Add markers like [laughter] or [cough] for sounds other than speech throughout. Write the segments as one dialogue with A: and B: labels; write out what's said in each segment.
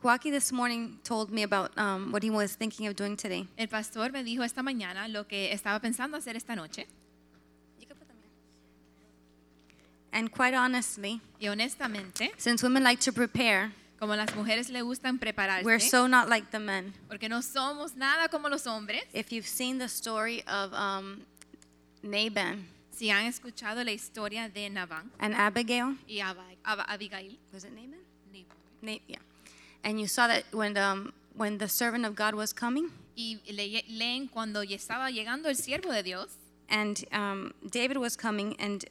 A: Joaquin this morning told me about um, what he was thinking of doing today.
B: El pastor me dijo esta mañana lo que estaba pensando hacer esta noche.
A: And quite honestly,
B: Y honestamente,
A: since women like to prepare,
B: como las mujeres le gustan prepararse,
A: we're so not like the men.
B: porque no somos nada como los hombres.
A: If you've seen the story of um, Laban
B: Si han escuchado la historia de Nabán
A: and Abigail,
B: y Aba- Aba- Abigail,
A: was it Naaman? Na- yeah. And you saw that when the, um, when the servant of God was coming,
B: y le- leen cuando ya estaba llegando el siervo de Dios
A: and um, David was coming, and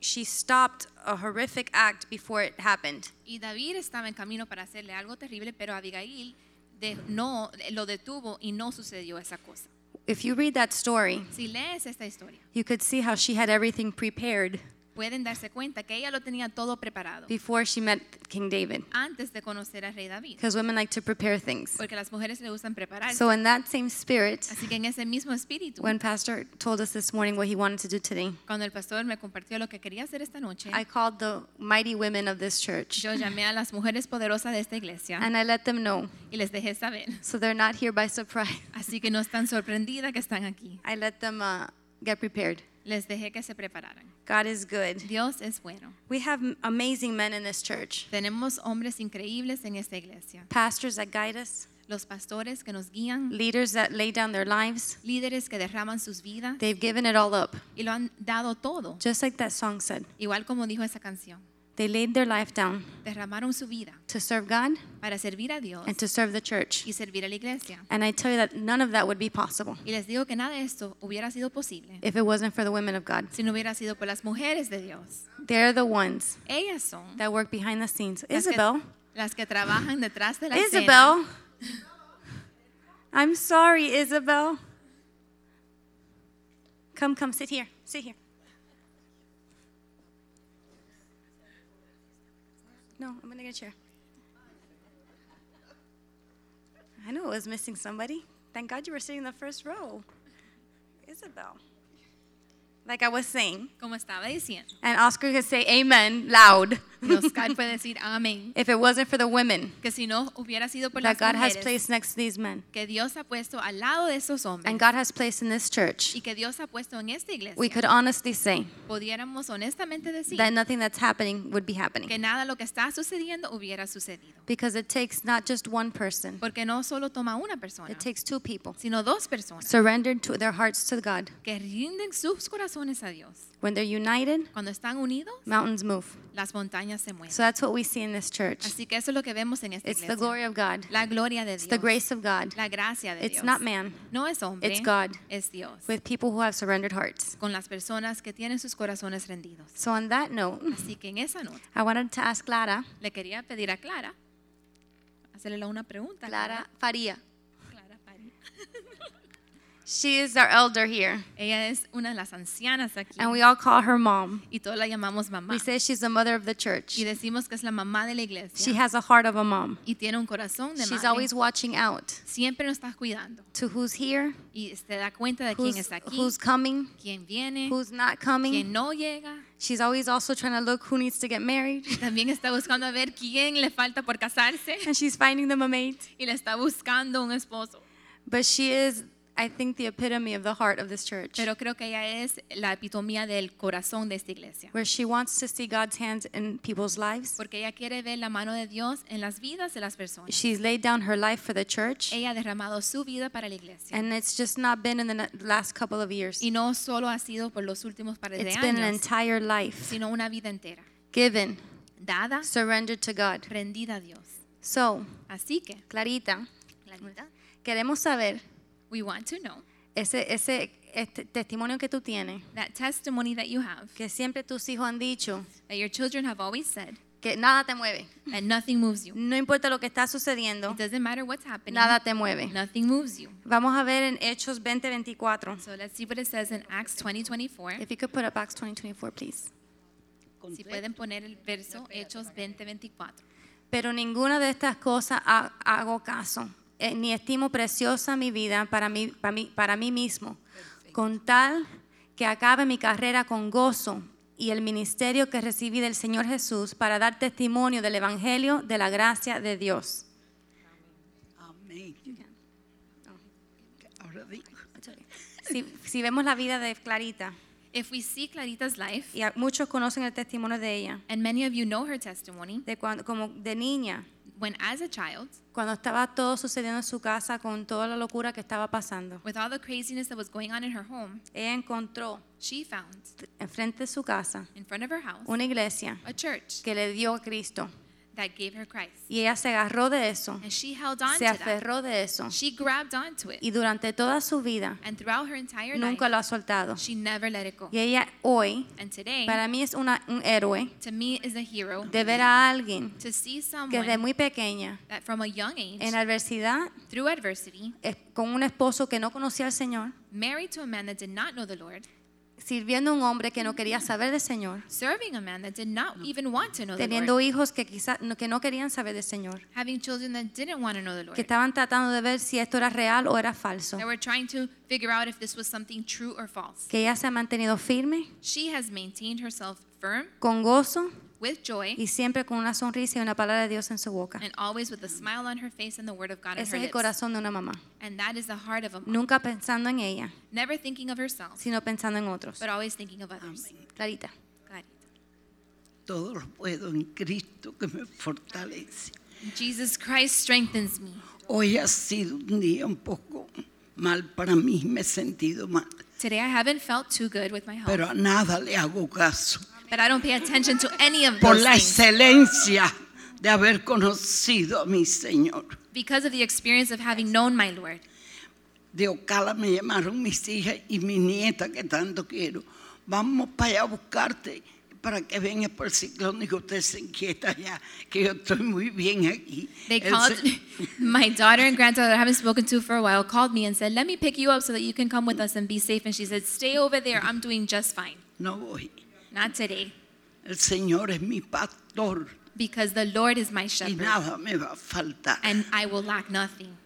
A: she stopped a horrific act before it happened.
B: y David estaba en camino para hacerle algo terrible, pero Abigail de- no lo detuvo y no sucedió esa cosa.
A: If you read that story,
B: Si lees esta historia,
A: you could see how she had everything prepared
B: pueden darse cuenta que ella lo tenía todo preparado
A: before she met King David.
B: antes de conocer al rey David,
A: Because women like to prepare things.
B: porque las mujeres le gustan prepararse.
A: So, in that same spirit,
B: Así que en ese mismo espíritu,
A: when Pastor told us this morning what he wanted to do today,
B: cuando el pastor me compartió lo que quería hacer esta noche,
A: I called the mighty women of this church
B: yo llamé a las mujeres poderosas de esta iglesia
A: and I let them know.
B: y les dejé saber.
A: So, they're not here by surprise.
B: Así que no están sorprendidas que están aquí.
A: I let them uh, get prepared.
B: Les dejé que se prepararan.
A: God is good.
B: Dios es bueno.
A: We have m- amazing men in this church
B: Tenemos hombres increíbles en esta iglesia.
A: pastors that guide us,
B: Los pastores que nos guían,
A: leaders that lay down their lives.
B: líderes que derraman sus vidas
A: They've given it all up.
B: y lo han dado todo.
A: Just like that song said,
B: Igual como dijo esa canción,
A: they laid their life down
B: derramaron su vida
A: to serve God
B: para servir a Dios
A: and to serve the church.
B: y servir a la iglesia.
A: And I tell you that none of that would be possible
B: Y les digo que nada de esto hubiera sido posible
A: if it wasn't for the women of God.
B: si no hubiera sido por las mujeres de Dios.
A: They're the ones
B: Ellas son
A: that work behind the scenes.
B: las que-
A: Isabel,
B: las que trabajan detrás de la escena.
A: Isabel, I'm sorry, Isabel. Come, come, sit here, sit here. No, I'm gonna get a chair. I knew it was missing somebody. Thank God you were sitting in the first row. Isabel. Like I was saying,
B: Como estaba diciendo,
A: And Oscar could say amen loud.
B: y Oscar puede decir amén,
A: if it wasn't for the women
B: que si no hubiera sido por
A: that
B: las
A: God has
B: mujeres
A: placed next to these men,
B: que Dios ha puesto al lado de esos
A: and
B: hombres
A: God has placed in this church,
B: y que Dios ha puesto en esta
A: we
B: iglesia,
A: could honestly say
B: pudiéramos honestamente decir
A: that nothing that's happening would be
B: que
A: happening.
B: nada lo que está sucediendo hubiera sucedido.
A: Because it takes not just one person,
B: Porque no solo toma una persona,
A: it takes two people
B: sino dos personas
A: surrendered to their hearts to God.
B: que rinden sus corazones a Dios.
A: When they're united,
B: Cuando están unidos,
A: mountains move.
B: las montañas se mueven.
A: So that's what we see in this church.
B: Así que eso es lo que vemos en esta
A: It's the
B: iglesia.
A: glory of God,
B: La gloria de
A: it's the
B: Dios.
A: grace of God.
B: La gracia de
A: It's
B: Dios.
A: not man,
B: No es hombre,
A: It's God.
B: es Dios.
A: with people who have surrendered hearts.
B: Con las personas que tienen sus corazones rendidos.
A: So, on that note,
B: Así que en esa nota
A: I wanted to ask Lara.
B: le quería pedir a Clara hacerle la una pregunta.
A: Clara Faria.
B: Clara Pari.
A: She is our elder here,
B: Ella es una de las ancianas aquí
A: and we all call her mom.
B: y todos la llamamos mamá
A: We say she's the mother of the church.
B: y decimos que es la mamá de
A: She
B: la iglesia
A: has a heart of a mom.
B: y tiene un corazón de
A: She's
B: madre.
A: always watching out
B: Siempre nos está cuidando
A: to who's here,
B: y se da cuenta de quién
A: who's,
B: está aquí,
A: who's coming,
B: quién viene,
A: who's not
B: quién
A: coming.
B: no llega.
A: She's always also trying to look who needs to get married,
B: [laughs] También está buscando a ver quién le falta por casarse
A: and she's finding them a mate.
B: y le está buscando un esposo.
A: But she is, I think, the epitome of the heart of this church,
B: Pero creo que ella es la epitomía del corazón de esta iglesia.
A: where she wants to see God's hands in people's lives.
B: Porque ella quiere ver la mano de Dios en las vidas de las personas.
A: She's laid down her life for the church,
B: Ella ha derramado su vida para la iglesia.
A: and it's just not been in the na- last couple of years.
B: Y no solo ha sido por los últimos pares de
A: It's been an
B: años,
A: entire life
B: sino una vida entera.
A: given,
B: Dada,
A: surrendered to God.
B: rendida a Dios.
A: So,
B: Así que,
A: Clarita,
B: Clarita,
A: queremos saber
B: we want to know
A: ese, ese este testimonio que tú tienes,
B: that testimony that you have,
A: que siempre tus hijos han dicho
B: that your children have always said,
A: que nada te mueve.
B: and nothing moves you.
A: No importa lo que está sucediendo,
B: It doesn't matter what's happening.
A: nada te mueve.
B: Nothing moves you.
A: Vamos a ver en Hechos 20:24.
B: So let's see what it says in Acts 20, 24.
A: If you could put up Acts 20:24, please.
B: Si pueden poner el verso Hechos 20, 24.
A: Pero ninguna de estas cosas ha- hago caso, eh, ni estimo preciosa mi vida para mí, para mí, para mí mismo, con tal que acabe mi carrera con gozo y el ministerio que recibí del Señor Jesús para dar testimonio del Evangelio de la gracia de Dios.
C: Amén. Ahora digo.
A: Si, si vemos la vida de Clarita,
B: If we see Clarita's life,
A: y a- muchos conocen el testimonio de ella,
B: and many of you know her testimony,
A: de cuando, como de niña,
B: when as a child,
A: cuando estaba todo sucediendo en su casa con toda la locura que estaba pasando,
B: with all the craziness that was going on in her home,
A: ella encontró
B: she found
A: enfrente de su casa
B: in front of her house
A: una iglesia
B: a church
A: que le dio a Cristo.
B: that gave her Christ.
A: Y ella se agarró de eso,
B: And she held on
A: se
B: to that.
A: aferró de eso.
B: She grabbed onto it.
A: Y durante toda su vida
B: And throughout her entire
A: nunca
B: life,
A: lo ha soltado.
B: she never let it go.
A: Y ella hoy,
B: And today,
A: para mí es una- un héroe
B: to me, is a hero
A: de ver a alguien
B: to see
A: que desde
B: someone
A: muy pequeña,
B: that from a young age,
A: en adversidad,
B: through adversity,
A: es- con un esposo que no conocía al Señor,
B: married to a man that did not know the Lord,
A: sirviendo a un hombre que no quería saber del Señor,
B: serving a man that did not even want to know the
A: teniendo
B: Lord,
A: hijos que quizás no- que no querían saber del Señor,
B: having children that didn't want to know the
A: que
B: Lord,
A: estaban tratando de ver si esto era real o era falso.
B: that were trying to figure out if this was something true or false.
A: Que ella se ha mantenido firme,
B: She has maintained herself firm,
A: con gozo
B: with joy,
A: y siempre con una sonrisa y una palabra de Dios en su boca.
B: and always with a smile on her face and the word of God in
A: Ese es
B: her
A: el
B: lips.
A: corazón de una mamá.
B: And that is the heart of a mom,
A: Nunca pensando en ella,
B: never thinking of herself,
A: sino pensando en otros.
B: but always thinking of others.
A: Clarita.
B: Clarita.
C: Todo lo puedo en Cristo que me fortalece.
B: Jesus Christ strengthens me.
C: Hoy ha sido un día un poco mal para mí, me he sentido mal,
B: Today I haven't felt too good with my health,
C: pero a nada le hago caso.
B: but I don't pay attention to any of
C: Por
B: those
C: la
B: things
C: excelencia de haber conocido a mi Señor.
B: because of the experience of having known my Lord.
C: De Ocala me llamaron mis hijas y mi nieta que tanto quiero. Vamos para allá a buscarte para que vengas por el ciclón y que usted se inquieta allá, que yo estoy muy bien aquí.
B: They
C: El
B: called
C: se-
B: my daughter and granddaughter that I haven't spoken to for a while called me and said, "Let me pick you up so that you can come with us and be safe." And she said, "Stay over there. I'm doing just fine.
C: No voy.
B: Not today,
C: El Señor es mi pastor
B: because the Lord is my
C: y
B: shepherd,
C: nada me va a faltar.
B: and I will lack nothing."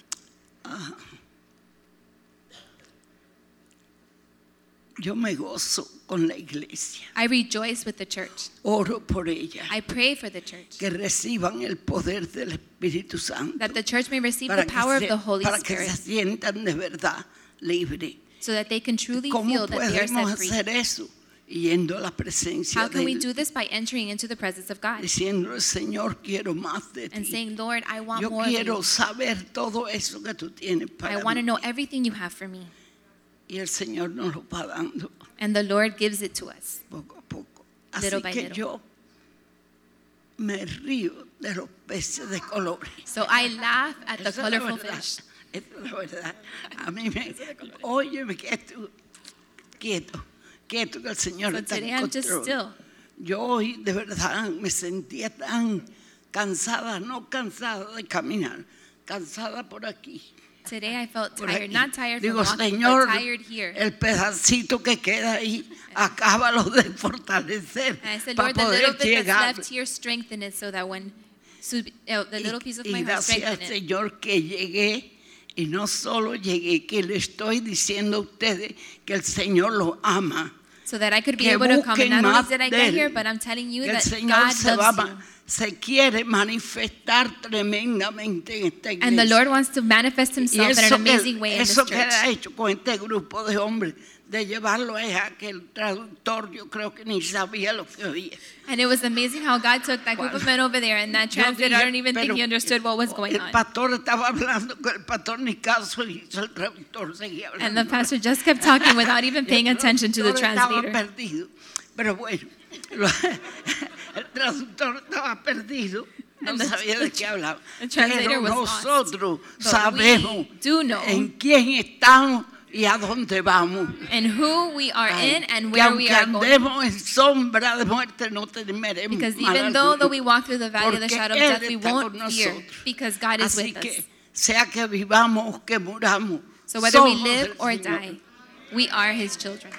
C: Yo me gozo con la iglesia.
B: I rejoice with the church.
C: Oro por ella.
B: I pray for the church
C: Que reciban el poder del Espíritu Santo.
B: that the church may receive
C: Para
B: the
C: que,
B: power of
C: se,
B: the Holy
C: para que
B: Spirit,
C: se sientan de verdad libres.
B: so that they can truly
C: ¿Cómo
B: feel that they are
C: podemos
B: set free.
C: hacer eso? Yendo a la presencia
B: How can
C: de
B: we
C: él,
B: do this by entering into the presence of God
C: diciéndole, Señor, quiero más de
B: and
C: ti.
B: saying, "Lord, I want
C: Yo
B: more of
C: quiero
B: you.
C: saber todo eso que tú tienes
B: I
C: para
B: want to
C: mí.
B: know everything you have for me."
C: Y el Señor nos lo va dando
B: And the Lord gives it to us.
C: poco a poco. Así
B: Little by
C: que
B: little.
C: yo me río de los peces de colores.
B: So I laugh at the
C: Esa es la
B: colorful
C: verdad,
B: fish.
C: esa es la verdad. A mí me. Óyeme, quieto. Quieto. Quieto que el Señor
B: So
C: está en
B: today I'm just
C: control.
B: still.
C: Yo hoy de verdad me sentía tan cansada, no cansada de caminar, cansada por aquí.
B: Today I felt
C: por
B: tired,
C: aquí.
B: not tired from
C: Digo,
B: walking,
C: Señor,
B: but tired here.
C: el pedacito que queda ahí, acábalo de fortalecer
B: And I said,
C: para
B: Lord, the little
C: poder
B: bit
C: llegar.
B: that's left here, strengthen it so that when so, uh, the
C: Y-
B: little piece of
C: y
B: my heart,
C: gracias
B: strengthen
C: al
B: it.
C: Señor que llegué y no solo llegué, que le estoy diciendo a ustedes que el Señor lo ama.
B: So that I could be
C: que
B: able to come.
C: busquen
B: And not only
C: más
B: did I
C: de
B: get
C: él,
B: here, but I'm telling you
C: que el
B: that
C: Señor se,
B: God
C: va a
B: loves
C: ma-
B: you.
C: se quiere manifestar tremendamente en esta iglesia.
B: And the Lord wants to manifest
C: y
B: himself in an
C: eso,
B: amazing
C: que,
B: way in this
C: eso que
B: church.
C: ha hecho con este grupo de hombres, de llevarlo es a que el traductor yo creo que ni sabía lo que oía.
B: And it was amazing how God took that group of men over there and that
C: Yo
B: translator. I
C: dije,
B: don't even think
C: pero
B: he understood what was going
C: El
B: on.
C: pastor estaba hablando con el pastor ni caso hizo el traductor seguía
B: And
C: hablando.
B: the pastor just kept talking
C: [laughs]
B: without even paying
C: El
B: attention to the
C: traductor
B: translator.
C: Estaba perdido. Pero bueno, lo- [laughs] el traductor estaba perdido. No
B: And the-
C: sabía de qué hablaba.
B: the translator
C: Pero
B: was lost.
C: nosotros
B: But we
C: sabemos
B: do know
C: en quién estamos y a dónde vamos.
B: and who we are in and
C: que
B: where we
C: aunque
B: are going.
C: andemos en sombra de muerte no temeremos
B: Because
C: mal
B: even though, though
C: alguno,
B: we walk through the valley of the
C: porque
B: shadow of
C: Él
B: death, we
C: está
B: won't
C: con
B: fear
C: nosotros.
B: because God is
C: Así
B: with
C: que,
B: us.
C: sea que vivamos o que muramos,
B: So whether we
C: somos
B: live
C: del
B: or
C: Señor.
B: die, we are His children.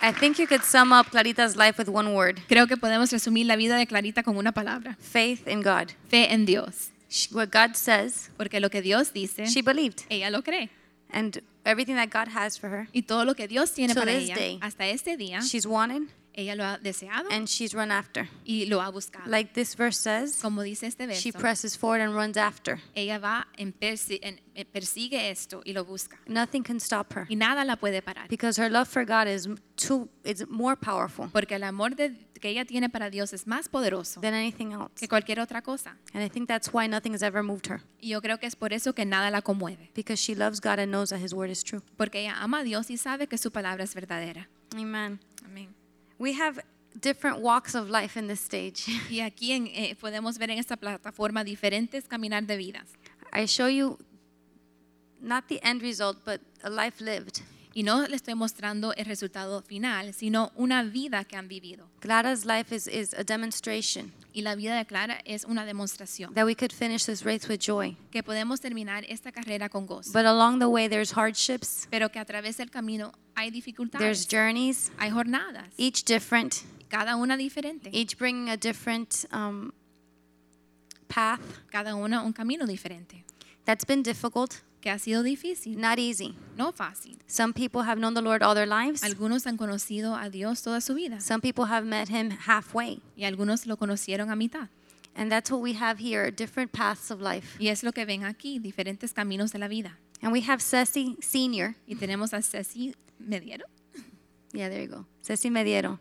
A: I think you could sum up Clarita's life with one word
B: Creo que podemos resumir la vida de Clarita con una palabra:
A: faith in God.
B: fe en Dios.
A: She- what God says,
B: Porque lo que Dios dice,
A: she believed.
B: ella lo cree.
A: And everything that God has for her,
B: Y todo lo que Dios tiene
A: To
B: para
A: this
B: ella
A: day,
B: hasta este día,
A: she's wanted
B: ella lo ha deseado
A: and she's run after.
B: y lo ha buscado.
A: Like this verse says,
B: Como dice este
A: she
B: verso,
A: presses forward and runs after.
B: ella va en persi- en- en- persigue esto y lo busca.
A: Nothing can stop her
B: Y nada la puede parar.
A: because her love for God is m- too it's more powerful
B: Porque el amor de- que ella tiene para Dios es más poderoso
A: than anything else.
B: que cualquier otra cosa.
A: And I think that's why nothing has ever moved her
B: Y yo creo que es por eso que nada la conmueve.
A: because she loves God and knows that his word is true.
B: Porque ella ama a Dios y sabe que su palabra es verdadera.
A: Amen.
B: Amén.
A: We have different walks of life in this stage.
B: Y aquí en- eh, podemos ver en esta plataforma diferentes caminar de vidas.
A: I show you not the end result, but a life lived.
B: Y no le estoy mostrando el resultado final, sino una vida que han vivido.
A: Clara's life is, is a demonstration
B: Y la vida de Clara es una demostración
A: that we could finish this race with joy.
B: que podemos terminar esta carrera con gozo,
A: But along the way, there's hardships,
B: pero que a través del camino hay
A: there's
B: dificultades,
A: journeys,
B: hay jornadas,
A: each different,
B: cada una diferente,
A: each bringing a different um, path
B: cada una un camino diferente,
A: that's been difficult,
B: que ha sido difícil,
A: not easy.
B: no fácil.
A: Some people have known the Lord all their lives,
B: Algunos han conocido a Dios toda su vida
A: some people have met Him halfway.
B: y algunos lo conocieron a mitad.
A: And that's what we have here different paths of life.
B: Y es lo que ven aquí, diferentes caminos de la vida.
A: And we have Ceci Sr.
B: Y tenemos a Ceci Mediero
A: Yeah, there you go. Ceci Mediero,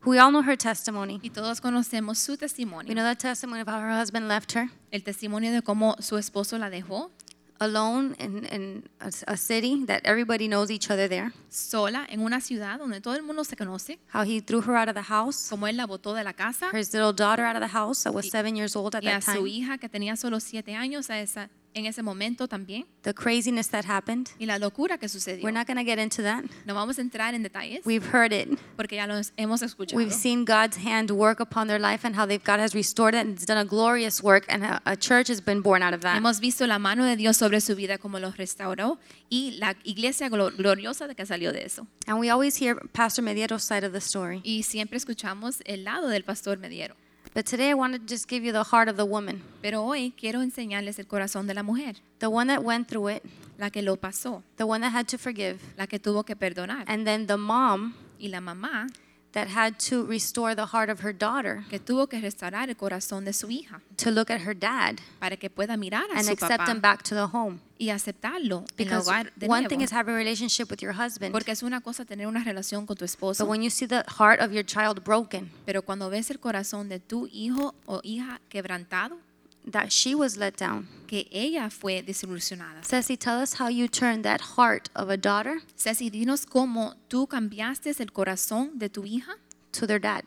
A: who we all know her testimony.
B: y todos conocemos su
A: We
B: testimonio,
A: know that testimony of how her husband left her
B: el testimonio de cómo su esposo la dejó
A: alone in, in a, s- a city that everybody knows each other there,
B: sola en una ciudad donde todo el mundo se conoce,
A: how he threw her out of the house,
B: cómo él la botó de la casa
A: her little daughter out of the house that was seven years old at
B: y a
A: that
B: su
A: time,
B: hija que tenía solo siete años a esa, en ese momento también
A: the craziness that happened.
B: y la locura que sucedió.
A: We're not going to get into that.
B: No vamos a entrar en detalles
A: We've heard it.
B: porque ya los hemos escuchado.
A: We've seen God's hand work upon their life and how they've, God has restored it and it's done a glorious work, and a, a church has been born out of that.
B: Hemos visto la mano de Dios sobre su vida como los restauró y la iglesia glo- gloriosa de que salió de eso.
A: And we always hear Pastor Mediero's side of the story.
B: Y siempre escuchamos el lado del pastor Mediero.
A: But today I want to just give you the heart of the woman,
B: Pero hoy quiero enseñarles el corazón de la mujer,
A: the one that went through it,
B: la que lo pasó,
A: the one that had to forgive,
B: la que tuvo que perdonar.
A: and then the mom
B: Y la mamá
A: that had to restore the heart of her daughter
B: que tuvo que restaurar el corazón de su hija
A: to look at her dad
B: para que pueda mirar a
A: and
B: su
A: accept him
B: papá
A: back to the home.
B: y aceptarlo en el
A: Because
B: hogar de
A: one thing
B: nuevo.
A: is having a relationship with your husband,
B: Porque es una cosa tener una relación con tu
A: but
B: esposo,
A: when you see the heart of your child broken,
B: pero cuando ves el corazón de tu hijo o hija quebrantado,
A: that she was let down.
B: que ella fue desilusionada.
A: Ceci, tell us how you turned that heart of a daughter
B: Ceci, dinos cómo tú cambiaste el corazón de tu hija
A: to their dad.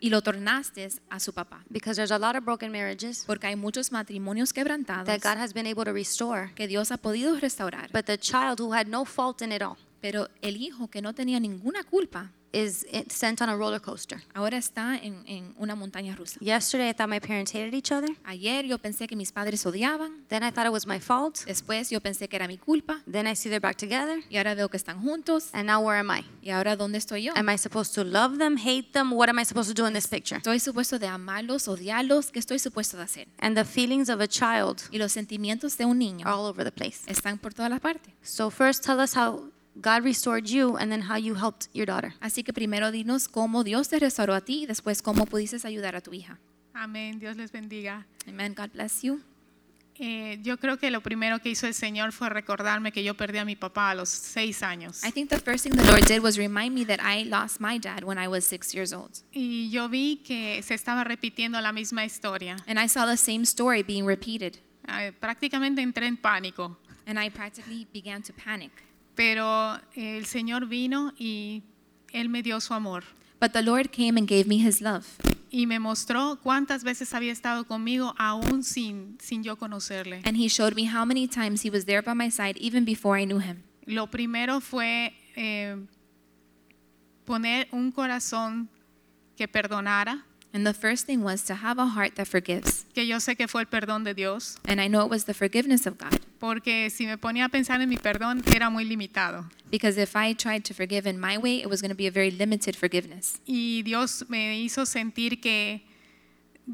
B: y lo tornaste a su papá.
A: Because there's a lot of broken marriages
B: Porque hay muchos matrimonios quebrantados
A: that God has been able to restore,
B: que Dios ha podido restaurar,
A: but the child who had no fault in it all
B: pero el hijo que no tenía ninguna culpa
A: is eh, sent on a roller coaster.
B: ahora está en, en una montaña rusa.
A: Yesterday, I thought my parents hated each other.
B: Ayer yo pensé que mis padres odiaban,
A: Then I thought it was my fault.
B: después yo pensé que era mi culpa
A: Then I see they're back together.
B: y ahora veo que están juntos
A: And now where am I?
B: y ahora dónde estoy yo.
A: Am I supposed to love them, hate them? What am I supposed to do in this picture?
B: Estoy supuesto de amarlos, odiarlos, ¿qué estoy supuesto de hacer?
A: And the feelings of a child
B: Y los sentimientos de un niño
A: are all over the place.
B: están por todas las partes.
A: So first, tell us how God restored you, and then how you helped your daughter.
B: Así que primero dinos cómo Dios te restauró a ti y después cómo pudiste ayudar a tu hija.
D: Amén, Dios les bendiga.
B: Amen. God bless you.
D: Eh, yo creo que lo primero que hizo el Señor fue recordarme que yo perdí a mi papá a los seis años.
B: I think the first thing the Lord did was remind me that I lost my dad when I was six years old.
D: Y yo vi que se estaba repitiendo la misma historia.
B: And I saw the same story being repeated.
D: Eh, prácticamente entré en pánico,
B: And I practically began to panic.
D: pero eh, el Señor vino y Él me dio su amor.
B: But the Lord came and gave me his love.
D: y me mostró cuántas veces había estado conmigo aún sin, sin yo conocerle.
B: And he showed me how many times he was there by my side even before I knew him.
D: Lo primero fue eh, poner un corazón que perdonara,
B: And the first thing was to have a heart that forgives.
D: que yo sé que fue el perdón de Dios,
B: And I know it was the forgiveness of God.
D: porque si me ponía a pensar en mi perdón era muy limitado.
B: Because if I tried to forgive in my way, it was going to be a very limited forgiveness.
D: Y Dios me hizo sentir que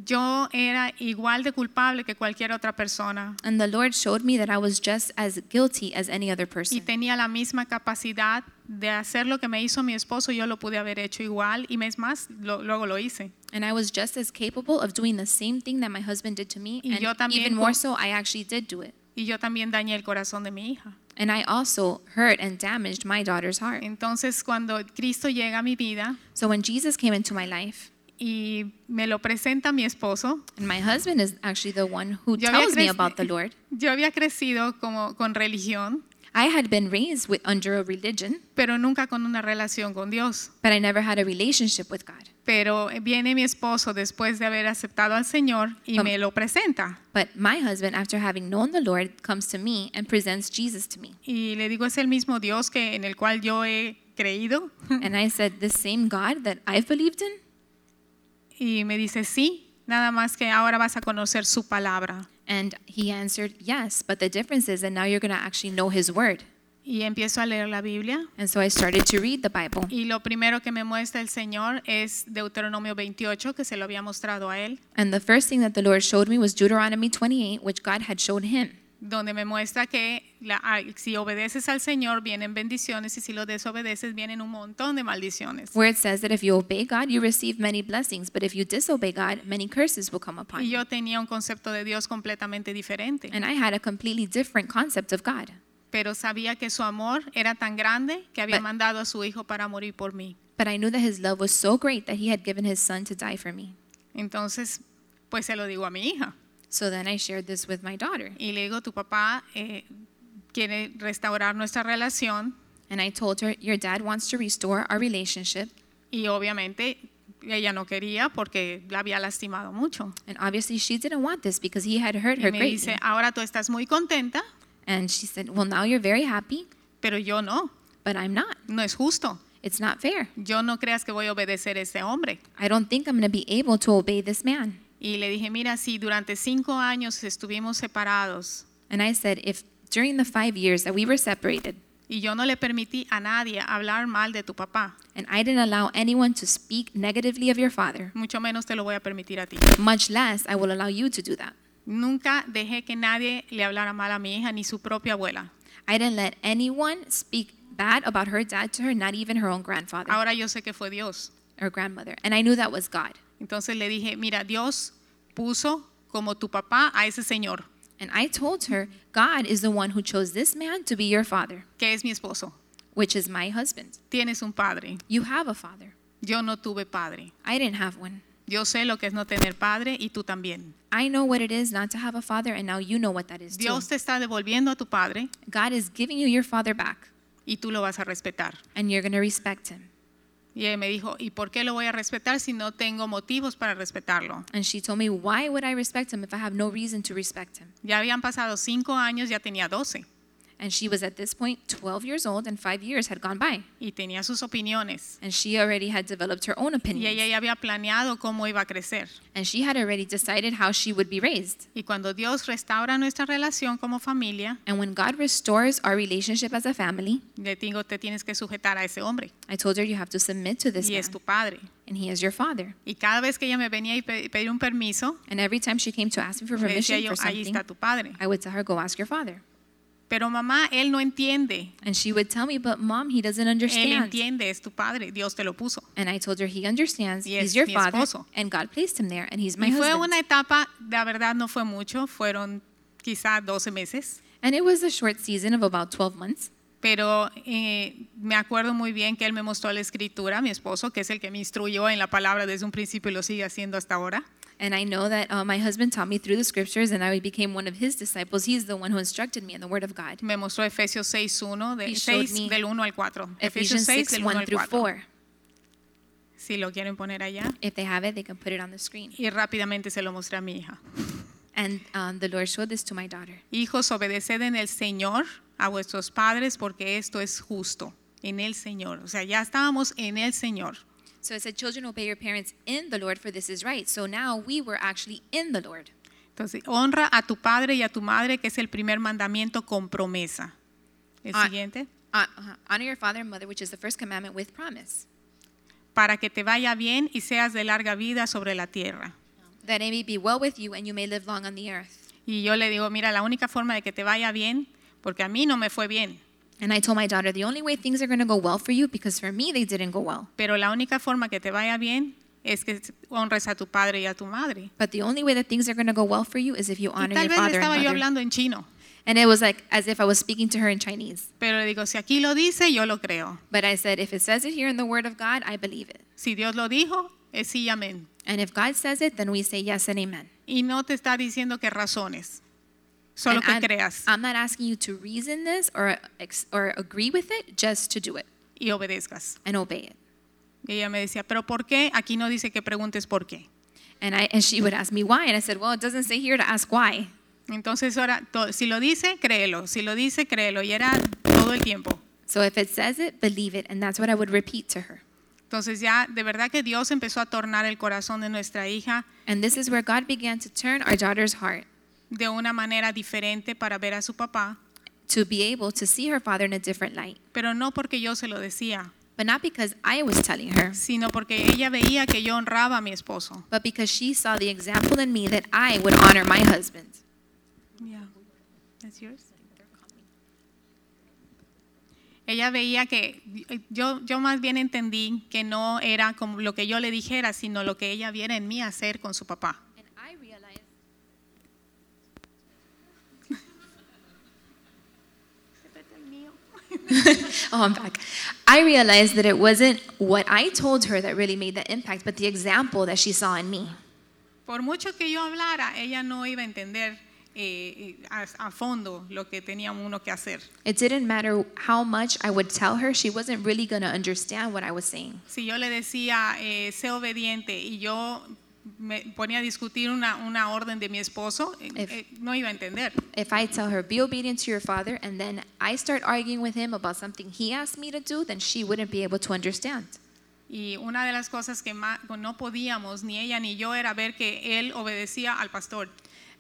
D: yo era igual de culpable que cualquier otra persona
B: And the Lord showed me that I was just as guilty as any other
D: y
B: person.
D: tenía la misma capacidad de hacer lo que me hizo mi esposo, yo lo pude haber hecho igual y es más, lo- luego lo hice.
B: And I was just as capable of doing the same thing that my husband did to me.
D: Y yo
B: And
D: también
B: even
D: con-
B: more so, I actually did do it.
D: Y yo también dañé el corazón de mi hija.
B: And I also hurt and damaged my daughter's heart.
D: Entonces cuando Cristo llega a mi vida
B: So when Jesus came into my life,
D: y me lo presenta mi esposo,
B: and my husband is actually the one who
D: Yo había
B: tells me
D: crec-
B: about the Lord,
D: [laughs] yo había crecido como con religión,
B: I had been raised with, under a religion,
D: pero nunca con una relación con Dios.
B: but I never had a relationship with God.
D: Pero viene mi esposo después de haber aceptado al Señor y
B: Am-
D: me lo presenta.
B: But my husband, after having known the Lord, comes to me and presents Jesus to me.
D: Y le digo, es el mismo Dios que en el cual yo he creído. [laughs]
B: and I said, This same God that I've believed in?
D: Y me dice, sí, nada más que ahora vas a conocer su palabra.
B: And he answered, Yes, but the difference is that now you're going to actually know his word.
D: Y empiezo a leer la Biblia.
B: And so I started to read the Bible.
D: Y lo primero que me muestra el Señor es Deuteronomio 28, que se lo había mostrado a él,
B: And the first thing that the Lord showed me was Deuteronomy 28, which God had showed him.
D: donde me muestra que la- ah, si obedeces al Señor vienen bendiciones y si lo desobedeces vienen un montón de maldiciones.
B: where it says that if you obey God, you receive many blessings, but if you disobey God, many curses will come upon
D: Y
B: you.
D: yo tenía un concepto de Dios completamente diferente.
B: And I had a completely different concept of God,
D: pero sabía que su amor era tan grande que había
B: But-
D: mandado a su hijo para morir por mí.
B: but I knew that His love was so great that He had given His Son to die for me.
D: Entonces, pues se lo digo a mi hija
B: So then I shared this with my daughter,
D: y le digo, tu papá eh, quiere restaurar nuestra relación
B: and I told her, Your dad wants to restore our relationship,
D: y obviamente ella no quería porque la había lastimado mucho.
B: and obviously she didn't want this because he had hurt
D: Y
B: her
D: me dice,
B: greatly.
D: ahora tú estás muy contenta,
B: And she said, Well, now you're very happy,
D: pero yo no,
B: but I'm not.
D: no es justo.
B: It's not fair.
D: Yo no creas que voy a obedecer a ese hombre.
B: I don't think I'm going to be able to obey this man.
D: Y le dije, mira, si durante cinco años estuvimos separados
B: And I said, If during the five years that we were separated,
D: y yo no le permití a nadie hablar mal de tu papá,
B: And I didn't allow anyone to speak negatively of your father,
D: mucho menos te lo voy a permitir a ti.
B: much less I will allow you to do that.
D: Nunca dejé que nadie le hablara mal a mi hija ni su propia abuela.
B: I didn't let anyone speak bad about her dad to her, not even her own grandfather
D: Ahora yo sé que fue Dios.
B: or grandmother. And I knew that was God.
D: Entonces le dije, mira, Dios puso como tu papá a ese señor,
B: And I told her, God is the one who chose this man to be your father,
D: que es mi esposo.
B: which is my husband.
D: Tienes un padre.
B: You have a father.
D: Yo no tuve padre.
B: I didn't have one.
D: Yo sé lo que es no tener padre y tú también.
B: I know what it is not to have a father, and now you know what that is too.
D: Dios te está devolviendo a tu padre
B: God is giving you your father back,
D: y tú lo vas a respetar.
B: and you're going to respect him.
D: Y ella me dijo, ¿y por qué lo voy a respetar si no tengo motivos para respetarlo?
B: And she told me, Why would I respect him if I have no reason to respect him?
D: Ya habían pasado cinco años, ya tenía 12
B: And she was at this point 12 years old, and five years had gone by.
D: y tenía sus opiniones.
B: And she already had developed her own
D: Y ella
B: opinions.
D: ya había planeado cómo iba a crecer.
B: And she had already decided how she would be raised.
D: Y cuando Dios restaura nuestra relación como familia,
B: And when God restores our relationship as a family,
D: le digo, te tienes que sujetar a ese hombre.
B: I told her, You have to submit to this
D: Y
B: man,
D: es tu padre.
B: and he is your father.
D: Y cada vez que ella me venía y pe- pedir un permiso,
B: And every time she came to ask me for
D: le decía
B: permission
D: yo,
B: for
D: ahí
B: something,
D: está tu padre.
B: I would tell her, Go ask your father.
D: Pero mamá, él no entiende.
B: And she would tell me, But mom, he doesn't
D: Él
B: understand.
D: entiende, es tu padre, Dios te lo puso.
B: And I told her, He understands.
D: Y es
B: He's your
D: mi
B: father.
D: esposo.
B: And God placed him there, and he's my
D: Y fue una
B: husband.
D: etapa, la verdad no fue mucho, fueron quizá 12 meses,
B: And it was a short season of about 12 months.
D: pero eh, me acuerdo muy bien que él me mostró la escritura, mi esposo, que es el que me instruyó en la palabra desde un principio y lo sigue haciendo hasta ahora.
B: And I know that uh, my husband taught me through the scriptures, and I became one of his disciples. He's the one who instructed me in the Word of God.
D: Me mostró Efesios 6.1, de,
B: He showed
D: 6,
B: me
D: del 1 al 4.
B: Ephesians 6, 1 through 4.
D: si lo quieren poner allá.
B: If they have it, they can put it on the screen.
D: Y rápidamente se lo mostré a mi hija.
B: And um, the Lord showed this to my daughter.
D: Hijos, obedeced en el Señor a vuestros padres porque esto es justo. En el Señor. O sea, ya estábamos en el Señor.
B: So it said, Children, obey your parents in the Lord, for this is right. So now we were actually in the Lord.
D: Entonces, honra a tu padre y a tu madre, que es el primer mandamiento con promesa. El
B: Ah.
D: siguiente.
B: Uh, uh, honor your father and mother, which is the first commandment with promise,
D: Para que te vaya bien y seas de larga vida sobre la tierra.
B: that it may be well with you and you may live long on the earth.
D: Y yo le digo, mira, la única forma de que te vaya bien, porque a mí no me fue bien,
B: And I told my daughter, The only way things are going to go well for you, because for me, they didn't go well.
D: pero la única forma que te vaya bien es que honres a tu padre y a tu madre.
B: But the only way that things are going to go well for you is if you
D: Y
B: honor your
D: tal vez le
B: father
D: estaba
B: and
D: yo
B: mother.
D: hablando en chino,
B: And it was like as if I was speaking to her in Chinese.
D: pero le digo, si aquí lo dice, yo lo creo.
B: But I said, If it says it here in the Word of God, I believe it.
D: Si Dios lo dijo, es sí y amén.
B: And if God says it, then we say yes and amen.
D: Y no te está diciendo que razones, solo
B: And
D: que
B: I'm,
D: creas
B: I'm not asking you to reason this or ex- or agree with it, just to do it
D: y obedezcas.
B: and obey it.
D: Y ella me decía, pero ¿por qué? Aquí no dice que preguntes por qué.
B: And I and she would ask me why, and I said, well, it doesn't say here to ask why.
D: Entonces ahora, to- si lo dice, créelo, si lo dice, créelo. Y era todo el tiempo.
B: So if it says it, believe it, and that's what I would repeat to her.
D: Entonces ya de verdad que Dios empezó a tornar el corazón de nuestra hija
B: And this is where God began to turn our daughter's heart
D: de una manera diferente para ver a su papá,
B: to be able to see her father in a different light,
D: pero no porque yo se lo decía,
B: but not because I was telling her,
D: sino porque ella veía que yo honraba a mi esposo.
B: but because she saw the example in me that I would honor my
D: [laughs]
B: husband.
D: Ella veía que yo, yo más bien entendí que no era como lo que yo le dijera, sino lo que ella viera en mí hacer con su papá.
B: And I realized oh, I'm back. I realized that it wasn't what I told her that really made the impact, but the example that she saw in me.
D: Por mucho que yo hablara, ella no iba a entender eh, eh, a, a fondo lo que tenía uno que hacer.
B: It didn't matter how much I would tell her, she wasn't really going to understand what I was saying.
D: Si yo le decía, eh, sé obediente, y yo me ponía a discutir una, una orden de mi esposo, eh,
B: If-
D: eh, no iba a entender.
B: If I tell her, be obedient to your father, and then I start arguing with him about something he asked me to do, then she wouldn't be able to understand.
D: Y una de las cosas que ma- no podíamos, ni ella ni yo, era ver que él obedecía al pastor.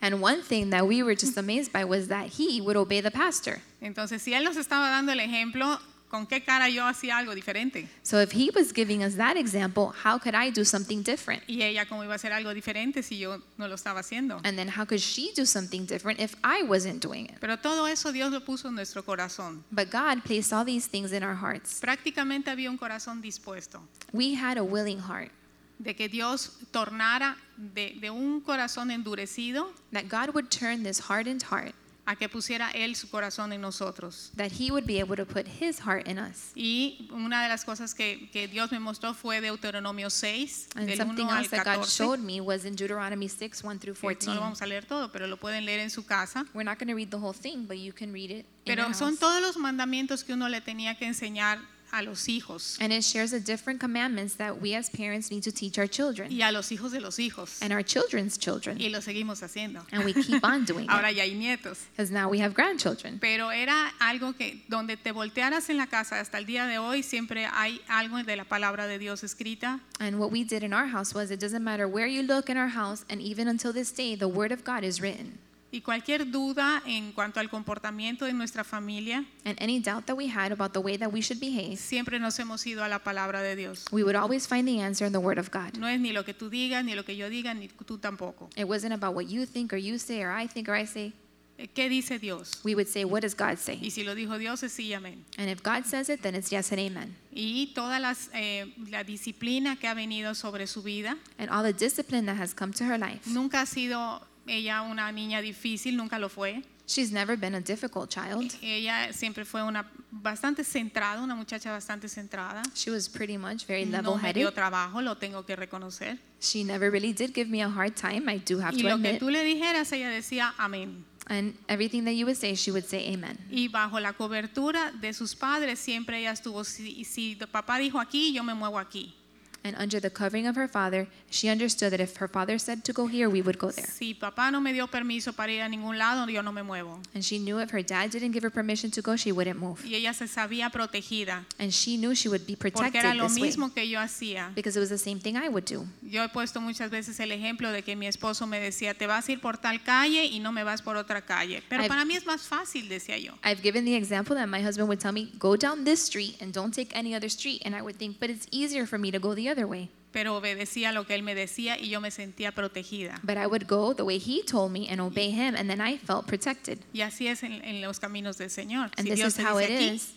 B: And one thing that we were just amazed by was that he would obey the pastor.
D: Entonces, si él nos estaba dando el ejemplo, ¿con qué cara yo hacía algo diferente?
B: So if he was giving us that example, how could I do something different?
D: Y ella, ¿cómo iba a hacer algo diferente si yo no lo estaba haciendo?
B: And then how could she do something different if I wasn't doing it?
D: Pero todo eso Dios lo puso en nuestro corazón.
B: But God placed all these things in our hearts.
D: Prácticamente había un corazón dispuesto
B: We had a willing heart
D: de que Dios tornara de, de un corazón endurecido
B: that God would turn this hardened heart,
D: a que pusiera Él su corazón en nosotros.
B: that he would be able to put his heart in us.
D: Y una de las cosas que, que Dios me mostró fue Deuteronomio 6,
B: And
D: del
B: something
D: 1 al
B: else that God
D: 14.
B: showed me was in Deuteronomy 6 1 through
D: que No
B: 14.
D: lo vamos a leer todo, pero lo pueden leer en su casa.
B: We're not going to read the whole thing, but you can read it. In your
D: Pero son
B: house.
D: todos los mandamientos que uno le tenía que enseñar a los hijos
B: And it shares the different commandments that we as parents need to teach our children
D: y a los hijos de los hijos.
B: and our children's children.
D: Y lo seguimos haciendo.
B: And we keep on
D: [laughs]
B: doing it.
D: Ahora ya hay nietos.
B: because now we have grandchildren.
D: Pero era algo que donde te voltearas en la casa hasta el día de hoy siempre hay algo de la palabra de Dios escrita
B: And what we did in our house was it doesn't matter where you look in our house, and even until this day, the Word of God is written.
D: y cualquier duda en cuanto al comportamiento de nuestra familia
B: And any doubt that we had about the way that we should behave,
D: siempre nos hemos ido a la palabra de Dios.
B: we would always find the answer in the Word of God.
D: No es ni lo que tú digas ni lo que yo diga ni tú tampoco.
B: It wasn't about what you think or you say or I think or I say.
D: Eh, ¿Qué dice Dios?
B: We would say, What does God say?
D: Y si lo dijo Dios es sí y amén.
B: And if God says it, then it's yes and amen.
D: y toda las, eh, la disciplina que ha venido sobre su vida.
B: And all the discipline that has come to her life.
D: Nunca ha sido ella una niña difícil, nunca lo fue.
B: She's never been a difficult child.
D: Ella siempre fue una bastante centrada, una muchacha bastante centrada.
B: She was pretty much very level
D: No me dio
B: headed.
D: trabajo, lo tengo que reconocer.
B: She never really did give me a hard time, I do have
D: Y
B: to
D: lo que
B: admit.
D: tú le dijeras, ella decía amén.
B: And everything that you would say, she would say amen.
D: Y bajo la cobertura de sus padres siempre ella estuvo, si, si papá dijo aquí, yo me muevo aquí.
B: And under the covering of her father, she understood that if her father said to go here, we would go there.
D: Si papá no me dio permiso para ir a ningún lado, yo no me muevo.
B: And she knew if her dad didn't give her permission to go, she wouldn't move.
D: Y ella se sabía protegida,
B: And she knew she would be
D: porque
B: protected
D: era lo
B: this way
D: mismo que yo hacía.
B: because it was the same thing I would do.
D: Yo he puesto muchas veces el ejemplo de que mi esposo me decía, te vas a ir por tal calle y no me vas por otra calle. Pero
B: I've-
D: para mí es más fácil, decía yo.
B: I've given the example that my husband would tell me, go down this street and don't take any other street. And I would think, but it's easier for me to go the other way.
D: Pero obedecía lo que él me decía y yo me sentía protegida.
B: But I would go the way he told me and obey him, and then I felt protected.
D: Y así es en, en los caminos del Señor.
B: And
D: si
B: this
D: Dios
B: is
D: te
B: how it
D: dice aquí,
B: is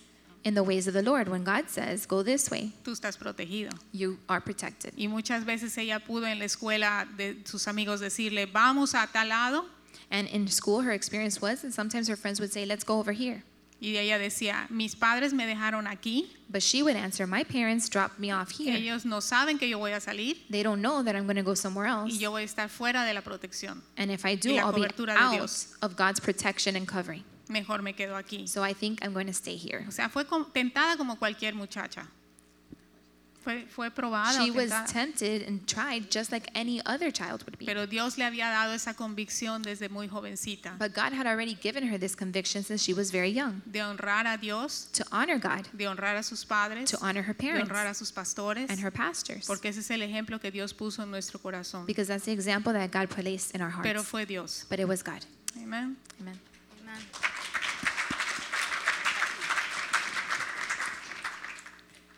B: in the ways of the Lord. When God says, go this way,
D: tú estás protegido.
B: you are protected.
D: Y muchas veces ella pudo en la escuela de sus amigos decirle, vamos a tal lado.
B: And in school, her experience was, and sometimes her friends would say, let's go over here.
D: Y ella decía, mis padres me dejaron aquí.
B: But she would answer, my parents dropped me off here.
D: Ellos no saben que yo voy a salir
B: They don't know that I'm going to go somewhere
D: y
B: else.
D: yo voy a estar fuera de la protección.
B: And if I do,
D: la
B: I'll be
D: cobertura de
B: out
D: Dios.
B: of God's protection and covering.
D: Mejor me quedo aquí.
B: So I think I'm going to stay here.
D: O sea, fue com- tentada como cualquier muchacha. Fue, fue probada. o
B: She was
D: tentada.
B: tempted and tried just like any other child would be.
D: Pero Dios le había dado esa convicción desde muy jovencita
B: But God had already given her this conviction since she was very young
D: de honrar a Dios,
B: to honor God,
D: de honrar a sus padres,
B: to honor her
D: de
B: parents
D: honrar a sus pastores,
B: and her pastors.
D: porque ese es el ejemplo que Dios puso en nuestro corazón.
B: Because that's the example that God placed in our
D: Pero
B: hearts.
D: fue Dios.
B: But it was God.
D: Amén.
B: Amen.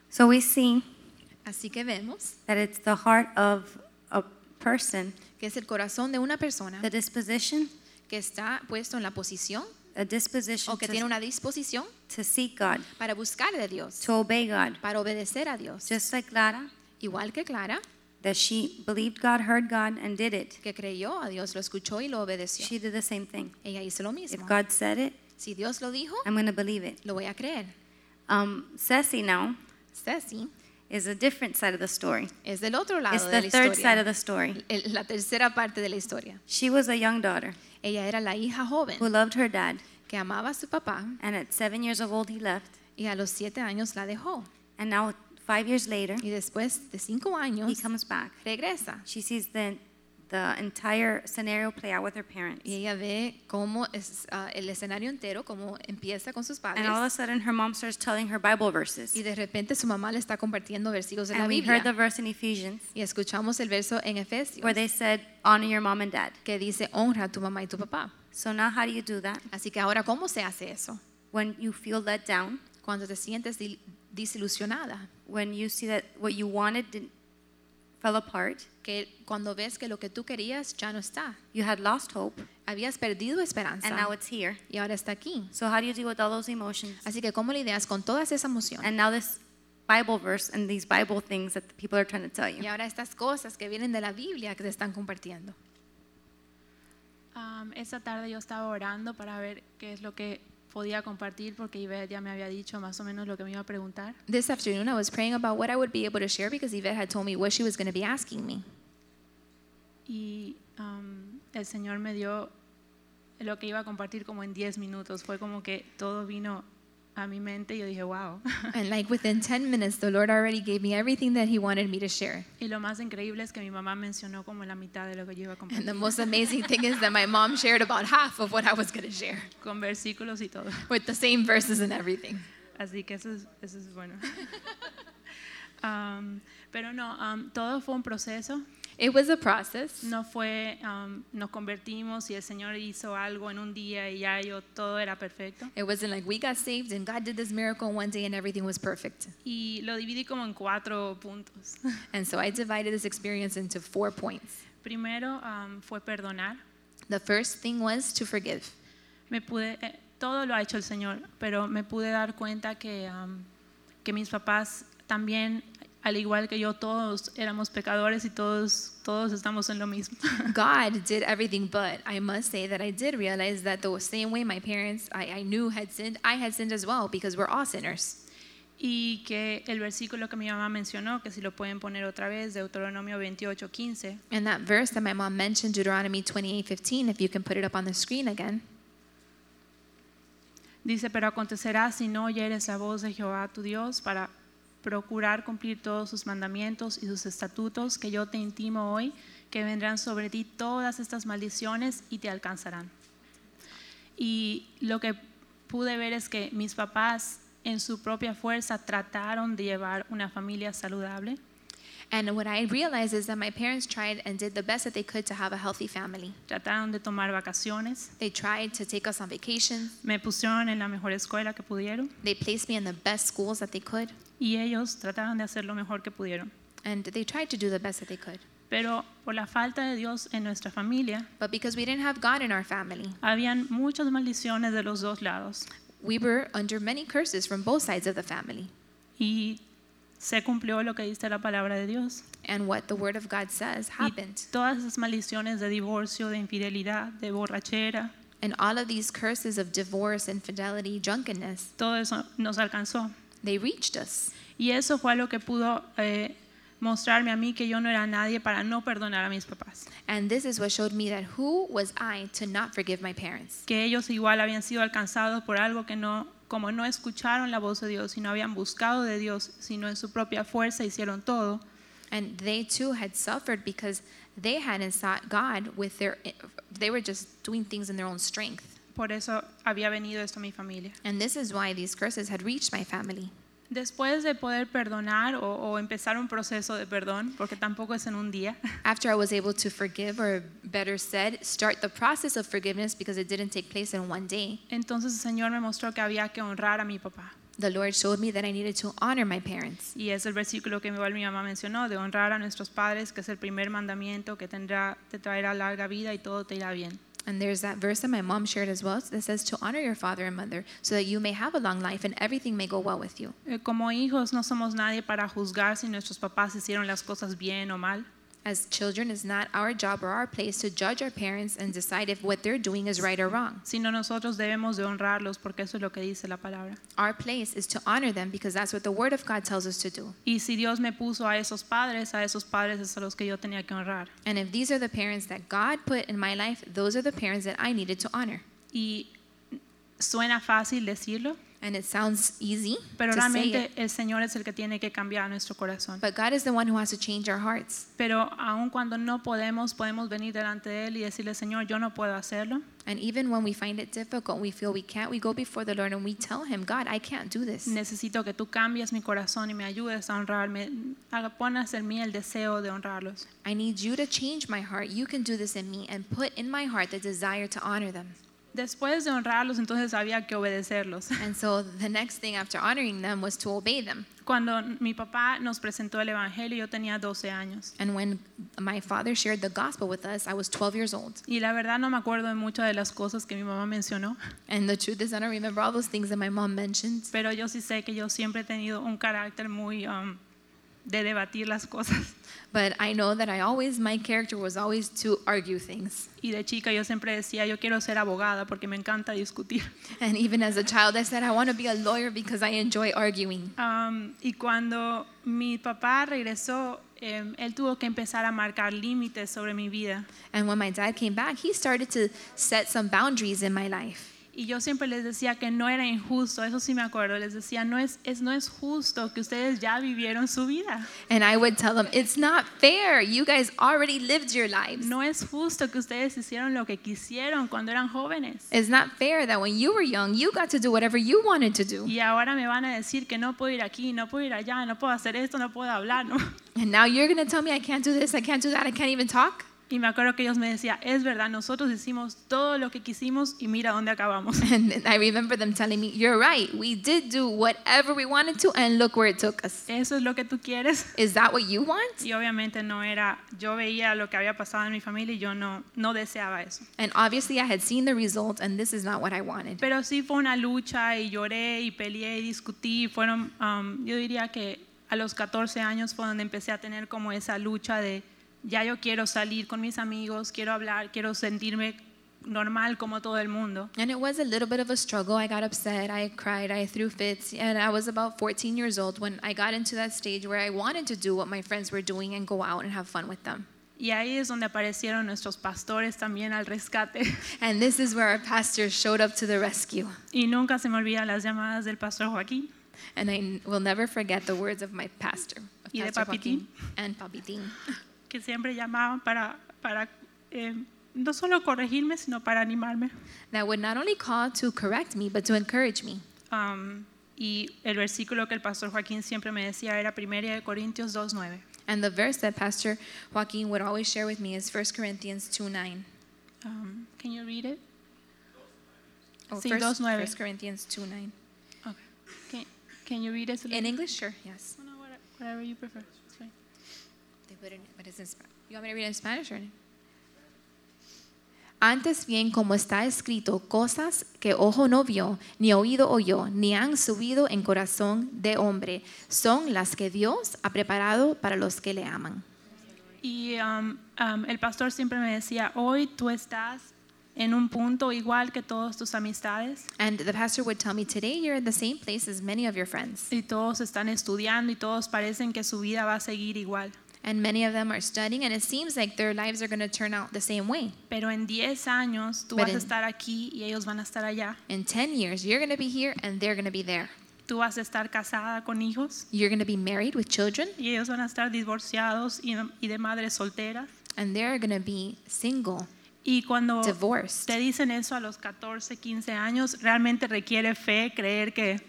A: So we see
B: Así que vemos
A: that it's the heart of a person,
B: que es el corazón de una persona
A: the disposition,
B: que está puesto en la posición
A: a disposition
B: o que tiene
A: to,
B: una disposición
A: to seek God,
B: para buscar de Dios,
A: to obey God.
B: para obedecer a Dios.
A: Just like Lara,
B: Igual que Clara,
A: that she believed God, heard God, and did it.
B: que creyó a Dios, lo escuchó y lo obedeció.
A: She did the same thing.
B: Ella hizo lo
A: If
B: mismo.
A: God said it,
B: Si Dios lo dijo,
A: I'm going to believe it.
B: lo voy a creer.
A: Um, Ceci now
B: Ceci
A: is a different side of the story.
B: es del otro lado
A: It's
B: de
A: the
B: la
A: third side of
B: historia.
A: the story.
B: El- La tercera parte de la historia.
A: She was a young daughter
B: Ella era la hija joven
A: who loved her dad,
B: que amaba a su papá
A: and at seven years of old, he left.
B: y a los siete años la dejó.
A: And now, five years later,
B: Y después de cinco
A: he
B: años
A: comes back.
B: regresa
A: She sees the, the entire scenario play out with her parents.
B: y ella ve cómo es ah, el escenario entero, cómo empieza con sus
A: And all of a
B: padres
A: sudden, her mom starts telling her Bible verses.
B: y de repente su mamá le está compartiendo versículos de la
A: And we heard the
B: Biblia.
A: verse in Ephesians
B: Y escuchamos el verso en Efesios
A: where they said, honor your mom and dad.
B: que dice honra a tu mamá y tu papá.
A: So now, how do you do that?
B: Así que ahora, ¿cómo se hace eso?
A: When you feel let down,
B: Cuando te sientes dil- desilusionada,
A: when you see that what you wanted didn't, fell apart,
B: que cuando ves que lo que tú querías ya no está,
A: you had lost hope,
B: habías
A: and
B: perdido
A: now
B: esperanza
A: it's here.
B: y ahora está aquí.
A: So, how do you deal with all those emotions?
B: Así que cómo lidias con todas esas emociones
A: And now, this Bible verse and these Bible things that the people are trying to tell
B: y
A: you.
B: ahora estas cosas que vienen de la Biblia que te están compartiendo.
E: Am, esa tarde yo estaba orando para ver qué es lo que podía compartir porque Ivette ya me había dicho más o menos lo que me iba a preguntar.
B: This afternoon I was praying about what I would be able to share because Yvette had told me what she was going to be
A: [laughs]
B: asking me.
E: Y am, el Señor me dio lo que iba a compartir como en 10 minutos. Fue como que todo vino a mi mente y yo dije, wow.
B: And like within 10 minutes the Lord already gave me everything that he wanted me to share.
E: [laughs] y lo más increíble es que mi mamá mencionó como la mitad de lo que yo iba a
B: And the
E: compartir.
B: most amazing thing
E: [laughs]
B: is that my mom shared about half of what I was going to share
E: Con versículos y todo.
B: with the same verses and everything.
E: Así que eso es, eso es bueno. [laughs] Am, pero no, am, todo fue un proceso.
B: It was a process.
E: No fue, um, nos convertimos y el Señor hizo algo en un día y ya yo todo era perfecto.
B: It wasn't like we got saved and God did this miracle one day and everything was perfect.
E: Y lo dividí como en cuatro puntos.
B: And so I divided this experience into four points.
E: Primero um, fue perdonar.
B: The first thing was to forgive.
E: Me pude, eh, todo lo ha hecho el Señor, pero me pude dar cuenta que, um, que mis papás también, al igual que yo, todos éramos pecadores y todos, todos estamos en lo mismo. [laughs]
B: God did everything, but I must say that I did realize that the same way my parents I, I knew had sinned, I had sinned as well because we're all sinners.
E: Y que el versículo que mi mamá mencionó, que si lo pueden poner otra vez, Deuteronomio 28, 15.
B: And that verse that my mom mentioned, Deuteronomy 28:15, if you can put it up on the screen again,
E: Dice, pero acontecerá si no oyeres la voz de Jehová tu Dios para procurar cumplir todos sus mandamientos y sus estatutos que yo te intimo hoy, que vendrán sobre ti todas estas maldiciones y te alcanzarán. Y lo que pude ver es que mis papás en su propia fuerza trataron de llevar una familia saludable,
B: And what I realized is that my parents tried and did the best that they could to have a healthy family.
E: trataron de tomar vacaciones,
B: They tried to take us on vacations.
E: me pusieron en la mejor escuela que pudieron
B: They placed me in the best schools that they could,
E: y ellos trataron de hacer lo mejor que pudieron.
B: and they tried to do the best that they could.
E: Pero por la falta de Dios en nuestra familia,
B: But because we didn't have God in our family,
E: habían muchas maldiciones de los dos lados
B: we were under many curses from both sides of the family.
E: y se cumplió lo que dice la palabra de Dios.
B: And what the Word of God says
E: Y
B: happened.
E: todas esas maldiciones de divorcio, de infidelidad, de borrachera,
B: And all of these curses of divorce, infidelity, drunkenness,
E: todo eso nos alcanzó.
B: they reached us.
E: Y eso fue lo que pudo eh, mostrarme a mí que yo no era nadie para no perdonar a mis papás.
B: And this is what showed me that who was I to not forgive my parents?
E: Que ellos igual habían sido alcanzados por algo que no, como no escucharon la voz de Dios y no habían buscado de Dios, sino en su propia fuerza hicieron todo.
B: And they too had suffered because they hadn't sought God with their, they were just doing things in their own strength.
E: Por eso había venido esto a mi familia.
B: And this is why these curses had reached my family.
E: Después de poder perdonar o, o empezar un proceso de perdón, porque tampoco es en un día, [laughs]
B: After I was able to forgive, or better said, start the process of forgiveness because it didn't take place in one day,
E: entonces el Señor me mostró que había que honrar a mi papá.
B: the Lord showed me that I needed to honor my parents.
E: Y es el versículo que igual mi mamá mencionó, de honrar a nuestros padres, que es el primer mandamiento que tendrá, te traerá larga vida y todo te irá bien.
B: And there's that verse that my mom shared as well that says to honor your father and mother so that you may have a long life and everything may go well with you.
E: Eh, Como hijos no somos nadie para juzgar si nuestros papás hicieron las cosas bien o mal,
B: As children, it's not our job or our place to judge our parents and decide if what they're doing is right or wrong.
E: sino nosotros debemos de honrarlos porque eso es lo que dice la palabra.
B: Our place is to honor them because that's what the Word of God tells us to do.
E: Y si Dios me puso a esos padres, a esos padres es a los que yo tenía que honrar.
B: And if these are the parents that God put in my life, those are the parents that I needed to honor.
E: Y suena fácil decirlo,
B: And it sounds easy
E: pero
B: to say
E: realmente
B: it,
E: el Señor es el que tiene que cambiar nuestro corazón.
B: but God is the one who has to change our hearts.
E: Pero aun cuando no podemos, podemos venir delante de Él y decirle, Señor, yo no puedo hacerlo.
B: And even when we find it difficult, we feel we can't, we go before the Lord and we tell Him, God, I can't do this.
E: Necesito que tú cambies mi corazón y me ayudes a honrarme. Haga- Pones en mí el deseo de honrarlos.
B: I need you to change my heart. You can do this in me and put in my heart the desire to honor them.
E: Después de honrarlos, entonces había que obedecerlos.
B: And so the next thing after honoring them was to obey them.
E: Cuando mi papá nos presentó el Evangelio, yo tenía 12 años.
B: And when my father shared the gospel with us, I was 12 years old.
E: Y la verdad no me acuerdo de muchas de las cosas que mi mamá mencionó,
B: And the truth is, I don't remember all those things that my mom mentioned,
E: pero yo sí sé que yo siempre he tenido un carácter muy um, de debatir las cosas.
B: but I know that I always, my character was always to argue things.
E: Y de chica yo siempre decía, yo quiero ser abogada porque me encanta discutir.
B: And even as a child, I said, I want to be a lawyer because I enjoy arguing.
E: Um, y cuando mi papá regresó, em, él tuvo que empezar a marcar límites sobre mi vida.
B: And when my dad came back, he started to set some boundaries in my life.
E: Y yo siempre les decía que no era injusto, eso sí me acuerdo, les decía, no es, es, no es justo que ustedes ya vivieron su vida,
B: And I would tell them, it's not fair. You guys already lived your lives.
E: no es justo que ustedes hicieron lo que quisieron cuando eran jóvenes.
B: It's not fair that when you were young, you got to do whatever you wanted to do.
E: Y ahora me van a decir que no puedo ir aquí, no puedo ir allá, no puedo hacer esto, no puedo hablar, ¿no?
B: And now you're going to tell me I can't do this, I can't do that, I can't even talk?
E: Y me acuerdo que ellos me decían, es verdad, nosotros hicimos todo lo que quisimos y mira dónde acabamos.
B: [laughs] And then I remember them telling me, you're right. We did do whatever we wanted to, and look where it took us.
E: Eso es lo que tú quieres.
B: Is that what you want?
E: Y obviamente no era, yo veía lo que había pasado en mi familia y yo no, no deseaba eso.
B: And obviously, I had seen the result, and this is not what I wanted.
E: Pero sí fue una lucha y lloré y peleé y discutí. y Fueron, um, yo diría que a los 14 años fue donde empecé a tener como esa lucha de, ya yo quiero salir con mis amigos, quiero hablar, quiero sentirme normal como todo el mundo.
B: And it was a little bit of a struggle. I got upset, I cried, I threw fits, and I was about 14 years old when I got into that stage where I wanted to do what my friends were doing and go out and have fun with them.
E: Y ahí es donde aparecieron nuestros pastores también al rescate. [laughs]
B: And this is where our pastor showed up to the rescue.
E: Y nunca se me olvidan las llamadas del pastor Joaquín.
B: And I n- will never forget the words of my pastor, of
E: Y de
B: Pastor
E: Papitín.
B: Joaquin and Papitín.
E: [laughs] que siempre llamaban para, para eh, no solo corregirme, sino para animarme.
B: That would not only call to correct me, but to encourage me.
E: Am, Um, y el versículo que el pastor Joaquín siempre me decía era 1 de Corintios 2.9.
B: And the verse that Pastor Joaquin would always share with me is 1 Corinthians 2 9.
E: Um, can you read it?
B: Oh,
E: Sí,
B: first,
E: 2:9.
B: First Corinthians 2 9.
E: Okay. Can, can you read it?
B: In English? Sure, yes.
E: No, no, whatever- whatever you prefer. It's fine.
B: They put it in- but it's in Spa- You want me to read it in Spanish or- Antes bien, como está escrito, cosas que ojo no vio, ni oído oyó, ni han subido en corazón de hombre, son las que Dios ha preparado para los que le aman.
E: Y um, um, el pastor siempre me decía, hoy tú estás en un punto igual que todas tus amistades
B: And the pastor would tell me, today you're in the same place as many of your friends,
E: y todos están estudiando y todos parecen que su vida va a seguir igual.
B: and many of them are studying, and it seems like their lives are going to turn out the same way.
E: Pero en 10 años tú
B: But
E: vas a
B: in-
E: estar aquí y ellos van a estar allá.
B: In 10 years, you're going to be here and they're going to be there.
E: Tú vas a estar casada con hijos
B: You're going to be married with children
E: y ellos van a estar divorciados y, y de madres solteras.
B: and they're going to be single,
E: Y cuando
B: divorced.
E: te dicen eso a los 14, 15 años, realmente requiere fe, creer que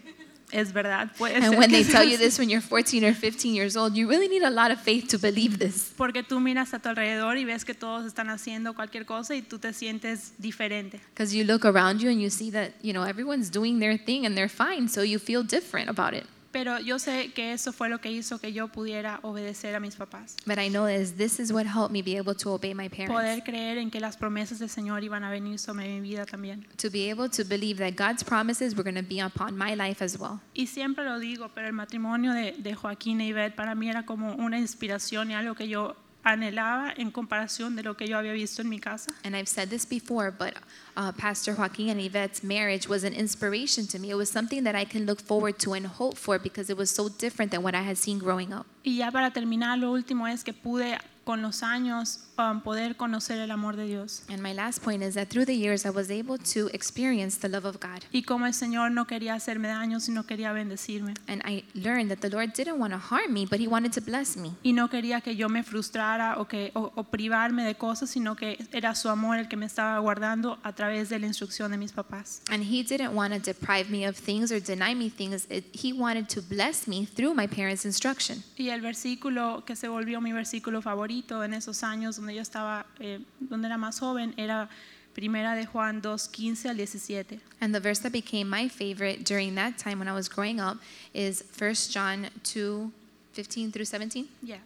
E: es verdad. Puede
B: And
E: ser
B: when
E: que [laughs]
B: they
E: sea
B: tell you
E: así.
B: this when you're 14 or 15 years old, you really need a lot of faith to believe this.
E: Porque tú miras a tu alrededor y ves que todos están haciendo cualquier cosa y tú te sientes diferente.
B: Because you look around you and you see that, you know, everyone's doing their thing and they're fine, so you feel different about it.
E: Pero yo sé que eso fue lo que hizo que yo pudiera obedecer a mis papás.
B: But I know is this is what helped me be able to obey my
E: Poder
B: parents.
E: creer en que las promesas del Señor iban a venir sobre mi vida también.
B: To be able to believe that God's promises were going to be upon my life as well.
E: Y siempre lo digo, pero el matrimonio de, de Joaquín e Ivette para mí era como una inspiración y algo que yo anhelaba en comparación de lo que yo había visto en mi casa.
B: And I've said this before, but uh, Pastor Joaquin and Yvette's marriage was an inspiration to me. It was something that I can look forward to and hope for because it was so different than what I had seen growing up.
E: Y ya para terminar, lo último es que pude con los años um, poder conocer el amor de Dios.
B: And my last point is that through the years, I was able to experience the love of God.
E: y cómo el Señor no quería hacerme daño, sino quería bendecirme.
B: And I learned that the Lord didn't want to harm me, but He wanted to bless me.
E: Y no quería que yo me frustrara o, que, o, o privarme de cosas, sino que era su amor el que me estaba guardando a través de la instrucción de mis papás.
B: And He didn't want to deprive me of things or deny me things. It, he wanted to bless me through my parents' instruction.
E: Y el versículo que se volvió mi versículo favorito en esos años donde yo estaba, eh, donde era más joven, era Primera de Juan 2, 15 al 17.
B: And the verse that became my favorite during that time when I was growing up is 1 John 2 15 through 17.
E: Yeah.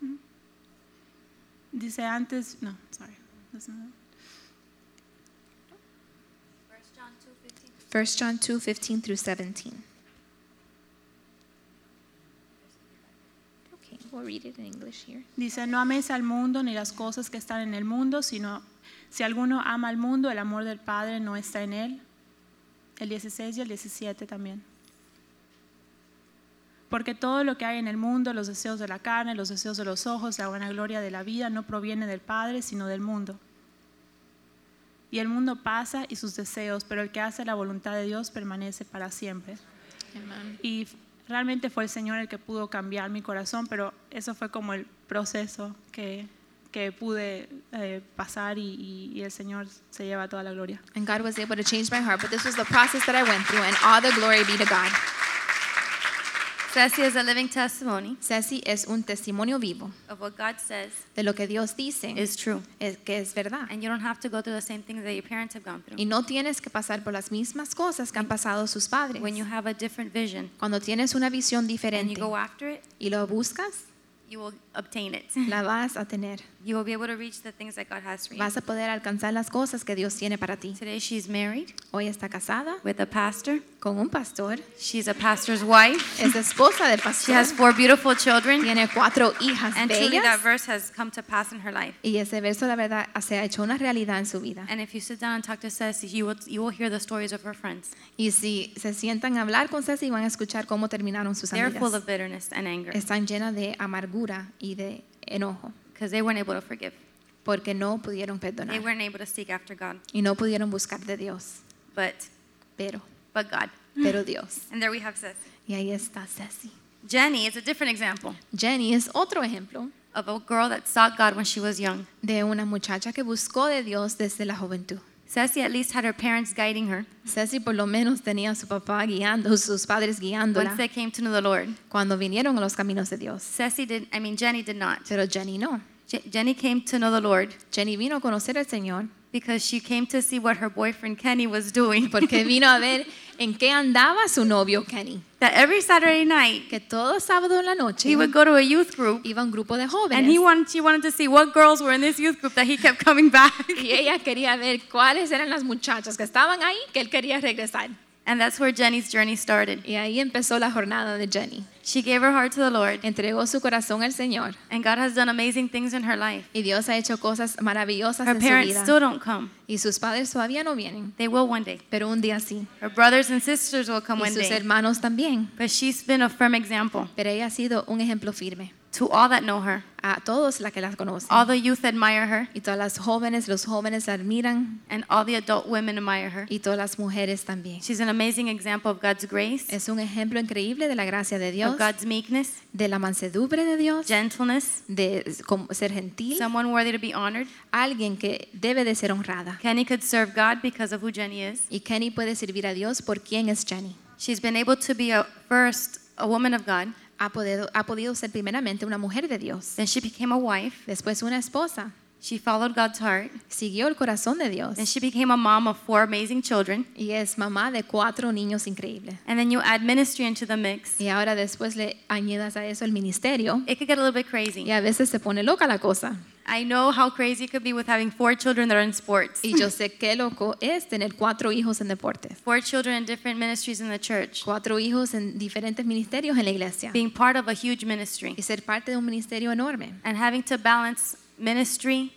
E: Ujú. Dice antes, no, sorry. that's not-
B: 1 John 2 15 through 17. Okay, we'll read it in English here.
E: Dice, no améis al mundo ni las cosas que están en el mundo, sino si alguno ama al mundo, el amor del Padre no está en él. El 16 y el 17 también. Porque todo lo que hay en el mundo, los deseos de la carne, los deseos de los ojos, la vanagloria de la vida, no proviene del Padre, sino del mundo. Y el mundo pasa y sus deseos, pero el que hace la voluntad de Dios permanece para siempre.
B: Amen.
E: Y f- realmente fue el Señor el que pudo cambiar mi corazón, pero eso fue como el proceso que, que pude eh, pasar y, y- y el Señor se lleva toda la gloria.
B: And God was able to change my heart, but this was the process that I went through, and all the glory be to God.
A: Ceci is a living testimony
B: Ceci es un testimonio vivo
A: of what God says
B: de lo que Dios dice
A: is true.
B: es que es verdad.
A: And you don't have to go through the same things that your parents have gone
B: Y
A: through.
B: no tienes que pasar por las mismas cosas que han pasado sus padres.
A: When you have a different vision
B: Cuando tienes una visión
A: and you
B: diferente
A: go after it,
B: y lo buscas,
A: you will obtain it. [laughs]
B: la vas a tener.
A: You will be able to reach the things that God has for you.
B: Vas a poder alcanzar las cosas que Dios tiene para ti.
A: Today she's married
B: Hoy está casada
A: with a pastor.
B: con un pastor,
A: She's a pastor's wife.
B: es esposa del
A: She
B: pastor,
A: has four beautiful children.
B: tiene cuatro hijas
A: And truly that
B: bellas
A: verse has come to pass in her life.
B: y ese verso la verdad se ha hecho una realidad en su vida.
A: And if you sit down and talk to Ceci, you will, you will hear the stories of her friends.
B: Y si se sientan a hablar con Ceci van a escuchar cómo terminaron sus
A: They're full
B: amigas.
A: of bitterness and anger
B: Están llenas de amargura y de enojo
A: because they weren't able to forgive.
B: porque no pudieron
A: They
B: perdonar
A: weren't able to seek after God,
B: y no pudieron buscar de Dios,
A: but
B: pero
A: but God.
B: pero Dios.
A: And there we have Ceci.
B: Y ahí está Ceci.
A: Jenny is a different example
B: Jenny es otro ejemplo
A: of a girl that sought God when she was young.
B: de una muchacha que buscó de Dios desde la juventud.
A: Ceci at least had her parents guiding her
B: Ceci por lo menos tenía a su papá guiando, sus padres
A: once
B: guiándola
A: they came to know the Lord.
B: cuando vinieron a los caminos de Dios.
A: Ceci did, I mean, Jenny did not.
B: Pero Jenny no.
A: Je- Jenny came to know the Lord
B: Jenny vino a conocer al Señor
A: because she came to see what her boyfriend Kenny was doing. [laughs]
B: porque vino a ver en qué andaba su novio Kenny.
A: that every Saturday night,
B: Que todo sábado en la noche
A: he would go to a youth group
B: iba un grupo de
A: and he
B: jóvenes
A: wanted, she wanted to see what girls were in this youth group that he kept coming back. [laughs]
B: [laughs] y ella quería ver cuáles eran las muchachas que estaban ahí que él quería regresar.
A: And that's where Jenny's journey started.
B: Y ahí empezó la jornada de Jenny.
A: She gave her heart to the Lord,
B: Entregó su corazón al Señor
A: and God has done amazing things in her life.
B: y Dios ha hecho cosas maravillosas
A: Her
B: en
A: parents
B: su
A: still
B: vida.
A: don't come.
B: Y sus padres todavía no vienen,
A: They will one day.
B: pero un día sí.
A: Her brothers and sisters will come
B: Y
A: one
B: sus
A: day.
B: hermanos también.
A: But she's been a firm example
B: Pero ella ha sido un ejemplo firme
A: to all that know her.
B: a todos la que las conocen.
A: All the youth admire her,
B: Y todas las jóvenes, los jóvenes la admiran
A: and all the adult women admire her.
B: y todas las mujeres también.
A: She's an amazing example of God's grace,
B: Es un ejemplo increíble de la gracia de Dios,
A: of God's meekness,
B: de la mansedumbre de Dios,
A: gentleness,
B: de como ser gentil,
A: someone worthy to be honored.
B: alguien que debe de ser honrada.
A: Kenny could serve God because of who Jenny is.
B: Y Kenny puede servir a Dios por quien es Jenny.
A: She's been able to be a first a woman of God,
B: Ha podido, ha podido ser primeramente una mujer de Dios,
A: then she became a wife,
B: después una esposa,
A: she followed God's heart,
B: siguió el corazón de Dios
A: then she became a mom of four amazing children,
B: y es mamá de cuatro niños increíbles.
A: and then you add ministry into the mix.
B: Y ahora después le añadas a eso el ministerio
A: It could get a little bit crazy.
B: y a veces se pone loca la cosa.
A: I know how crazy it could be with having four children that are in sports,
B: Y yo sé qué loco es tener cuatro hijos en deportes,
A: [laughs] four children in different ministries in the church,
B: cuatro hijos en diferentes ministerios en la iglesia
A: being part of a huge ministry,
B: y ser parte de un ministerio enorme
A: and having to balance ministry,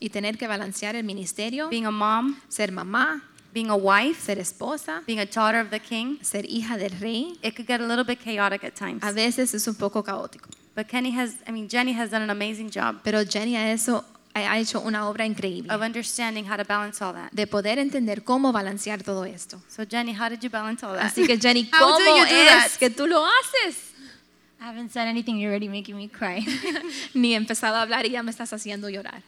B: y tener que balancear el ministerio,
A: being a mom,
B: ser mamá,
A: being a wife,
B: ser esposa,
A: being a daughter of the king.
B: ser hija del rey.
A: It could get a little bit chaotic at times.
B: A veces es un poco caótico,
A: But Kenny has, I mean, Jenny has done an amazing job
B: pero Jenny a eso ha ha hecho una obra
A: of
B: increíble
A: understanding how to balance all that.
B: de poder entender cómo balancear todo esto.
A: So, Jenny, how did you balance all that?
B: Así que
A: [laughs]
B: Jenny,
A: How do
B: ¿cómo
A: you do that?
B: es que tú lo haces?
F: I haven't said anything, you're already making me cry.
B: [laughs] Ni he empezado a hablar y ya me estás haciendo llorar.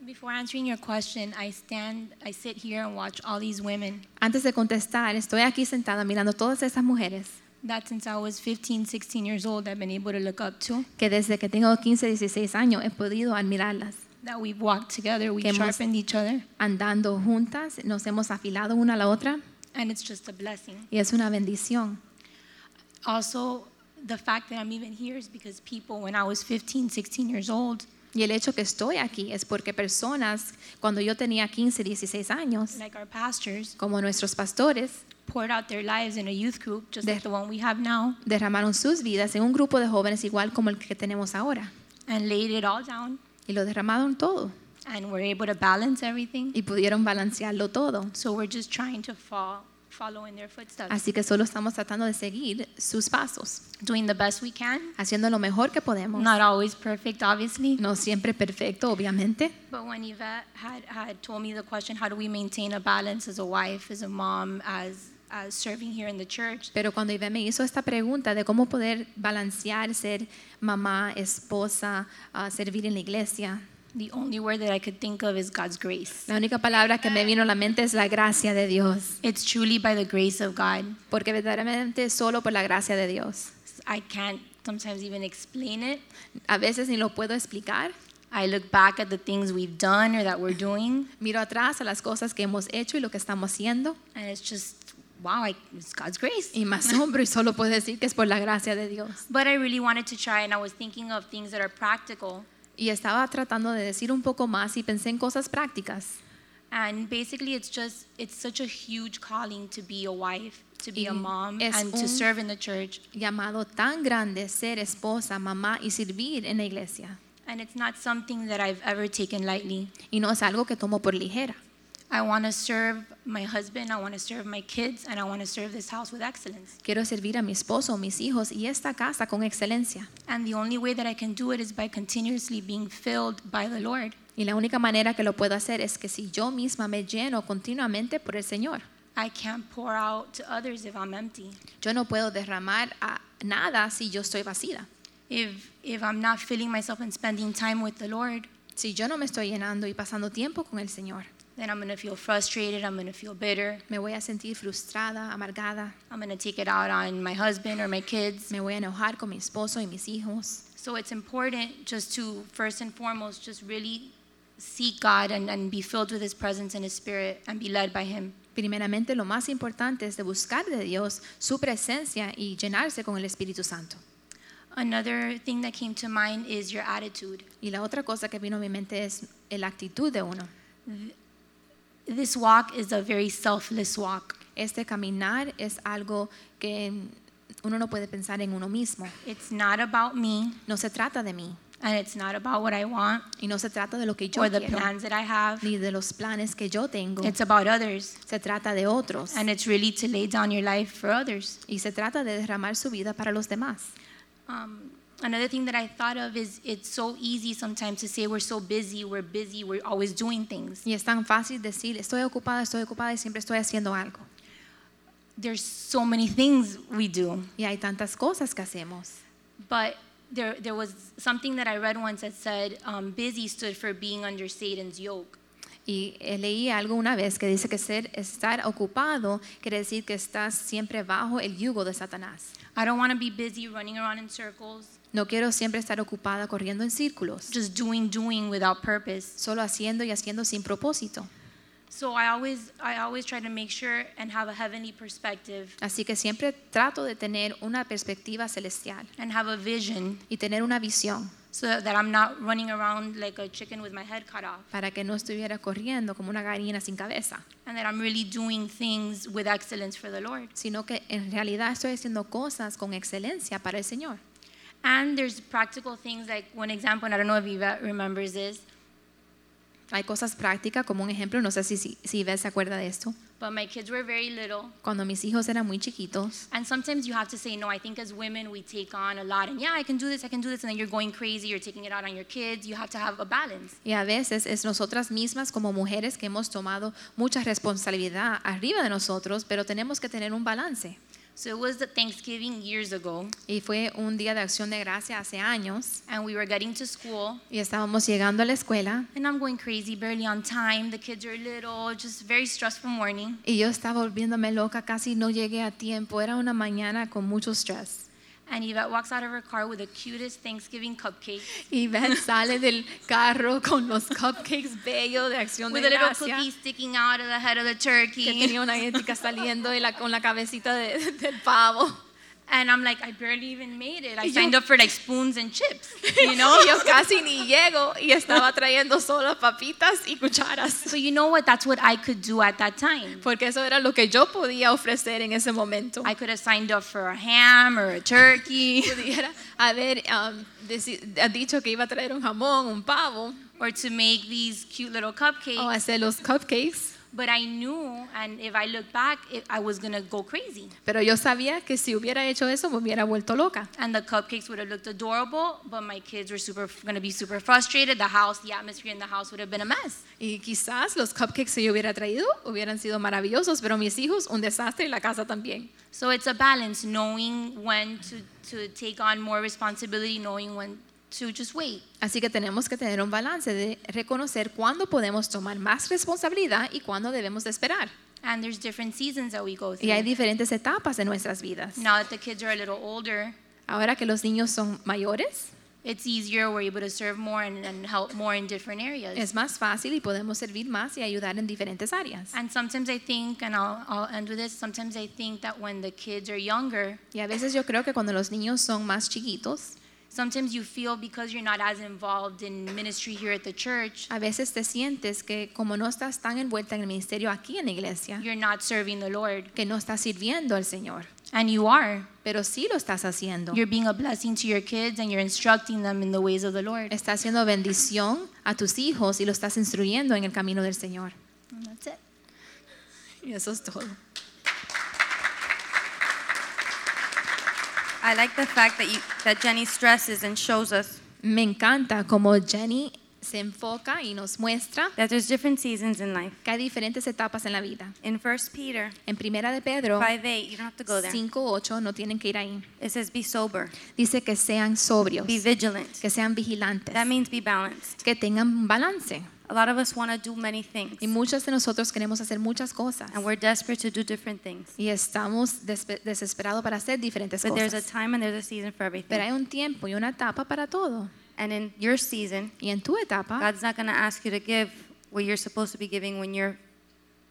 F: Before answering your question, I stand, I sit here and watch all these women
B: Antes de contestar, estoy aquí sentada mirando todas esas mujeres
F: that since I was 15, 16 years old, I've been able to look up to,
B: que desde que tengo 15, 16 años he podido admirarlas.
F: that we've walked together, we've
B: Que hemos-
F: sharpened each other,
B: Andando juntas, nos hemos afilado una a la otra
F: and it's just a blessing.
B: y es una bendición.
F: Also, the fact that I'm even here is because people, when I was 15, 16 years old,
B: Y el hecho que estoy aquí es porque personas, cuando yo tenía 15, 16 años,
F: like our pastors,
B: como nuestros pastores,
F: poured out their lives in a youth group, just
B: There.
F: like the one we have now,
B: derramaron sus vidas en un grupo de jóvenes igual como el que tenemos ahora.
F: and laid it all down,
B: Y lo derramaron todo
F: and were able to balance everything.
B: y pudieron balancearlo todo.
F: So we're just trying to fall, follow in their footsteps.
B: Así que solo estamos tratando de seguir sus pasos,
F: doing the best we can.
B: haciendo lo mejor que podemos.
F: Not always perfect, obviously.
B: No siempre perfecto, obviamente.
F: But when Yvette had, had told me the question, how do we maintain a balance as a wife, as a mom, as, as serving here in the church?
B: Pero cuando Ivette me hizo esta pregunta de cómo poder balancear ser mamá, esposa, ah, servir en la iglesia,
F: The only word that I could think of is God's grace.
B: la única palabra que me vino a la mente es la gracia de Dios,
F: It's truly by the grace of God.
B: porque verdaderamente es solo por la gracia de Dios.
F: I can't sometimes even explain it.
B: A veces ni lo puedo explicar.
F: I look back at the things we've done or that we're doing,
B: Miro atrás a las cosas que hemos hecho y lo que estamos haciendo
F: and it's just, wow, I, it's God's grace.
B: y me asombro y solo puedo decir que es por la gracia de Dios.
F: [laughs] But I really wanted to try, and I was thinking of things that are practical.
B: Y estaba tratando de decir un poco más y pensé en cosas prácticas.
F: And basically, it's just, it's such a huge calling to be a wife, to be a
B: Y
F: mom,
B: es
F: and
B: un-
F: to serve in the church.
B: Llamado tan grande ser esposa, mamá y servir en la iglesia.
F: And it's not something that I've ever taken lightly.
B: y no es algo que tomo por ligera.
F: I want to serve my husband, I want to serve my kids, and I want to serve this house with excellence.
B: Quiero servir a mi esposo, mis hijos y esta casa con excelencia.
F: And the only way that I can do it is by continuously being filled by the Lord.
B: Y la única manera que lo puedo hacer es que si yo misma me lleno continuamente por el Señor.
F: I can't pour out to others if I'm empty.
B: Yo no puedo derramar a nada si yo estoy vacía.
F: If if I'm not filling myself and spending time with the Lord,
B: Si yo no me estoy llenando y pasando tiempo con el Señor,
F: then I'm going to feel frustrated, I'm going to feel bitter.
B: me voy a sentir frustrada, amargada,
F: I'm going to take it out on my husband or my kids.
B: me voy a enojar con mi esposo y mis hijos.
F: So it's important just to first and foremost just really seek God and, and be filled with his presence and his spirit and be led by him.
B: Primeramente, lo más importante es de buscar de Dios su presencia y llenarse con el Espíritu Santo.
F: Another thing that came to mind is your attitude.
B: Y la otra cosa que vino a mi mente es la actitud de uno.
F: This walk is a very selfless walk.
B: Este caminar es algo que uno no puede pensar en uno mismo.
F: It's not about me
B: No se trata de mí
F: and it's not about what I want
B: y no se trata de lo que yo
F: or the
B: quiero
F: plans that I have.
B: ni de los planes que yo tengo.
F: It's about others.
B: se trata de otros
F: And it's really to lay down your life for others.
B: y se trata de derramar su vida para los demás.
F: Um, another thing that I thought of is it's so easy sometimes to say we're so busy, we're busy, we're always doing things.
B: Y es tan fácil decir, estoy ocupada, estoy ocupada y siempre estoy haciendo algo.
F: There's so many things we do.
B: Y hay tantas cosas que hacemos.
F: But there, there was something that I read once that said um, busy stood for being under Satan's yoke.
B: Y eh, leí algo una vez que dice que ser, estar ocupado quiere decir que estás siempre bajo el yugo de Satanás.
F: I don't want to be busy running around in circles,
B: No quiero siempre estar ocupada corriendo en círculos,
F: just doing, doing without purpose.
B: solo haciendo y haciendo sin propósito.
F: So I always, I always try to make sure and have a heavenly perspective
B: Así que siempre trato de tener una perspectiva celestial
F: and have a vision
B: y tener una visión
F: so that I'm not running around like a chicken with my head cut off.
B: para que no estuviera corriendo como una gallina sin cabeza,
F: and that I'm really doing things with excellence for the Lord.
B: sino que en realidad estoy haciendo cosas con excelencia para el Señor.
F: And there's practical things like one example, and I don't know if Yvette remembers this,
B: Hay cosas prácticas, como un ejemplo, no sé si, si, si Beth se acuerda de esto,
F: but my kids were very little.
B: cuando mis hijos eran muy chiquitos,
F: And sometimes you have to say no. I think as women we take on a lot, and yeah, I can do this, I can do this, and then you're going crazy. You're taking it out on your kids. You have to have a balance.
B: Y a veces es nosotras mismas como mujeres que hemos tomado mucha responsabilidad arriba de nosotros, pero tenemos que tener un balance.
F: So it was the Thanksgiving years ago,
B: Y fue un día de acción de gracia hace años
F: and we were getting to school,
B: y estábamos llegando a la escuela
F: and I'm going crazy, barely on time. The kids are little, just very stressful morning.
B: y yo estaba volviéndome loca, casi no llegué a tiempo, era una mañana con mucho stress.
F: And Yvette walks out of her car with the cutest Thanksgiving cupcake.
B: Y
F: [laughs]
B: Beth sale del carro con los cupcakes [laughs] bellos de acción de
F: with a little
B: gracia.
F: cookie sticking out of the head of the
B: Que
F: turkey.
B: tenía una ética saliendo y la, con la cabecita de- del pavo.
F: And I'm like, I barely even made it. I
B: You-
F: signed up for like spoons and chips, you know?
B: [laughs] Y yo casi ni llego y estaba trayendo solo papitas y cucharas.
F: But you know what? That's what I could do at that time.
B: Porque eso era lo que yo podía ofrecer en ese momento.
F: I could have signed up for a ham or a turkey
B: [laughs] Pudiera haber um, deci- ha dicho que iba a traer un jamón, un pavo,
F: or to make these cute little cupcakes.
B: o hacer Oh, los cupcakes.
F: But I knew, and if I look back, it, I was going to go crazy.
B: Pero yo sabía que si hubiera hecho eso me hubiera vuelto loca.
F: And the cupcakes would have looked adorable, but my kids were super going to be super frustrated. The house, the atmosphere in the house would have been a mess.
B: Y quizás los cupcakes que yo hubiera traído hubieran sido maravillosos, pero mis hijos un desastre y la casa también.
F: So it's a balance, knowing when to, to take on more responsibility, knowing when to just wait.
B: Así que tenemos que tener un balance de reconocer cuándo podemos tomar más responsabilidad y cuándo debemos de esperar.
F: And there's different seasons that we go through.
B: Y hay diferentes etapas de nuestras vidas.
F: now that the kids are a little older,
B: Ahora que los niños son mayores,
F: it's easier. We're able to serve more and, and help more in different areas.
B: es más fácil y podemos servir más y ayudar en diferentes áreas.
F: And sometimes I think, and I'll, I'll end with this, sometimes I think that when the kids are younger,
B: Y a veces yo creo que cuando los niños son más chiquitos,
F: sometimes you feel because you're not as involved in ministry here at the church,
B: a veces te sientes que como no estás tan envuelta en el ministerio aquí en la iglesia,
F: you're not serving the Lord.
B: que no estás sirviendo al Señor,
F: And you are.
B: pero sí lo estás haciendo.
F: You're being a blessing to your kids and you're instructing them in the ways of the Lord.
B: Estás haciendo bendición a tus hijos y lo estás instruyendo en el camino del Señor.
F: And that's it.
B: Y eso es todo.
A: I like the fact that, you, that Jenny stresses and shows us
B: Me encanta como Jenny se enfoca y nos muestra
A: that there's different seasons in life.
B: que hay diferentes etapas en la vida.
A: In First Peter
B: En Primera de Pedro
A: 5 8, you don't have to go there.
B: 5.8 no tienen que ir ahí.
A: It says, Be sober,
B: Dice que sean sobrios,
A: be vigilant.
B: que sean vigilantes,
A: That means be balanced.
B: que tengan un balance.
A: A lot of us want to do many things,
B: Y muchos de nosotros queremos hacer muchas cosas
A: and we're desperate to do different things.
B: y estamos despe- desesperados para hacer diferentes
A: But there's a
B: cosas.
A: time and there's a season for
B: Pero hay
A: everything.
B: un tiempo y una etapa para todo.
A: And in your season,
B: Y en tu etapa,
A: God's not going to ask you to give what you're supposed to be giving when you're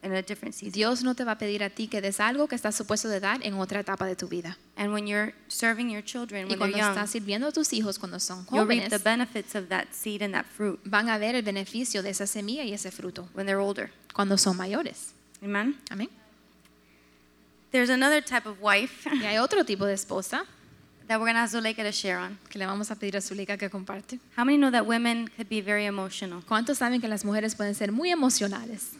A: in a different season.
B: Dios no te va a pedir a ti que des algo que estás supuesto de dar en otra etapa de tu vida.
A: And when you're serving your children
B: Y
A: when they're
B: cuando
A: young,
B: estás sirviendo a tus hijos cuando son
A: you'll reap
B: jóvenes,
A: the benefits of that seed and that fruit
B: van a ver el beneficio de esa semilla y ese fruto
A: when they're older.
B: cuando son mayores.
A: Amen?
B: Amén.
A: There's another type of wife
B: [laughs] Y hay otro tipo de esposa
A: that we're going to ask Zuleika to share on.
B: que le vamos a pedir a Zulika que comparte.
A: How many know that women could be very emotional?
B: ¿Cuántos saben que las mujeres pueden ser muy emocionales?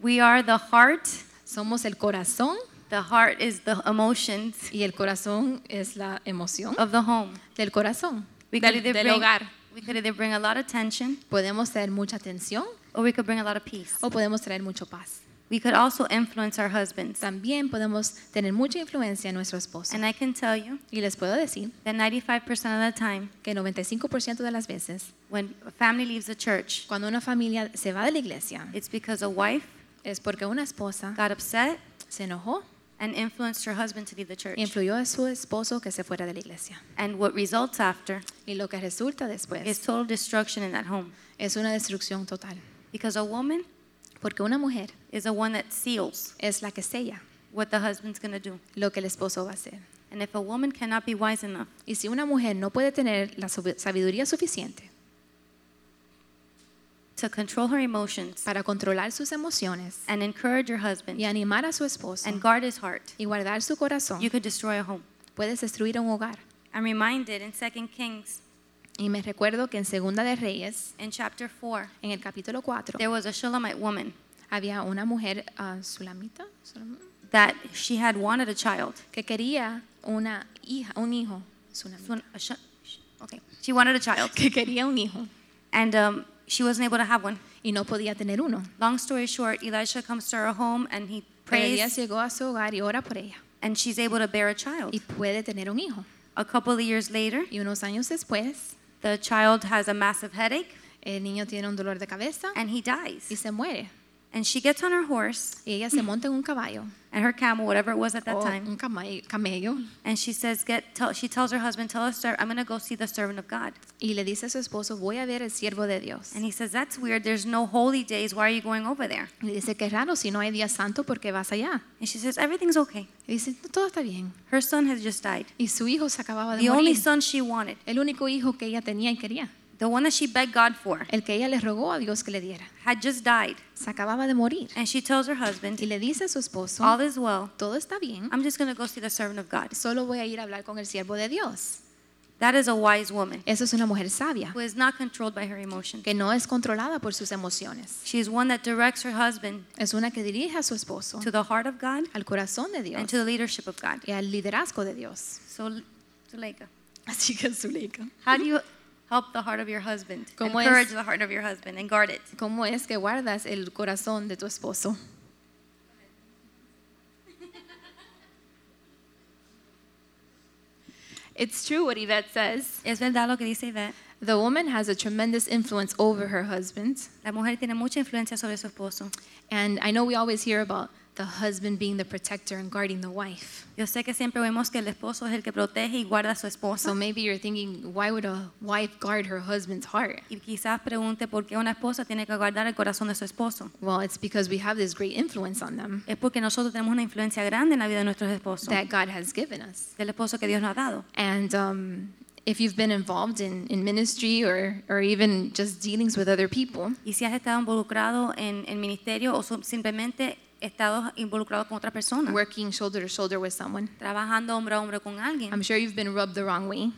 A: We are the heart.
B: Somos el corazón
A: The heart is the emotions
B: y el corazón es la emoción
A: of the home.
B: del corazón,
A: We could
B: del,
A: either
B: del
A: bring-
B: hogar.
A: We could either bring a lot of tension
B: Podemos traer mucha tensión
A: or we could bring a lot of peace.
B: o podemos traer mucho paz.
A: We could also influence our husbands.
B: También podemos tener mucha influencia en nuestro esposo.
A: And I can tell you
B: Y les puedo decir
A: that 95% of the time,
B: que 95% de las veces,
A: when a family leaves the church,
B: cuando una familia se va de la iglesia,
A: it's because a wife
B: es porque una esposa
A: got upset
B: se enojó
A: and influenced her husband to leave the
B: e
A: church.
B: influyó a su esposo que se fuera de la iglesia.
A: And what results after
B: Y lo que resulta
A: is
B: después
A: total destruction in that home.
B: es una destrucción total.
A: Because a woman
B: Porque una mujer
A: is the one that seals
B: es la que sella
A: what the husband's going to do.
B: lo que el esposo va a hacer.
A: And if a woman cannot be wise enough
B: Y si una mujer no puede tener la sub- sabiduría suficiente
A: to control her emotions
B: para controlar sus emociones
A: and encourage her husband
B: y animar a su esposo
A: and guard his heart,
B: y guardar su corazón,
A: you could destroy a home.
B: puedes destruir un hogar.
A: I'm reminded in 2 Kings,
B: Y me recuerdo que en Segunda de Reyes,
A: in chapter 4,
B: en el capítulo 4,
A: there was a Shulamite woman
B: había una mujer ah, sulamita sulam-
A: that she had wanted a child.
B: que quería una hija, un hijo,
A: So,
B: sulamita,
A: a sh- sh- okay, she wanted a child,
B: que quería un hijo
A: and um, she wasn't able to have one.
B: y no podía tener uno.
A: Long story short, Elisha comes to her home and he
B: Pero Elías
A: prays,
B: llegó a su hogar y ora por ella
A: and she's able to bear a child.
B: y puede tener un hijo.
A: A couple of years later,
B: Y unos años después,
A: the child has a massive headache
B: el niño tiene un dolor de cabeza
A: and he
B: y
A: dies.
B: se muere.
A: And she gets on her horse
B: Y ella se monta en un caballo
A: and her camel, whatever it was at that
B: o
A: time,
B: un cama- camello
A: and she says, "Get." Tell, she tells her husband, "Tell us, sir, I'm gonna go see the servant of God."
B: y le dice a su esposo, voy a ver el siervo de Dios.
A: And he says, "That's weird. There's no holy days. Why are you going over there?"
B: Y dice, qué raro, si no hay día santo, ¿por qué vas allá?
A: And she says, "Everything's okay.
B: Y dice, "No, todo está bien.
A: Her son has just died.
B: Y su hijo se acababa de
A: The only
B: morir.
A: son she wanted,
B: El único hijo que ella tenía y quería.
A: the one that she begged God for,
B: El que ella le rogó a Dios que le diera.
A: had just died."
B: Se acababa de morir.
A: And she tells her
B: Y
A: husband,
B: le dice a su esposo,
A: "All is well.
B: todo está bien.
A: I'm just gonna go see the servant of God."
B: Solo voy a ir a hablar con el siervo de Dios.
A: That is a wise woman
B: Eso es una mujer sabia,
A: who is not controlled by her emotions.
B: que no es controlada por [laughs] sus emociones.
A: She is one that directs her husband
B: Es una que dirige a su esposo
A: to the heart of God
B: al corazón de
A: and
B: Dios
A: to the leadership of God.
B: y al liderazgo de Dios.
A: So, Zuleika,
B: Así que Zuleika.
A: how do you help the heart of your husband?
B: Como es-
A: Encourage the heart of your husband and guard it.
B: ¿Cómo es que guardas el corazón de tu esposo? It's true what Yvette says.
A: Es verdad lo que dice Yvette.
B: The woman has a tremendous influence over her husband.
A: La mujer tiene mucha influencia sobre su esposo.
B: And I know we always hear about the husband being the protector and guarding the wife.
A: Yo sé que siempre vemos que el esposo es el que protege y guarda a su
B: So
A: esposa.
B: maybe you're thinking, why would a wife guard her husband's heart?
A: Y quizás pregunte por qué una esposa tiene que guardar el corazón de su esposo.
B: Well, it's because we have this great influence on them
A: Es porque nosotros tenemos una influencia grande en la vida de nuestros esposos,
B: that God has given us.
A: del esposo que Dios nos ha dado.
B: And um, if you've been involved in, in ministry or, or even just dealings with other people,
A: Y si has estado involucrado en el ministerio o su- simplemente estado involucrado con otra persona,
B: working shoulder to shoulder with someone,
A: trabajando hombro a hombro con alguien,
B: I'm sure you've been rubbed the wrong way.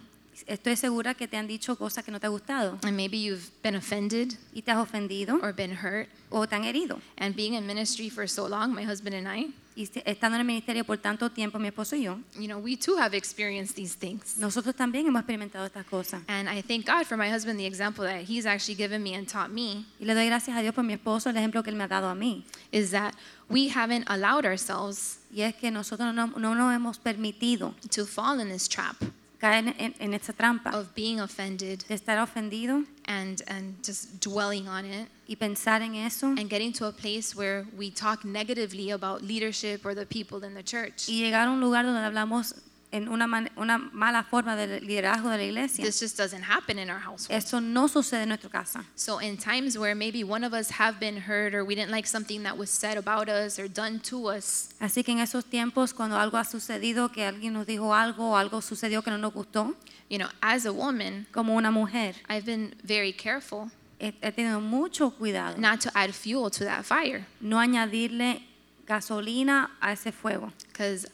A: Estoy segura que te han dicho cosas que no te ha gustado
B: And maybe you've been offended
A: y te has ofendido
B: or been hurt.
A: o te han herido.
B: And being in ministry for so long, my husband and I,
A: Y se- estando en el ministerio por tanto tiempo, mi esposo y yo,
B: you know, we too have experienced these things.
A: nosotros también hemos experimentado estas cosas.
B: And I thank God for my husband, the example that he's actually given me and taught me
A: Y le doy gracias a Dios por mi esposo, el ejemplo que él me ha dado a mí.
B: is that we haven't allowed ourselves
A: Y es que nosotros no, no nos hemos permitido
B: to fall in this trap
A: caer en, en- en esa trampa
B: of being offended
A: de estar ofendido
B: and, and just dwelling on it
A: y pensar en eso
B: and getting to a place where we talk negatively about leadership or the people in the church.
A: y llegar a un lugar donde hablamos en una, man- una mala forma del liderazgo de la iglesia.
B: This just doesn't happen in our household.
A: Eso no sucede en nuestra casa.
B: So in times where maybe one of us have been hurt or we didn't like something that was said about us or done to us,
A: Así que en esos tiempos, cuando algo ha sucedido, que alguien nos dijo algo o algo sucedió que no nos gustó,
B: you know, as a woman,
A: como una mujer,
B: I've been very careful
A: he, he tenido mucho cuidado
B: not to add fuel to that fire
A: no añadirle gasolina a ese fuego.
B: because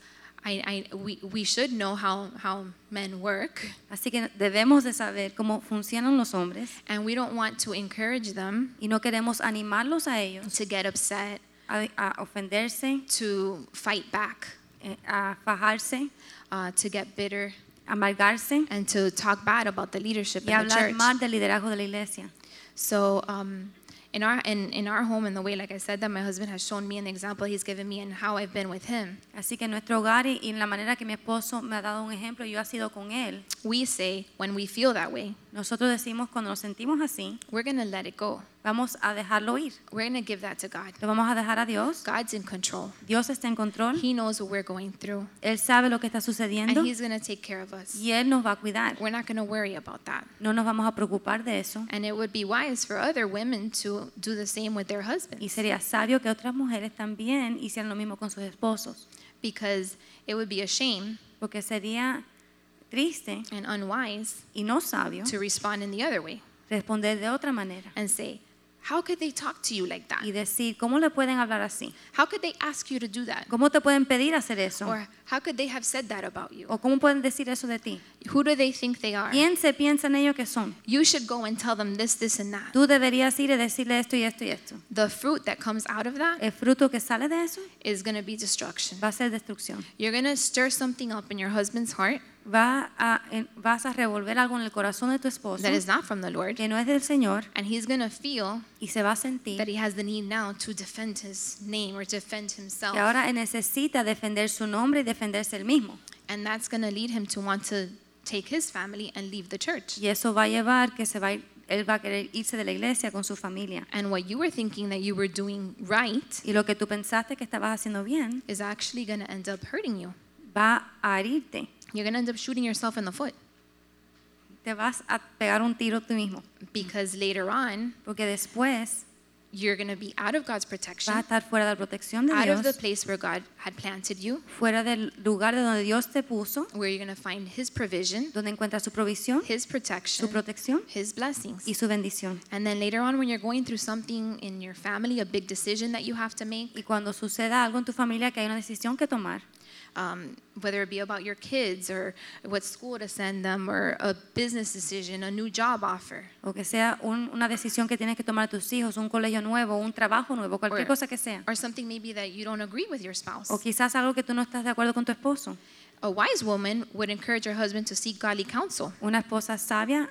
B: I, I, we, we should know how, how men work
A: Así que debemos de saber cómo funcionan los hombres
B: and we don't want to encourage them
A: y no queremos animarlos a ellos
B: to get upset,
A: a, a ofenderse,
B: to fight back,
A: eh, a fajarse,
B: uh, to get bitter,
A: a amargarse
B: and to talk bad about the leadership
A: y
B: in the
A: hablar
B: church.
A: mal del liderazgo de la iglesia.
B: So um, in our in, in our home and the way, like I said, that my husband has shown me an example he's given me and how I've been with him,
A: Así que en nuestro hogar y, y en la manera que mi esposo me ha dado un ejemplo y yo ha sido con él,
B: we say when we feel that way,
A: nosotros decimos cuando nos sentimos así,
B: we're gonna let it go.
A: vamos a dejarlo ir,
B: We're gonna give that to God.
A: lo vamos a dejar a Dios.
B: God's in control.
A: Dios está en control,
B: He knows what we're going through,
A: Él sabe lo que está
B: and
A: sucediendo
B: He's gonna take care of us.
A: y Él nos va a cuidar.
B: We're not gonna worry about that.
A: No nos vamos a preocupar de eso.
B: And it would be wise for other women to do the same with their
A: Y
B: husbands,
A: sería sabio que otras mujeres también hicieran lo mismo con sus esposos,
B: because it would be a shame
A: porque sería triste
B: and unwise
A: y no sabio
B: to respond in the other way
A: responder de otra manera
B: and say, "How could they talk to you like that?
A: y decir, ¿cómo le pueden hablar así?
B: How could they ask you to do that?"
A: ¿Cómo te pueden pedir hacer eso?
B: Or how could they have said that about you?
A: ¿O cómo pueden decir eso de ti?
B: Who do they think they are?
A: ¿Quién se piensa en ellos que son?
B: You should go and tell them this, this, and that.
A: Tú deberías ir y decirle esto y esto y esto.
B: The fruit that comes out of that
A: El fruto que sale de eso
B: is going to be destruction.
A: va a ser destrucción.
B: You're going to stir something up in your husband's heart
A: Va a- en- vas a revolver algo en el corazón de tu esposo
B: that is not from the Lord,
A: que no es del Señor
B: and he's going to feel
A: y se va a
B: that
A: sentir
B: he has the need now to defend his name or defend himself.
A: que ahora necesita defender su nombre y defenderse el mismo.
B: And that's going to lead him to want to take his family and leave the church.
A: Y eso va a llevar que se va a ir- él va a querer irse de la iglesia con su familia.
B: And what you were thinking that you were doing right
A: Y lo que tú pensaste que estabas haciendo bien
B: is actually going to end up hurting you.
A: va a herirte.
B: You're going to end up shooting yourself in the foot.
A: Te vas a pegar un tiro tú mismo.
B: because later on
A: Porque después
B: you're going to be out of God's
A: vas a
B: protection,
A: estar fuera de la protección de
B: out of the
A: Dios,
B: place where God had planted you,
A: fuera del lugar de donde Dios te puso,
B: where you're going to find His provision,
A: donde encuentras su provisión,
B: His
A: su
B: protection,
A: protección
B: His
A: y
B: blessings.
A: su bendición.
B: And then later on, when you're going through something in your family, a big decision that you have to make,
A: Y cuando suceda algo en tu familia que hay una decisión que tomar,
B: um, whether it be about your kids or what school to send them or a business decision, a new job offer,
A: o que sea un- una decisión que tienes que tomar tus hijos, un colegio nuevo, un trabajo nuevo, cualquier
B: Or-
A: cosa que sea,
B: or something maybe that you don't agree with your spouse,
A: o quizás algo que tú no estás de acuerdo con tu esposo,
B: a wise woman would encourage her husband to seek godly counsel
A: una esposa sabia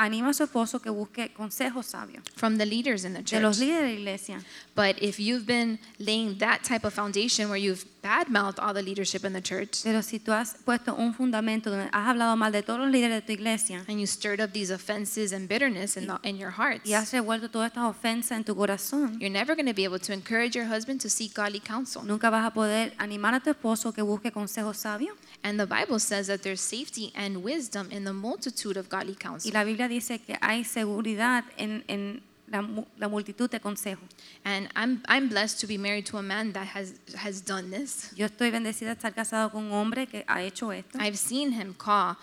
A: anima a su esposo que busque consejos sabios
B: from the leaders in the
A: de los
B: church.
A: líderes de la iglesia.
B: But if you've been laying that type of foundation where you've badmouthed all the leadership in the church
A: Pero si tú has puesto un fundamento donde has hablado mal de todos los líderes de tu iglesia
B: and you stirred up these offenses and bitterness in, the, in your hearts,
A: y has revuelto todas estas ofensas en tu corazón,
B: you're never going to be able to encourage your husband to seek godly counsel.
A: nunca vas a poder animar a tu esposo que busque consejos sabios.
B: And the Bible says that there's safety and wisdom in the multitude of godly
A: Y
B: counsel.
A: la Biblia dice que hay seguridad en, en la, mu- la multitud de consejos.
B: And I'm, I'm blessed to be married to a man that has, has done this.
A: Yo estoy bendecida de estar casado con un hombre que ha hecho esto.
B: I've seen him call,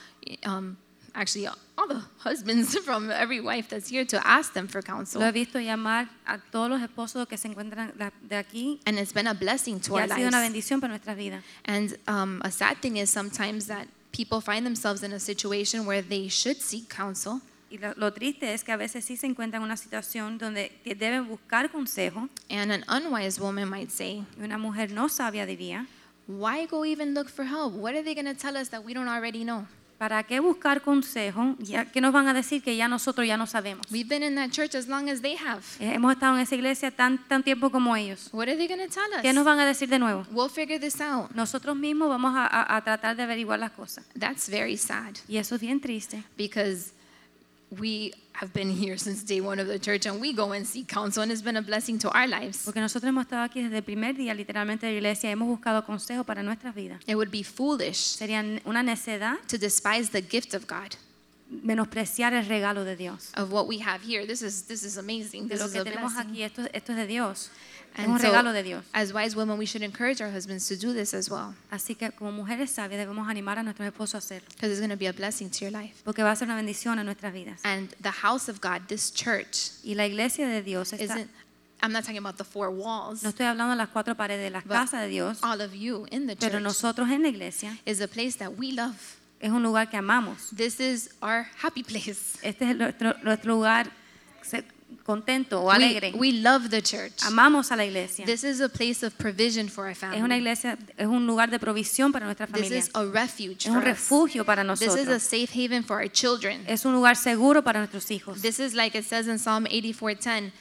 B: um, actually, all the husbands [laughs] from every wife that's here to ask them for counsel.
A: Lo he visto llamar a todos los esposos que se encuentran la- de aquí
B: And it's been a blessing to
A: y
B: our
A: ha sido una
B: lives.
A: bendición para nuestras vidas.
B: And um, a sad thing is sometimes that people find themselves in a situation where they should seek counsel.
A: Y lo, lo triste es que a veces sí se encuentran en una situación donde que deben buscar consejo
B: And an unwise woman might say,
A: y una mujer no sabia diría,
B: Why go even look for help? What are they going to tell us that we don't already know?
A: ¿para qué buscar consejo? Ya que nos van a decir que ya nosotros ya no sabemos.
B: We've been in that church as long as they have.
A: Eh, Hemos estado en esa iglesia tan, tan tiempo como ellos.
B: What are they going to tell
A: ¿Qué nos
B: us?
A: van a decir de nuevo?
B: We'll figure this out.
A: Nosotros mismos vamos a, a- a tratar de averiguar las cosas.
B: That's very sad
A: Y eso es bien triste,
B: because we have been here [laughs] since day one of the church and we go and seek counsel and it's been a blessing to our lives.
A: porque nosotros hemos estado aquí desde el primer día literalmente de la iglesia y hemos buscado consejo para nuestras vidas.
B: It would be foolish
A: Sería una necedad
B: to despise the gift of God,
A: menospreciar el regalo de Dios.
B: of what we have here. This is this is amazing.
A: De
B: This
A: lo
B: is
A: que
B: a
A: tenemos
B: blessing.
A: aquí, esto, esto es de Dios. Es
B: And
A: un
B: so,
A: regalo de Dios.
B: As wise women, we should encourage our husbands to do this as well
A: Así que como mujeres sabias debemos animar a nuestros esposos a hacerlo,
B: because it's going to be a blessing to your life.
A: porque va a ser una bendición a nuestras vidas.
B: And the house of God, this church,
A: Y la iglesia de Dios está,
B: isn't. I'm not talking about the four walls,
A: no estoy hablando de las cuatro paredes de la
B: but
A: casa de Dios,
B: all of you in the
A: pero
B: church
A: nosotros en la iglesia
B: is a place that we love.
A: es un lugar que amamos.
B: This is our happy place.
A: Este es nuestro, nuestro lugar se- contento o
B: We,
A: alegre.
B: we love the church.
A: Amamos a la iglesia.
B: This is a place of provision for our
A: Es una
B: family.
A: iglesia, es un lugar de provisión para nuestra
B: This
A: familia.
B: is a refuge
A: Es un
B: for us.
A: refugio para
B: This is a
A: nosotros.
B: safe haven for our children.
A: Es un lugar seguro para nuestros hijos.
B: This is like it says in Psalm 84:10,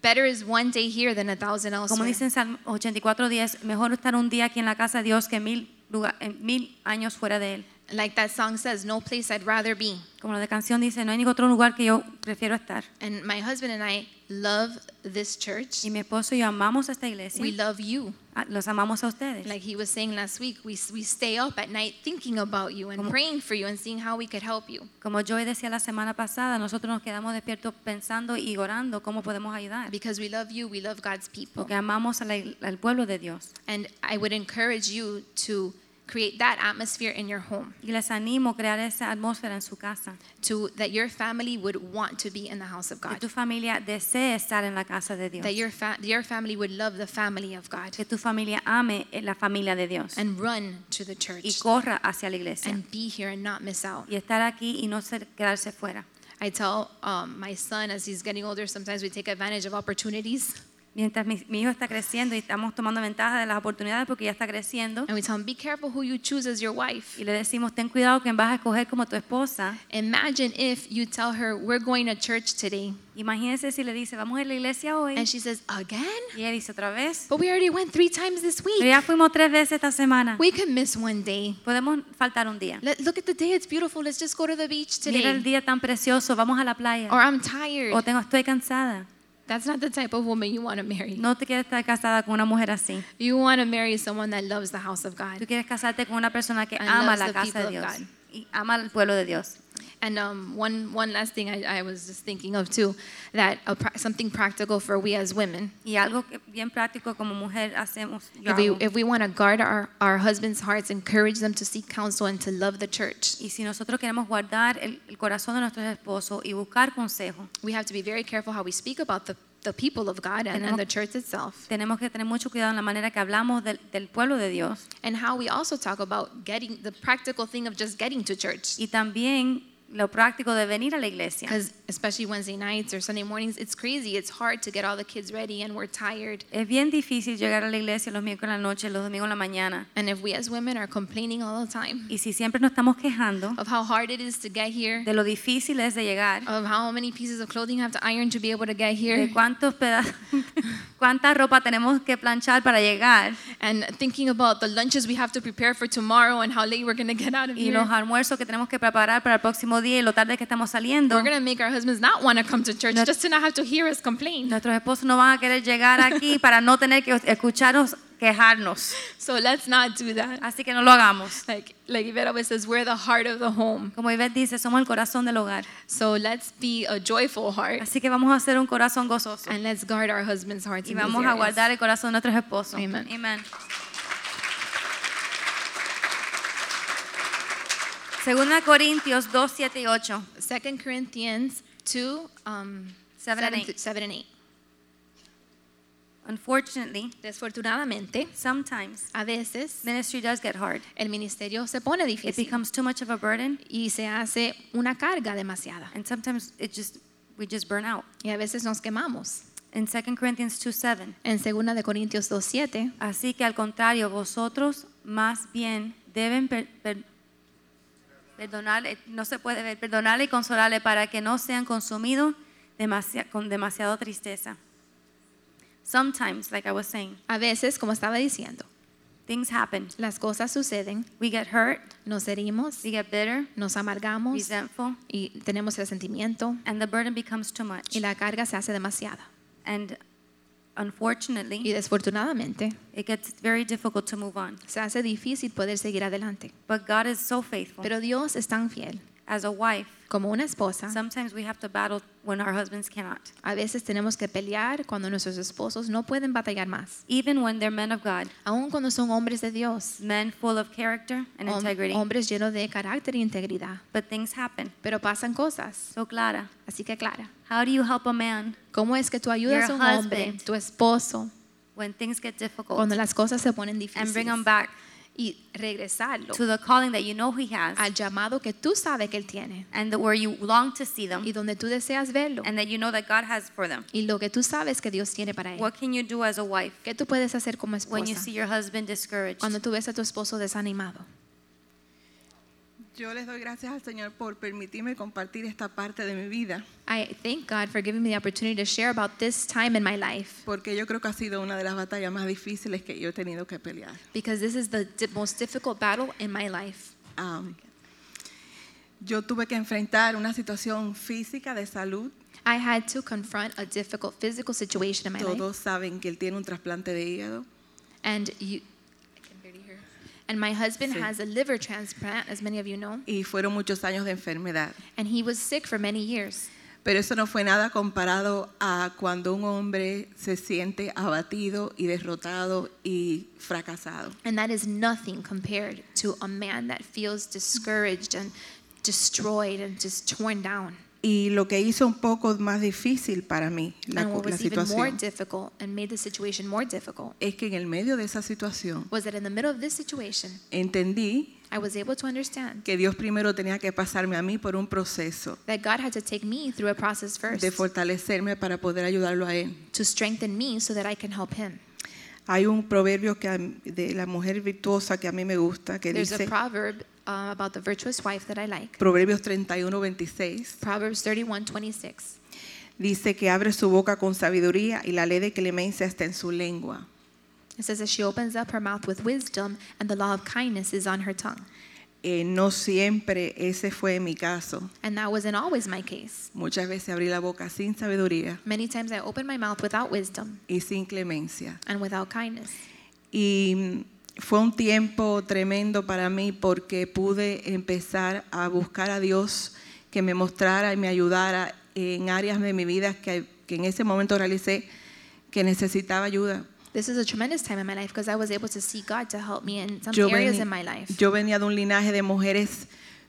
B: better is one day here than a thousand
A: Como
B: elsewhere.
A: dicen Salmo 84.10, mejor estar un día aquí en la casa de Dios que mil, lugar- eh, mil años fuera de Él.
B: Like that song says, no place I'd rather be.
A: Como la de canción dice, no hay ningún otro lugar que yo prefiero estar.
B: And my husband and I love this church.
A: Y mi esposo y yo amamos a esta
B: We
A: iglesia.
B: love you.
A: Ah, Los amamos a ustedes.
B: Like he was saying last week, we, we stay up at night thinking about you and praying for you and seeing how we could help you.
A: Como Joy decía la semana pasada, nosotros nos quedamos despiertos pensando y orando cómo podemos ayudar.
B: Because we love you, we love God's people.
A: Porque amamos a la ig- al pueblo de Dios.
B: And I would encourage you to create that atmosphere in your home,
A: Y les animo a crear esa atmósfera en su casa.
B: to that your family would want to be in the house of
A: Que
B: God,
A: tu familia desee estar en la casa de Dios.
B: that your, fa- your family would love the family of God
A: Que tu familia ame eh, la familia de Dios.
B: and run to the
A: Y
B: church
A: corra hacia la iglesia.
B: and be here and not miss out.
A: y estar aquí y no ser- quedarse fuera.
B: I tell um, my son as he's getting older, sometimes we take advantage of opportunities
A: Mientras mi, mi hijo está creciendo y estamos tomando ventaja de las oportunidades porque ya está creciendo
B: and we tell him, be careful who you choose as your wife.
A: y le decimos, ten cuidado que vas a escoger como tu esposa.
B: Imagine if you tell her, We're going to church today.
A: Imagínense si le dice, vamos a la iglesia hoy.
B: And she says, Again?
A: Y ella dice otra vez,
B: But we already went three times this
A: pero
B: week.
A: ya fuimos tres veces esta semana.
B: We can miss one day.
A: Podemos faltar un día.
B: Let, look at the day. It's beautiful. Let's just go to the beach
A: Mira el
B: today.
A: día tan precioso, vamos a la playa.
B: Or I'm tired.
A: O tengo, estoy cansada.
B: That's not the type of woman you want to marry.
A: No te quieres estar casada con una mujer así.
B: You want to marry someone that loves the house of
A: Tú
B: God.
A: quieres casarte con una persona que
B: And
A: ama
B: loves
A: la
B: the
A: casa de
B: people
A: Dios
B: of God.
A: y ama al pueblo de Dios.
B: And um, one, one last thing I, I was just thinking of too that a pra- something practical for we as women.
A: Y algo que bien práctico como mujer hacemos. yo
B: If we,
A: hago.
B: if we want to guard our, our husbands' hearts, encourage them to seek counsel and to love the church,
A: y si nosotros queremos guardar el, el corazón de nuestros esposos y buscar consejo,
B: we have to be very careful how we speak about the, the people of God and, and the church itself,
A: tenemos que tener mucho cuidado en la manera que hablamos del, del pueblo de Dios
B: and how we also talk about getting the practical thing of just getting to church.
A: y también lo práctico de venir a la iglesia.
B: Because especially Wednesday nights or Sunday mornings, it's crazy. It's hard to get all the kids ready, and we're tired.
A: Es bien difícil llegar a la iglesia los miércoles en la noche, los domingos en la mañana.
B: And if we as women are complaining all the time
A: Y si siempre nos estamos quejando
B: of how hard it is to get here,
A: de lo difícil es de llegar,
B: of how many pieces of clothing you have to iron to be able to
A: de
B: get here,
A: cuántos pedazos, [laughs] cuánta ropa tenemos que planchar para llegar
B: and thinking about the lunches we have to prepare for tomorrow and how late we're going to get out of
A: y
B: here,
A: los almuerzos que tenemos que preparar para el próximo día y lo tarde que estamos saliendo.
B: we're going to make our husbands not want to come to church
A: No-
B: just to not have to hear us complain.
A: Nuestros esposos no van a querer llegar aquí [laughs] para no tener que escucharnos quejarnos.
B: So let's not do that.
A: Así que no lo hagamos.
B: Like like Yvette always says, we're the heart of the home.
A: Como Ivette dice, somos el corazón del hogar.
B: So let's be a joyful heart
A: Así que vamos a hacer un corazón gozoso.
B: and let's guard our husbands' hearts.
A: Y
B: in these
A: vamos a
B: areas.
A: guardar el corazón de nuestros esposos.
B: Amen.
A: Amen. Segunda Corintios 2, 7 y 8.
B: 2 Corinthians 2, um,
A: Seven and
B: th-
A: eight.
B: 7 and 8.
A: Unfortunately,
B: Desafortunadamente,
A: sometimes
B: a veces
A: ministry does get hard.
B: el ministerio se pone
A: It
B: difícil
A: becomes too much of a burden,
B: y se hace una carga demasiada.
A: and sometimes it just we just burn out.
B: Y a veces nos quemamos.
A: In 2 Corinthians 2:7,
B: En 2 de Corintios 2.7,
A: así que al contrario, vosotros más bien deben per- per- perdonarle, eh, no se puede ver, perdonarle y consolarle para que no sean consumidos demasi- con demasiada tristeza. Sometimes, like I was saying,
B: a veces, como estaba diciendo,
A: things happen.
B: las cosas suceden,
A: We get hurt,
B: nos herimos,
A: we get bitter,
B: nos amargamos
A: resentful,
B: y tenemos resentimiento
A: and the burden becomes too much.
B: y la carga se hace demasiada.
A: And
B: Y
A: unfortunately,
B: desafortunadamente,
A: it gets very difficult to move on.
B: se hace difícil poder seguir adelante.
A: But God is so faithful.
B: Pero Dios es tan fiel.
A: As a wife,
B: Como una esposa,
A: sometimes we have to battle when our husbands cannot,
B: a veces tenemos que pelear cuando nuestros esposos no pueden batallar más.
A: even when they're men of God,
B: Aun cuando son hombres de Dios,
A: men full of character and
B: hom-
A: integrity.
B: hombres llenos de carácter e integridad.
A: But things happen.
B: Pero pasan cosas.
A: So, Clara,
B: Así que, Clara,
A: how do you help a man
B: ¿cómo es que tú ayudas a
A: Your
B: un hombre,
A: husband.
B: tu esposo,
A: when things get difficult
B: cuando las cosas se ponen
A: and bring him
B: difíciles?
A: back
B: Y regresarlo
A: to the calling that you know he has
B: al llamado que tú sabes que él tiene
A: and the, where you long to see them
B: y donde tú deseas verlo
A: and that you know that God has for them?
B: y lo que tú sabes que Dios tiene para él.
A: What can you do as a wife
B: ¿Qué tú puedes hacer como
A: when you see
B: esposa
A: your husband discouraged?
B: cuando tú ves a tu esposo desanimado?
G: Yo les doy gracias al Señor por permitirme compartir esta parte de mi vida,
B: I thank God for giving me the opportunity to share about this time in my life
G: porque yo creo que ha sido una de las batallas más difíciles que yo he tenido que pelear.
B: because this is the di- most difficult battle in my life.
G: Am, yo tuve que enfrentar una situación física de salud.
B: I had to confront a difficult physical situation in my life,
G: Todos saben que él tiene un trasplante de hígado.
B: and you. I can barely hear. And my husband has a liver transplant, as many of you know,
G: y fueron muchos años de enfermedad.
B: and he was sick for many years.
G: Pero eso no fue nada comparado a cuando un hombre se siente abatido y derrotado y fracasado.
B: And that is nothing compared to a man that feels discouraged and destroyed and just torn down.
G: Y lo que hizo un poco más difícil para mí la,
B: and
G: co-
B: what
G: la
B: was even more
G: situación
B: difficult and made the situation more difficult
G: es que en el medio de esa situación
B: was that in the middle of this situation,
G: entendí
B: I was able to understand
G: que Dios primero tenía que pasarme a mí por un proceso
B: that God had to take me through a process first
G: de fortalecerme para poder ayudarlo a él.
B: to strengthen me so that I can help him.
G: Hay un proverbio que a- de la mujer virtuosa que a mí me gusta que
B: There's a
G: dice
B: proverb uh, about the virtuous wife that I like.
G: Proverbios 31, 26.
B: Proverbs 31:26.
G: Dice que abre su boca con sabiduría y la ley de clemencia está en su lengua.
B: It says that she opens up her mouth with wisdom, and the law of kindness is on her tongue.
G: Eh, no siempre ese fue mi caso.
B: And that wasn't always my case.
G: Muchas veces abrí la boca sin sabiduría
B: Many times I opened my mouth without wisdom
G: y sin clemencia.
B: and without kindness.
G: Y mm, fue un tiempo tremendo para mí porque pude empezar a buscar a Dios que me mostrara y me ayudara en áreas de mi vida que, que en ese momento realicé que necesitaba ayuda.
B: This is a tremendous time in my life because I was able to see God to help me in some
G: Yo,
B: areas
G: veni-
B: in my life.
G: yo venía de un linaje de mujeres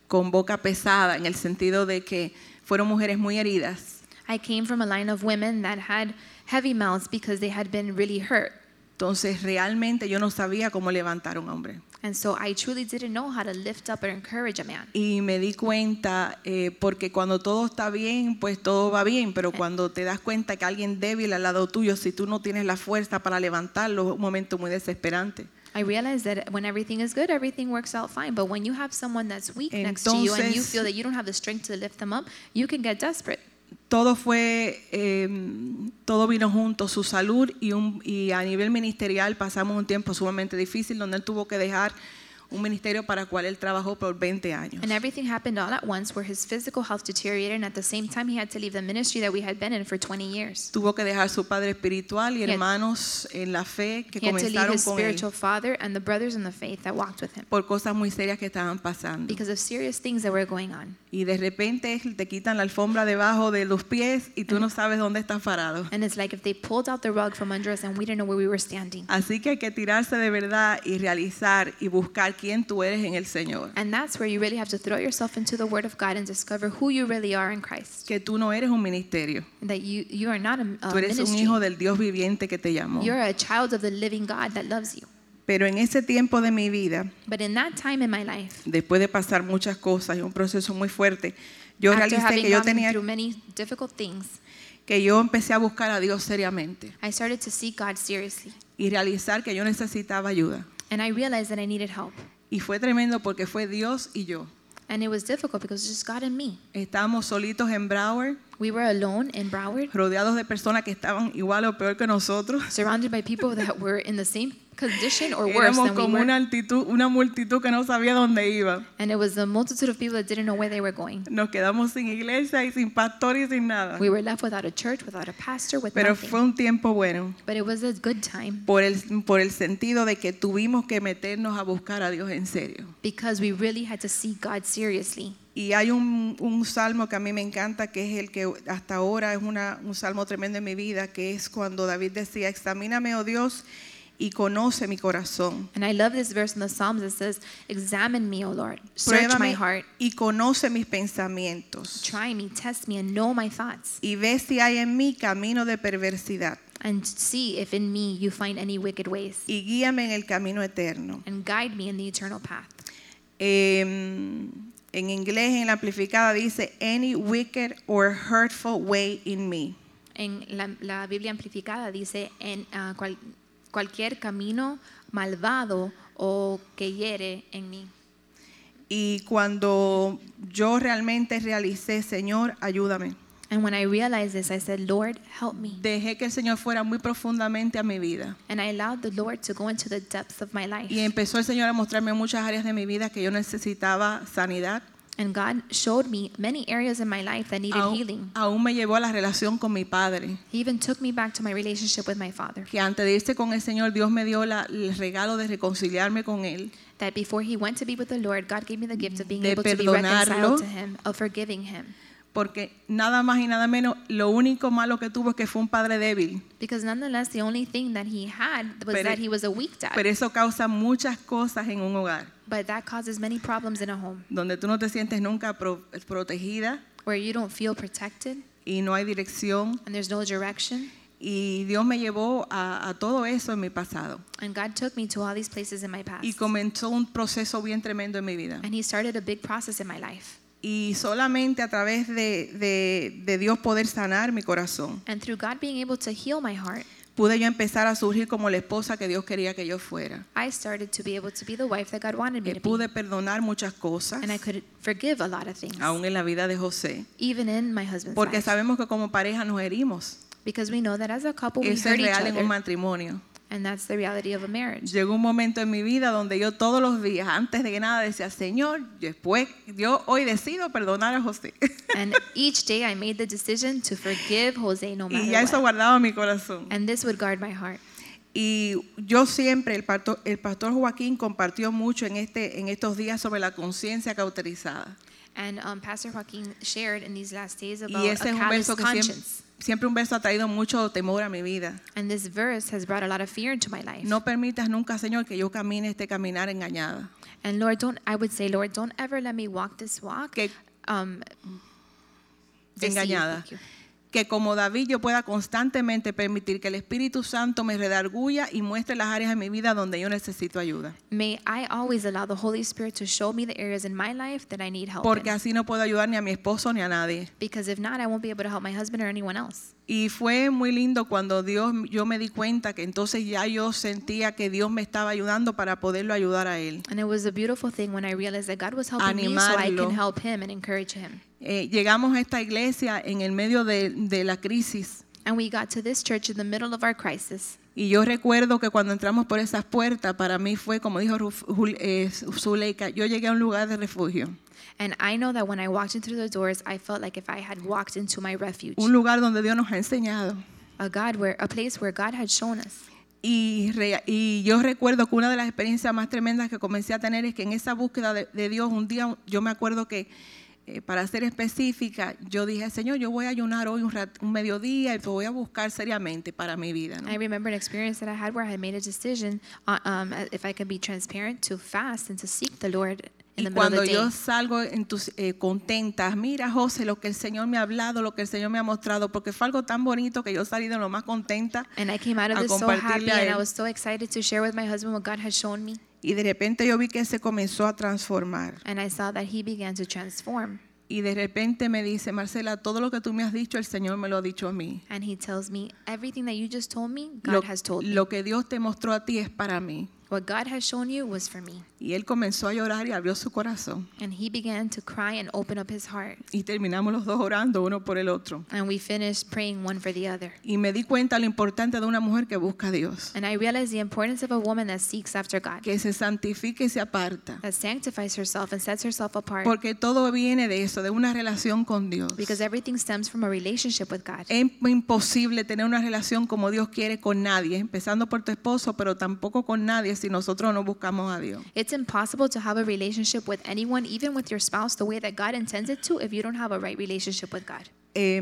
G: con boca pesada, en el sentido de que fueron mujeres muy heridas.
B: I came from a line of women that had heavy mouths because they had been really hurt.
G: Entonces realmente yo no sabía cómo levantar a un hombre.
B: And so I truly didn't know how to lift up or encourage a man.
G: Y me di cuenta, eh, porque cuando todo está bien, pues todo va bien, pero cuando te das cuenta que alguien débil al lado tuyo, si tú no tienes la fuerza para levantarlo, es un momento muy desesperante.
B: I realized that when everything is good, everything works out fine. But when you have someone that's weak next to you and you
G: Entonces-
B: feel that you don't have the strength to lift them up, you can get desperate.
G: Todo fue, eh, todo vino junto, su salud y, un- y a nivel ministerial pasamos un tiempo sumamente difícil donde él tuvo que dejar un ministerio para el cual él trabajó por 20 años.
B: And everything happened all at once where his physical health deteriorated and at the same time he had to leave the ministry that we had been in for 20 years.
G: Tuvo que dejar su padre espiritual
B: He
G: y
B: had-
G: hermanos en la fe que
B: He had to leave
G: comenzaron
B: his
G: con él
B: spiritual father and the brothers in the faith that walked with him
G: por cosas muy serias que estaban pasando.
B: because of serious things that were going on.
G: Y de repente es- te quitan la alfombra debajo de los pies y tú no sabes dónde estás parado.
B: And it's like if they pulled out the rug from under us and we didn't know where we were standing.
G: Así que hay que tirarse de verdad y realizar y buscar quién tú eres en el Señor.
B: And that's where you really have to throw yourself into the Word of God and discover who you really are in Christ.
G: Que tú no eres un ministerio.
B: And that you, you are not a, a
G: Tú eres un
B: ministry.
G: hijo del Dios viviente que te llamó.
B: You're a child of the living God that loves you.
G: Pero en ese tiempo de mi vida,
B: But in that time in my life,
G: después de pasar muchas cosas y un proceso muy fuerte, yo
B: after
G: realicé
B: having
G: que yo
B: gone
G: tenía
B: through many difficult things,
G: que yo empecé a buscar a Dios seriamente
B: I started to seek God seriously.
G: y realizar que yo necesitaba ayuda.
B: And I realized that I needed help.
G: Y fue tremendo porque fue Dios y yo.
B: And it was difficult because it was just God and me.
G: Estábamos solitos en Broward,
B: We were alone in Broward,
G: rodeados de personas que estaban igual o peor que nosotros.
B: [laughs] surrounded by people that were in the same condition or worse
G: Éramos
B: than we
G: como
B: were.
G: una, altitud- una multitud que no sabía dónde iba.
B: And it was a multitude of people that didn't know where they were going.
G: Nos quedamos sin iglesia y sin pastor y sin nada.
B: We were left without a church, without a pastor, with
G: Pero
B: nothing.
G: fue un tiempo bueno.
B: But it was a good time
G: por el, por el sentido de que tuvimos que meternos a buscar a Dios en serio.
B: because we really had to see God seriously.
G: Y hay un, un salmo que a mí me encanta, que es el que hasta ahora es una- un salmo tremendo en mi vida, que es cuando David decía, examíname, oh Dios, y conoce mi corazón.
B: And I love this verse in the Psalms. It says, Examine me, O Lord. Search my
G: Pruébame
B: heart.
G: y conoce mis pensamientos.
B: Try me, test me, and know my thoughts.
G: Y ve si hay en mí camino de perversidad.
B: And see if in me you find any wicked ways.
G: Y guíame en el camino eterno.
B: And guide me in the eternal path.
G: Eh, en inglés, en la amplificada, dice, any wicked or hurtful way in me.
B: En la, la Biblia amplificada dice, en ah, cual- cualquier camino malvado o que hiere en mí.
G: Y cuando yo realmente realicé, Señor, ayúdame.
B: And when I realized this, I said, Lord, help me.
G: Dejé que el Señor fuera muy profundamente a mi vida.
B: And I allowed the Lord to go into the depths of my life.
G: Y empezó el Señor a mostrarme muchas áreas de mi vida que yo necesitaba sanidad.
B: And God showed me many areas in my life that needed
G: Aún,
B: healing.
G: aún me llevó a la relación con mi padre.
B: He even took me back to my relationship with my father.
G: Que antes de irse con el Señor, Dios me dio la- el regalo de reconciliarme con Él.
B: That before he went to be with the Lord, God gave me the gift of being
G: De
B: able to be reconciled
G: perdonarlo.
B: to him, of forgiving him.
G: Porque nada más y nada menos, lo único malo que tuvo es que fue un padre débil.
B: Because nonetheless, the only thing that he had was
G: Pero-
B: that he was a weak dad.
G: Pero eso causa muchas cosas en un hogar,
B: but that causes many problems in a home
G: donde tú no te sientes nunca pro- protegida,
B: where you don't feel protected
G: y no hay dirección.
B: and there's no direction.
G: Y Dios me llevó a, a todo eso en mi pasado.
B: And God took me to all these places in my past.
G: Y comenzó un proceso bien tremendo en mi vida.
B: and he started a big process in my life.
G: Y solamente a través de, de- de Dios poder sanar mi corazón,
B: And through God being able to heal my heart,
G: pude yo empezar a surgir como la esposa que Dios quería que yo fuera.
B: I started to be able to be the wife that God wanted me
G: Eh,
B: to
G: pude
B: be.
G: perdonar muchas cosas,
B: And I could forgive a lot of things,
G: aún en la vida de José.
B: even in my husband's
G: Porque
B: life.
G: sabemos que como pareja nos herimos.
B: Because we know that as a couple, we
G: Eso es
B: hurt each
G: real en un
B: other.
G: matrimonio.
B: And that's the reality of a marriage.
G: Llegó un momento en mi vida donde yo todos los días, antes de que nada, decía, Señor, después, yo hoy decido perdonar a José.
B: [laughs] and each day I made the decision to forgive Jose no
G: y ya
B: matter
G: eso
B: what.
G: guardaba mi corazón.
B: And this would guard my heart.
G: Y yo siempre, el pastor, el pastor Joaquín compartió mucho en, este, en estos días sobre la conciencia cauterizada.
B: And um, Pastor Joaquin shared in these last days about
G: Y
B: a
G: ese es un
B: callous
G: verso que siempre,
B: conscience.
G: siempre un verso ha traído mucho temor a mi vida.
B: And this verse has brought a lot of fear into my life.
G: No permitas nunca, Señor, que yo camine este caminar engañada.
B: And Lord, don't I would say, Lord, don't ever let me walk this walk.
G: Que,
B: Um, deceived.
G: engañada.
B: Thank you.
G: que como David yo pueda constantemente permitir que el Espíritu Santo me redarguya y muestre las áreas de mi vida donde yo necesito ayuda.
B: May I always allow the Holy Spirit to show me the areas in my life that I need help
G: Porque
B: in.
G: así no puedo ayudar ni a mi esposo ni a nadie.
B: Because if not, I won't be able to help my husband or anyone else.
G: Y fue muy lindo cuando Dios, yo me di cuenta que entonces ya yo sentía que Dios me estaba ayudando para poderlo ayudar a él.
B: And it was a beautiful thing when I realized that God was helping me so I
G: Animarlo.
B: can help him and encourage him.
G: Eh, llegamos a esta iglesia en el medio de, de la crisis
B: And we got to this church in the middle of our crisis.
G: y yo recuerdo que cuando entramos por esas puertas para mí fue como dijo Ruf- Jul- eh, Zuleika, yo llegué a un lugar de refugio,
B: And I know that when I walked in through the doors, I felt like if I had walked into my refuge,
G: un lugar donde Dios nos ha enseñado.
B: a God where a place where God had shown us.
G: Y, re- y yo recuerdo que una de las experiencias más tremendas que comencé a tener es que en esa búsqueda de, de Dios, un día yo me acuerdo que eh, para ser específica, yo dije, Señor, yo voy a ayunar hoy un, rat- un mediodía y te voy a buscar seriamente para mi vida. ¿no?
B: I remember an experience that I had where I had made a decision, uh, um, if I could be transparent, to fast and to seek the Lord in
G: Y
B: the middle of
G: cuando
B: the day.
G: yo salgo entus- eh, contenta, mira José, lo que el Señor me ha hablado, lo que el Señor me ha mostrado, porque fue algo tan bonito que yo salí de lo más contenta
B: And I came out of
G: a
B: this so happy
G: compartirle a
B: and I
G: él.
B: was so excited to share with my husband what God had shown me.
G: Y de repente yo vi que se comenzó a transformar.
B: And I saw that he began to transform.
G: Y de repente me dice, Marcela, todo lo que tú me has dicho, el Señor me lo ha dicho a mí.
B: And he tells me, everything that you just told me, God
G: Lo,
B: has told me.
G: lo que Dios te mostró a ti es para mí.
B: What God has shown you was for me.
G: Y él comenzó a llorar y abrió su corazón.
B: And he began to cry and open up his heart.
G: Y terminamos los dos orando uno por el otro.
B: And we finished praying one for the other.
G: Y me di cuenta lo importante de una mujer que busca a Dios,
B: And I realized the importance of a woman that seeks after God,
G: que se santifica y se aparta.
B: that sanctifies herself and sets herself apart.
G: Porque todo viene de eso, de una relación con Dios.
B: Because everything stems from a relationship with God.
G: Es imposible tener una relación como Dios quiere con nadie, empezando por tu esposo, pero tampoco con nadie si nosotros no buscamos a Dios.
B: It's impossible to have a relationship with anyone, even with your spouse, the way that God intends it to, if you don't have a right relationship with God.
G: Eh,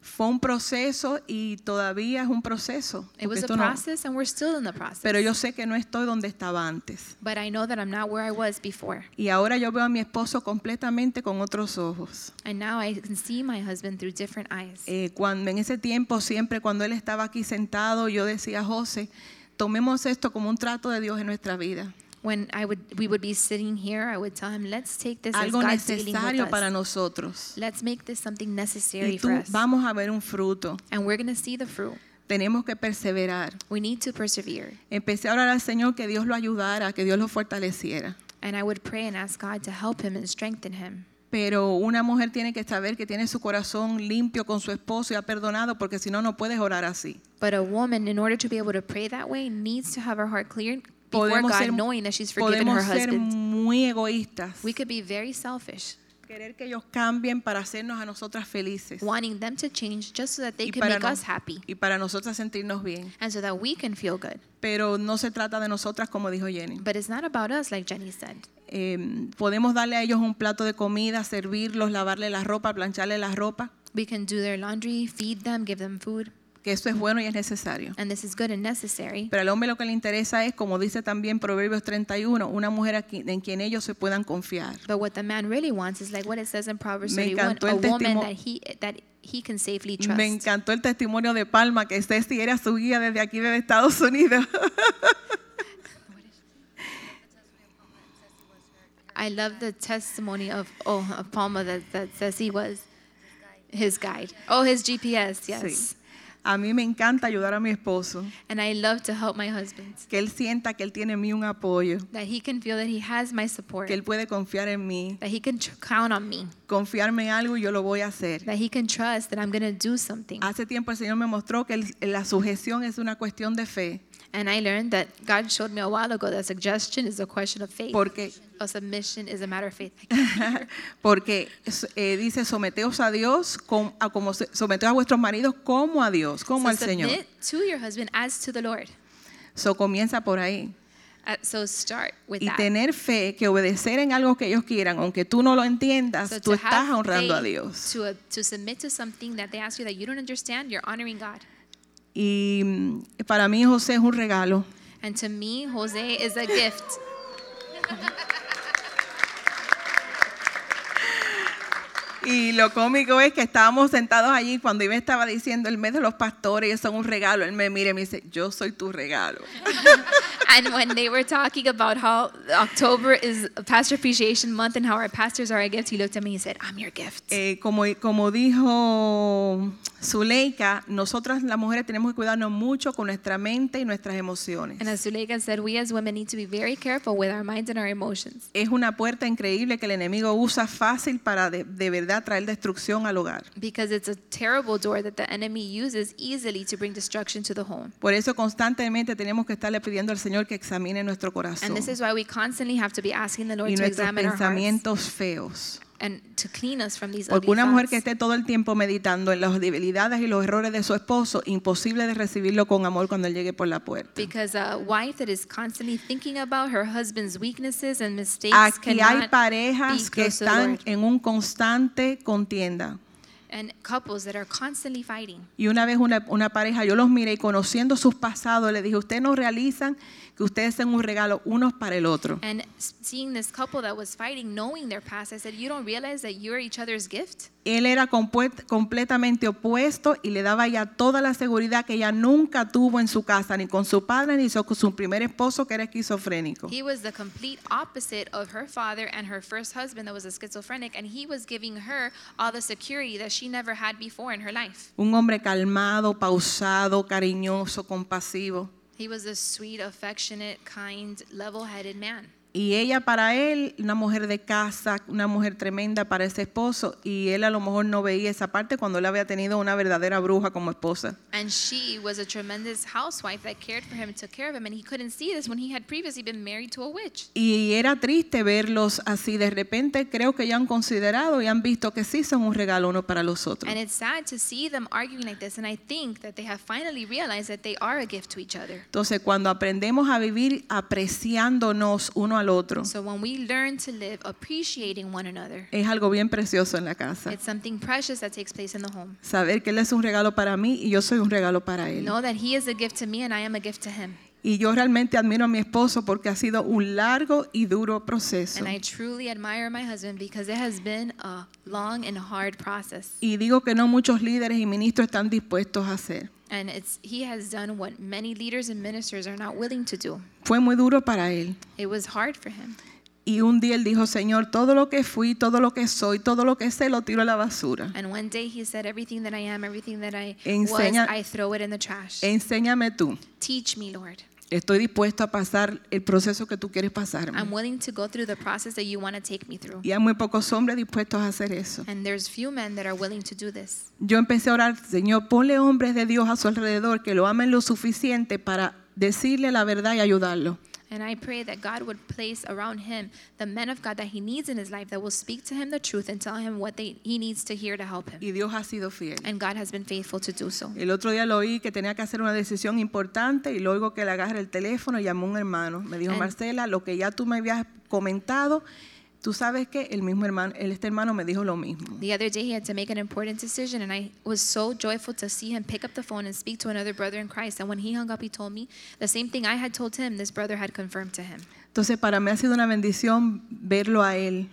G: fue un proceso y todavía es un proceso.
B: It was a
G: porque esto no-
B: process, and we're still in the process.
G: pero yo sé que no estoy donde estaba antes.
B: but I know that I'm not where I was before.
G: Y ahora yo veo a mi esposo completamente con otros ojos.
B: And now I can see my husband through different eyes.
G: Eh, cuando, en ese tiempo, siempre cuando él estaba aquí sentado, yo decía, José, tomemos esto como un trato de Dios en nuestra vida.
B: When I would, we would be sitting here, I would tell him, "Let's take this as
G: Algo
B: God's dealing
G: necesario
B: with
G: para
B: us.
G: nosotros.
B: Let's make this something necessary
G: Y tú
B: for us,
G: vamos a ver un fruto.
B: and we're gonna see the fruit.
G: Tenemos que perseverar.
B: We need to persevere."
G: Empecé a orar al Señor que Dios lo ayudara, que Dios lo fortaleciera.
B: And I would pray and ask God to help him and strengthen him.
G: Pero una mujer tiene que saber que tiene su corazón limpio con su esposo y ha perdonado, porque si no, no puedes orar así.
B: But a woman, in order to be able to pray that way, needs to have her heart clear before
G: Podemos
B: God,
G: ser,
B: knowing that she's forgiven her
G: podemos ser
B: husband.
G: muy egoístas.
B: We could be very selfish,
G: Querer que ellos cambien para hacernos a nosotras felices.
B: wanting them to change just so that they
G: Y
B: can
G: para
B: make
G: no-
B: us happy
G: y para nosotras sentirnos bien.
B: and so that we can feel good.
G: Pero no se trata de nosotras, como dijo Jenny.
B: But it's not about us, like Jenny said.
G: Eh, podemos darle a ellos un plato de comida, servirlos, lavarle la ropa, plancharle la ropa,
B: We can do their laundry, feed them, give them food,
G: que eso es bueno y es necesario.
B: and this is good and necessary.
G: Pero al hombre lo que le interesa es, como dice también Proverbios 31, una mujer a qui- en quien ellos se puedan confiar.
B: But what the man really wants is like what it says in Proverbs
G: Me
B: 31,
G: encantó
B: a
G: el
B: woman
G: testimo-
B: that he that he can safely
G: Me
B: trust.
G: encantó el testimonio de Palma, que Ceci era su guía desde aquí, desde Estados Unidos. [laughs]
B: I love the testimony of oh of Palma that, that says he was his guide. Oh, his GPS, yes.
G: Sí. A mí me encanta ayudar a mi esposo,
B: And I love to help my husband
G: que él sienta que él tiene en mí un apoyo,
B: that he can feel that he has my support,
G: que él puede confiar en mí,
B: that he can tr- count on me,
G: confiarme en algo y yo lo voy a hacer.
B: that he can trust that I'm going to do something.
G: Hace tiempo el Señor me mostró que el- la sujeción es una cuestión de fe,
B: And I learned that God showed me a while ago that suggestion is a question of faith.
G: porque,
B: A submission is a matter of faith.
G: porque es- eh, dice, someteos a Dios, com- a como se- someteos a vuestros maridos como a Dios, como
B: so
G: al Señor.
B: submit to your husband as to the Lord.
G: Eso comienza por ahí.
B: Uh, so start with
G: Y
B: that.
G: tener fe que obedecer en algo que ellos quieran, aunque tú no lo entiendas,
B: so
G: tú
B: to
G: estás
B: have
G: honrando a
B: faith,
G: Dios.
B: To, uh, to submit to something that they ask you that you don't understand, you're honoring God.
G: Y mm, para mí José es un regalo.
B: And to me, Jose is a gift.
G: Y lo cómico es que estábamos sentados allí cuando Iván estaba diciendo el mes de los pastores, ellos son un regalo. Él me mira y me dice, yo soy tu regalo.
B: and when they were talking about how October is Pastor Appreciation Month and how our pastors are a gift, he looked at me and said, I'm your gift.
G: Eh, como, como dijo Zuleika, nosotras las mujeres tenemos que cuidarnos mucho con nuestra mente y nuestras emociones.
B: And as Zuleika said, we as women need to be very careful with our minds and our emotions.
G: Es una puerta increíble que el enemigo usa fácil para de, de verdad traer destrucción al hogar.
B: Because it's a terrible door that the enemy uses easily to bring destruction to the home.
G: Por eso constantemente tenemos que estarle pidiendo al Señor que examine nuestro corazón
B: And this is why we constantly have to be asking the Lord
G: y
B: to
G: nuestros
B: examine our hearts
G: pensamientos feos.
B: and to clean us from these
G: Porque
B: ugly
G: una mujer que
B: thoughts.
G: esté todo el tiempo meditando en las debilidades y los errores de su esposo, imposible de recibirlo con amor cuando él llegue por la puerta.
B: Because a wife that is constantly thinking about her husband's weaknesses and mistakes
G: Aquí hay
B: cannot
G: parejas
B: be
G: que
B: close to the
G: están
B: Lord.
G: en un constante contienda.
B: And couples that are constantly fighting.
G: Y una vez una, una pareja, yo los miré y conociendo sus pasados, le dije, ustedes no realizan que ustedes son un regalo unos para el otro.
B: And s- seeing this couple that was fighting, knowing their past, I said, You don't realize that you're each other's gift?
G: Él era compue- completamente opuesto y le daba ya toda la seguridad que ella nunca tuvo en su casa, ni con su padre, ni so- con su primer esposo que era esquizofrénico.
B: He was the complete opposite of her father and her first husband that was a schizophrenic, and he was giving her all the security that she never had before in her life.
G: Un hombre calmado, pausado, cariñoso, compasivo.
B: He was a sweet, affectionate, kind, level headed man.
G: Y ella para él, una mujer de casa, una mujer tremenda para ese esposo, y él a lo mejor no veía esa parte cuando él había tenido una verdadera bruja como esposa.
B: And she was a tremendous housewife that cared for him and took care of him, and he couldn't see this when he had previously been married to a witch.
G: Y era triste verlos así. De repente creo que ya han considerado y han visto que sí son un regalo uno para los otros.
B: And it's sad to see them arguing like this, and I think that they have finally realized that they are a gift to each other.
G: Entonces, cuando aprendemos a vivir apreciándonos uno al otro,
B: So when we learn to live appreciating one another,
G: es algo bien precioso en la casa.
B: it's something precious that takes place in the home.
G: Saber que él es un regalo para mí y yo soy un regalo para él.
B: Know that He is a gift to me and I am a gift to Him.
G: Y yo realmente admiro a mi esposo porque ha sido un largo y duro proceso.
B: And I truly admire my husband because it has been a long and hard process.
G: Y digo que no muchos líderes y ministros están dispuestos a hacer.
B: And it's he has done what many leaders and ministers are not willing to do.
G: Fue muy duro para él.
B: It was hard for him.
G: Y un día él dijo, Señor, todo lo que fui, todo lo que soy, todo lo que sé, lo tiro a la basura.
B: And one day he said, Everything that I am, everything that I was,
G: Enseña-
B: I throw it in the trash.
G: Enséñame tú.
B: Teach me, Lord.
G: Estoy dispuesto a pasar el proceso que tú quieres
B: I'm
G: pasarme.
B: willing to go through the process that you want to take me through.
G: Y hay muy pocos hombres dispuestos a hacer eso.
B: And there's few men that are willing to do this.
G: Yo empecé a orar, Señor, ponle hombres de Dios a su alrededor que lo amen lo suficiente para decirle la verdad y ayudarlo.
B: And I pray that God would place around him the men of God that he needs in his life that will speak to him the truth and tell him what they, he needs to hear to help him.
G: Y Dios ha sido fiel.
B: And God has been faithful to do so.
G: El otro día lo oí que tenía que hacer una decisión importante y luego que le agarra el teléfono y llamó un hermano. Me dijo,
B: And-
G: Marcela, lo que ya tú me habías comentado, tú sabes que el mismo hermano, el- este hermano me dijo lo mismo.
B: The other day he had to make an important decision, and I was so joyful to see him pick up the phone and speak to another brother in Christ. And when he hung up, he told me the same thing I had told him, this brother had confirmed to him.
G: Entonces para mí ha sido una bendición verlo a él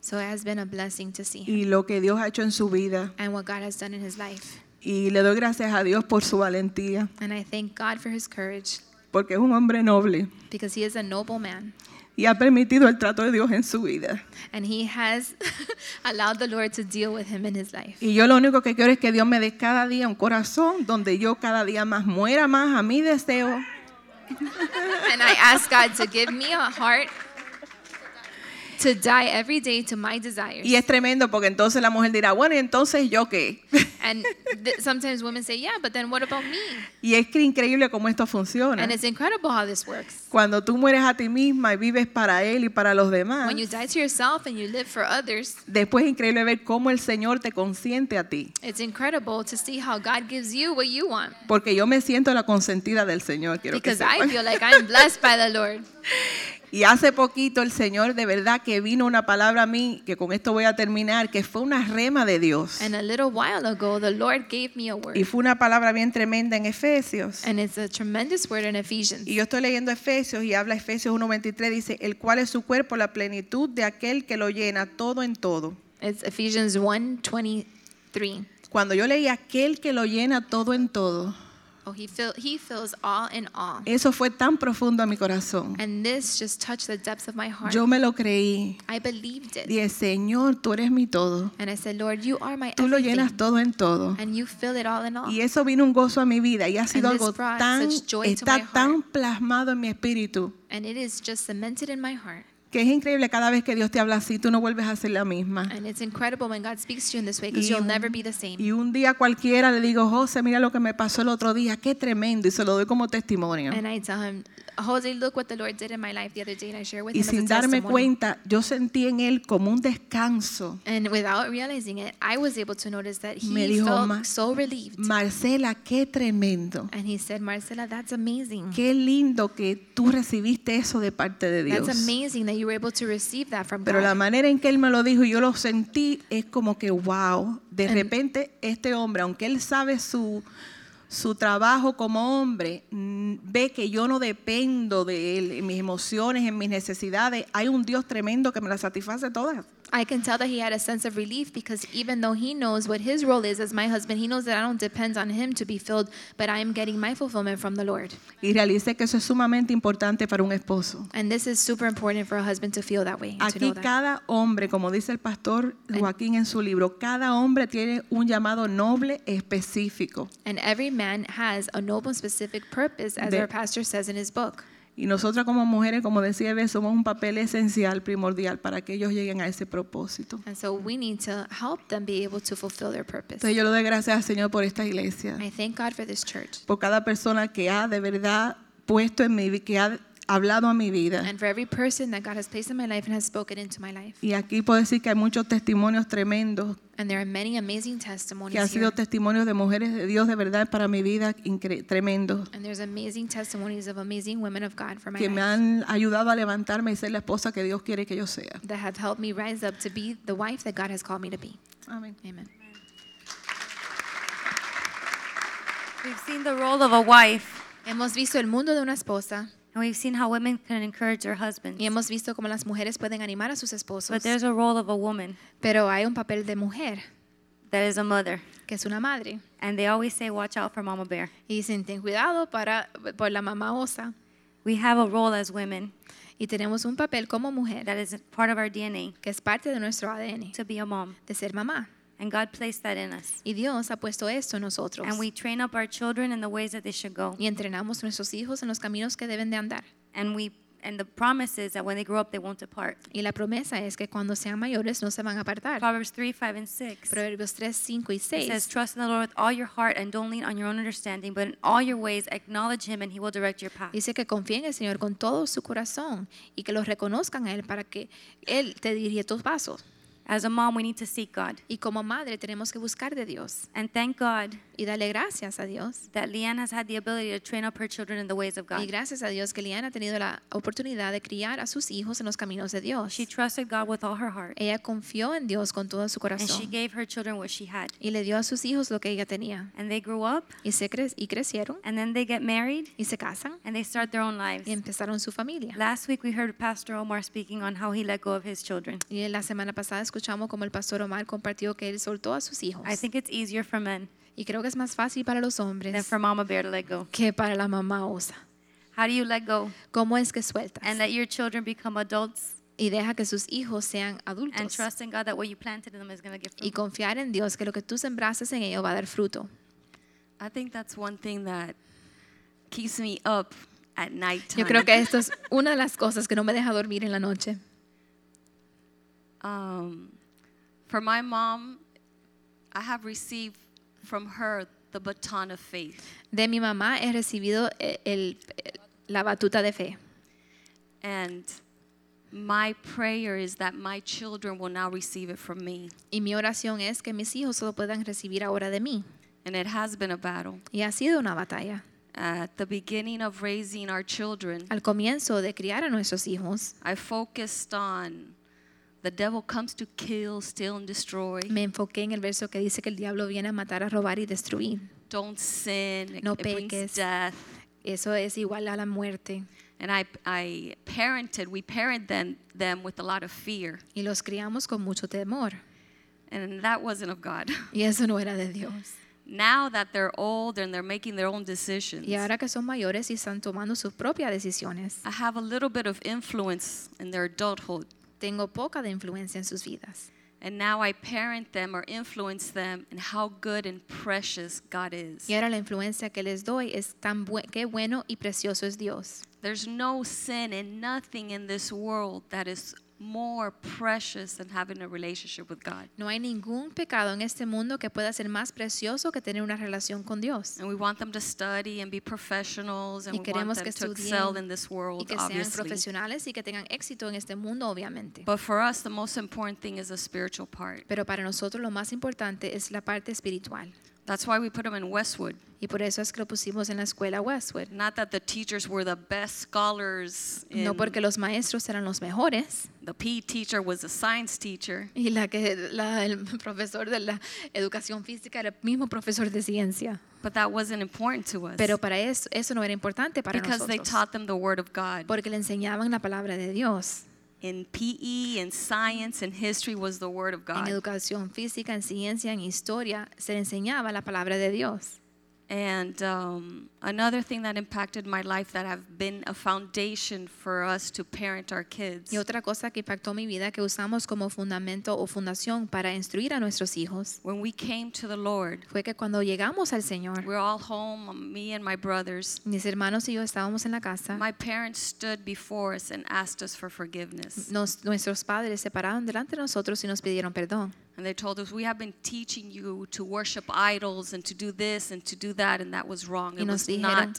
B: So it has been a blessing to see him
G: y lo que Dios ha hecho en su vida.
B: and what God has done in his life.
G: Y le doy gracias a Dios por su valentía,
B: And I thank God for his courage
G: porque es un hombre noble
B: because he is a noble man.
G: y ha permitido el trato de Dios en su vida.
B: And he has [laughs] allowed the Lord to deal with him in his life.
G: Y yo lo único que quiero es que Dios me dé cada día un corazón donde yo cada día más muera más a mi deseo
B: And I ask God to give me a heart to die every day to my desires.
G: Y es tremendo porque entonces la mujer dirá, bueno, ¿y entonces yo qué?
B: And th- sometimes women say, yeah, but then what about me?
G: Y es que increíble cómo esto funciona.
B: And it's incredible how this works.
G: Cuando tú mueres a ti misma y vives para Él y para los demás,
B: When you die to yourself and you live for others,
G: después es increíble ver cómo el Señor te consiente a ti.
B: it's incredible to see how God gives you what you want.
G: Porque yo me siento la consentida del Señor. Quiero que
B: Because I
G: sepan.
B: feel like I'm blessed by the Lord.
G: Y hace poquito el Señor de verdad que vino una palabra a mí, que con esto voy a terminar, que fue una rema de Dios.
B: And a little while ago, the Lord gave me a
G: Y
B: word.
G: fue una palabra bien tremenda en Efesios.
B: And it's a tremendous word in Ephesians.
G: Y yo estoy leyendo Efesios y habla Efesios 1.23, dice, el cual es su cuerpo, la plenitud de aquel que lo llena todo en todo.
B: It's Ephesians 1 23.
G: Cuando yo leí aquel que lo llena todo en todo,
B: Oh, he, fill, he fills all in all.
G: eso fue tan profundo a mi corazón.
B: And this just touched the depths of my heart.
G: Yo me lo creí.
B: I believed it.
G: Dije, Señor, tú eres mi todo.
B: And I said, Lord, you are my
G: Tú lo
B: everything,
G: llenas todo en todo.
B: And you fill it all in all.
G: Y eso vino un gozo a mi vida y ha sido
B: And this
G: algo
B: brought
G: tan,
B: such joy to my
G: está
B: heart.
G: tan plasmado en mi espíritu
B: And it is just cemented in my heart
G: que es increíble cada vez que Dios te habla así, tú no vuelves a ser la misma.
B: And it's incredible when God speaks to you in this way because you'll
G: un-
B: never be the same.
G: y un día cualquiera le digo, José, mira lo que me pasó el otro día, qué tremendo, y se lo doy como testimonio.
B: And I tell him, Jose, look what the Lord did in my life the other day, and I share with
G: Y
B: him as a
G: sin darme
B: testimony.
G: cuenta, yo sentí en él como un descanso.
B: And without realizing it, I was able to notice that
G: Me
B: he
G: dijo, "Ma-
B: felt so relieved.
G: Marcela, qué tremendo.
B: And he said, Marcela, that's amazing.
G: Qué lindo que tú recibiste eso de parte de Dios.
B: That's amazing that you were able to receive that from
G: Pero la
B: God.
G: manera en que él me lo dijo y yo lo sentí es como que, wow, de
B: And-
G: repente este hombre, aunque él sabe su, su trabajo como hombre, mm, ve que yo no dependo de él, en mis emociones, en mis necesidades, hay un Dios tremendo que me las satisface todas.
B: I can tell that he had a sense of relief because even though he knows what his role is as my husband, he knows that I don't depend on him to be filled, but I am getting my fulfillment from the Lord.
G: Y realicé que eso es sumamente importante para un esposo.
B: And this is super important for a husband to feel that way, and to know
G: Aquí
B: that.
G: cada hombre, como dice el pastor Joaquín en su libro, cada hombre tiene un llamado noble específico.
B: And every man has a noble and specific purpose, as
G: De-
B: our pastor says in his book.
G: Y nosotras como mujeres, como decía Eve, somos un papel esencial, primordial, para que ellos lleguen a ese propósito.
B: And so we need to help them be able to fulfill their purpose.
G: Entonces yo le doy gracias al Señor por esta iglesia,
B: I thank God for this church
G: por cada persona que ha de verdad puesto en mi vida, que ha hablado a mi vida.
B: and for every person that God has placed in my life and has spoken into my life.
G: Y aquí puedo decir que hay muchos testimonios tremendos,
B: And there are many amazing
G: que han
B: testimonies
G: sido
B: here.
G: testimonios de mujeres de Dios de verdad para mi vida incre- tremendos,
B: And there's amazing testimonies of amazing women of God for my
G: que me
B: life
G: han ayudado a levantarme y ser la esposa que Dios quiere que yo sea.
B: that have helped me rise up to be the wife that God has called me to be.
G: Amén.
B: Amen.
A: We've seen the role of a wife,
B: Hemos visto el mundo de una esposa
A: and we've seen how women can encourage their husbands.
B: y hemos visto cómo las mujeres pueden animar a sus
A: But
B: esposos.
A: there's a role of a woman
B: Pero hay un papel de mujer,
A: that is a mother.
B: que es una madre.
A: And they always say, watch out for Mama Bear.
B: Y dicen, ten cuidado para, por la mamá osa.
A: We have a role as women
B: Y tenemos un papel como mujer,
A: that is part of our DNA
B: que es parte de nuestro ADN,
A: to be a mom.
B: de ser mamá.
A: And God placed that in us.
B: Y Dios ha puesto esto en nosotros.
A: And we train up our children in the ways that they should go.
B: Y entrenamos nuestros hijos en los caminos que deben de andar.
A: And we and the promise is that when they grow up, they won't depart.
B: Y la promesa es que cuando sean mayores no se van a apartar.
A: Proverbs 3, 5, and 6.
B: Proverbios 3, 5 y
A: It says,
B: 6
A: Trust in the Lord with all your heart and don't lean on your own understanding, but in all your ways acknowledge him and he will direct your path.
B: dice que confíen en el Señor con todo su corazón y que los reconozcan a Él para que Él te dirija tus pasos.
A: As a mom, we need to seek God.
B: Y como madre tenemos que buscar de Dios
A: And thank God
B: y darle gracias a Dios.
A: that Leanne has had the ability to train up her children in the ways of
B: Y
A: God.
B: gracias a Dios que Liana ha tenido la oportunidad de criar a sus hijos en los caminos de Dios.
A: She trusted God with all her heart.
B: Ella confió en Dios con todo su
A: And she
B: corazón
A: gave her children what she had.
B: y le dio a sus hijos lo que ella tenía.
A: And they grew up,
B: Y, se cre- y crecieron
A: and then they get married,
B: y se casan
A: and they start their own lives.
B: y empezaron su familia.
A: Last week, we heard Pastor Omar speaking on how he let go of his children.
B: Y la semana pasada escuchamos como el pastor Omar compartió que él soltó a sus hijos.
A: I think it's easier for men
B: Y creo que es más fácil para los
A: than
B: hombres
A: for Mama Bear to let go.
B: que para la mamá osa.
A: How do you let go
B: ¿Cómo es que sueltas?
A: and let your children become adults
B: y deja que sus hijos sean
A: and
B: adultos.
A: trust in God that what you planted in them is going to give
B: Y [laughs]
A: fruit?
B: confiar en Dios que lo que tú sembraste en ellos va a dar fruto.
H: I think that's one thing that keeps me up at night.
B: Yo creo que esto es una de las cosas que no me deja dormir en la noche.
H: [laughs] um, for my mom, I have received from her the baton of faith,
B: De mi mamá he recibido eh, el- el- la batuta de fe.
H: and my prayer is that my children will now receive it from me.
B: Y mi oración es que mis hijos lo puedan recibir ahora de mí.
H: And it has been a battle.
B: Y ha sido una batalla.
H: At the beginning of raising our children,
B: Al comienzo de criar a nuestros hijos,
H: I focused on the devil comes to kill, steal, and destroy.
B: me enfoqué en el verso que dice que el diablo viene a matar, a robar y destruir.
H: Don't sin. It-
B: No
H: it brings
B: peques.
H: death.
B: Eso es igual a la muerte.
H: And I, I parented, we parented them, them with a lot of fear.
B: Y los criamos con mucho temor.
H: And that wasn't of God. [laughs]
B: Y eso no era de Dios.
H: Now that they're old and they're making their own decisions,
B: Y ahora que son mayores y están tomando sus propias decisiones,
H: I have a little bit of influence in their adulthood.
B: tengo poca de influencia en sus vidas.
H: And now I parent them or influence them in how good and precious God is.
B: Y ahora la influencia que les doy es tan bue- qué bueno y precioso es Dios.
H: There's no sin and nothing in this world that is more precious than having a relationship with God.
B: No hay ningún pecado en este mundo que pueda ser más precioso que tener una relación con Dios.
H: And we want them to study and be professionals and
B: Y
H: we want
B: queremos
H: them
B: que
H: to excel in
B: estudien
H: this
B: y
H: world,
B: que sean
H: obviously.
B: profesionales y que tengan éxito en este mundo, obviamente.
H: But for us, the most important thing is the spiritual part.
B: Pero para nosotros lo más importante es la parte espiritual.
H: That's why we put them in Westwood.
B: Y por eso es que lo pusimos en la escuela Westwood.
H: Not that the teachers were the best scholars.
B: No
H: in-
B: porque los maestros eran los mejores.
H: The PE teacher was a science teacher.
B: Y la que la- el [laughs] profesor de la educación física era el mismo profesor de ciencia.
H: But that wasn't important to us.
B: Pero para eso, eso no era importante para
H: Pues because they
B: nosotros.
H: taught them the Word of God.
B: Porque le enseñaban la palabra de Dios.
H: In PE, in science, in history was the Word of
B: En
H: God.
B: educación física, en ciencia, en historia, se le enseñaba la palabra de Dios.
H: And um, another thing that impacted my life that have been a foundation for us to parent our kids
B: Y otra cosa que impactó mi vida que usamos como fundamento o fundación para instruir a nuestros hijos
H: when we came to the Lord.
B: fue que cuando llegamos al Señor,
H: We're all home, me and my brothers.
B: mis hermanos y yo estábamos en la casa,
H: My parents stood before us and asked us for forgiveness.
B: nos- nuestros padres se pararon delante de nosotros y nos pidieron perdón.
H: And they told us, We have been teaching you to worship idols and to do this and to do that, and that was wrong.
B: Y
H: It
B: nos
H: was
B: dijeron,
H: not.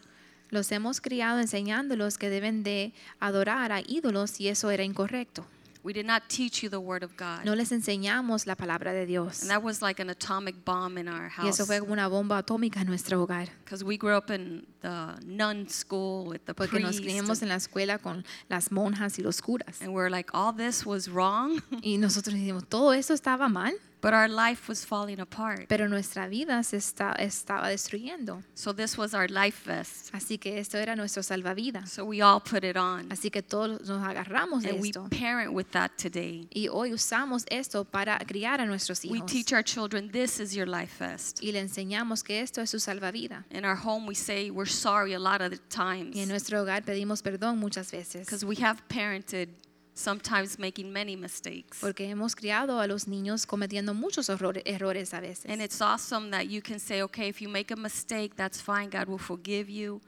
B: los hemos criado enseñándolos que deben de adorar a ídolos y eso era incorrecto.
H: We did not teach you the Word of God.
B: No les enseñamos la palabra de Dios.
H: And that was like an atomic bomb in our
B: Y eso
H: house.
B: fue como una bomba atómica en nuestro hogar.
H: Because we grew up in the nun school with the
B: Porque nos
H: priest.
B: criamos en la escuela con las monjas y los curas.
H: and we're like, all this was wrong,
B: [laughs] Y nosotros dijimos, todo eso estaba mal,
H: but our life was falling apart.
B: pero nuestra vida se está, estaba destruyendo.
H: So this was our life vest.
B: Así que esto era nuestro salvavidas.
H: So we all put it on.
B: Así que todos nos agarramos de
H: And we
B: esto.
H: parent with that today.
B: Y hoy usamos esto para criar a nuestros
H: We
B: hijos.
H: teach our children, this is your life vest.
B: Y le enseñamos que esto es su salvavidas.
H: In our home, we say, we're sorry a lot of the times.
B: Y en nuestro hogar pedimos perdón muchas veces.
H: Because we have parented, sometimes making many mistakes.
B: Porque hemos criado a los niños cometiendo muchos horror- errores a veces.
H: And it's awesome that you can say, okay, if you make a mistake, that's fine. God will forgive you.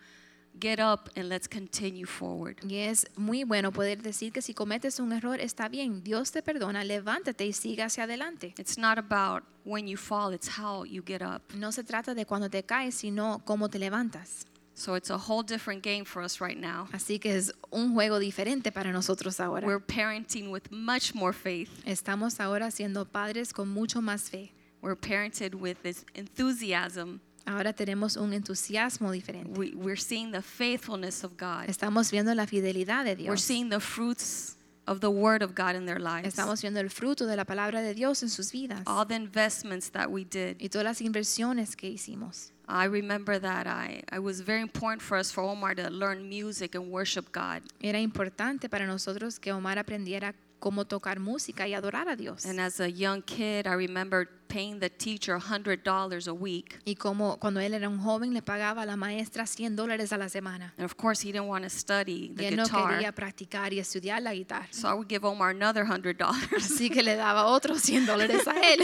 H: Get up and let's continue forward.
B: Y es muy bueno poder decir que si cometes un error está bien, Dios te perdona, levántate y siga hacia adelante.
H: It's not about when you fall, it's how you get up.
B: No se trata de cuando te caes, sino cómo te levantas.
H: So it's a whole different game for us right now.
B: Así que es un juego diferente para nosotros
H: We're
B: ahora.
H: parenting with much more faith.
B: Estamos ahora siendo padres con mucho más fe.
H: We're parented with this enthusiasm.
B: Ahora tenemos un entusiasmo diferente.
H: We, we're seeing the faithfulness of God.
B: Estamos viendo la fidelidad de
H: We're
B: Dios.
H: seeing the fruits of the Word of God in their lives.
B: Estamos viendo el fruto de la palabra de Dios en sus vidas
H: All the investments that we did.
B: y todas las inversiones que hicimos.
H: I remember that I it was very important for us for Omar to learn music and worship God.
B: Era importante para nosotros que Omar aprendiera cómo tocar música y adorar a Dios.
H: And as a young kid, I remember paying the teacher $100 a week.
B: Y como cuando él era un joven le pagaba a la maestra 100 dólares a la semana.
H: And of course, he didn't want to study
B: Y
H: the
B: él no
H: guitar.
B: quería practicar y estudiar la guitarra.
H: So I would give Omar another [laughs] $100
B: Así que le daba otros 100 [laughs] dólares a
H: [laughs]
B: él.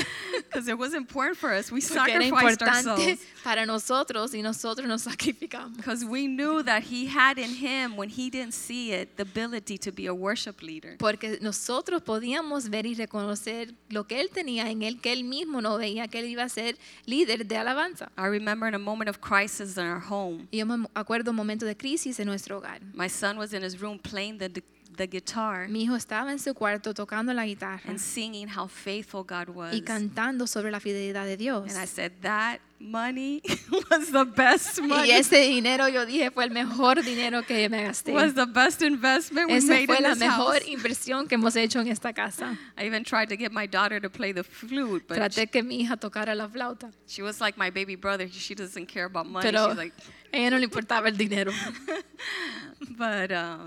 H: because it was important for us. We
B: Porque era
H: sacrificed
B: importante
H: ourselves
B: para nosotros y nosotros nos sacrificamos.
H: because we knew that he had in him, when he didn't see it, the ability to be a worship leader.
B: Porque nosotros podíamos ver y reconocer lo que él tenía en él, que él mismo no veía que él iba a ser líder de alabanza.
H: I remember in a moment of crisis in our home,
B: Y yo me acuerdo un momento de crisis en nuestro hogar.
H: my son was in his room playing the, the guitar.
B: Mi hijo estaba en su cuarto tocando la guitarra
H: and singing how faithful God was.
B: y cantando sobre la fidelidad de Dios.
H: And I said, that money [laughs] was the best money,
B: Y ese dinero yo dije fue el mejor dinero que me gasté.
H: [laughs] was the best investment we
B: Esa
H: made
B: fue
H: in
B: la
H: this house.
B: mejor inversión que hemos hecho en esta casa.
H: I even tried to get my daughter to play the flute, but she,
B: Traté que mi hija tocara la flauta,
H: she was like my baby brother. She doesn't care about money.
B: pero
H: She's like, [laughs]
B: a ella no le importaba el dinero.
H: but uh,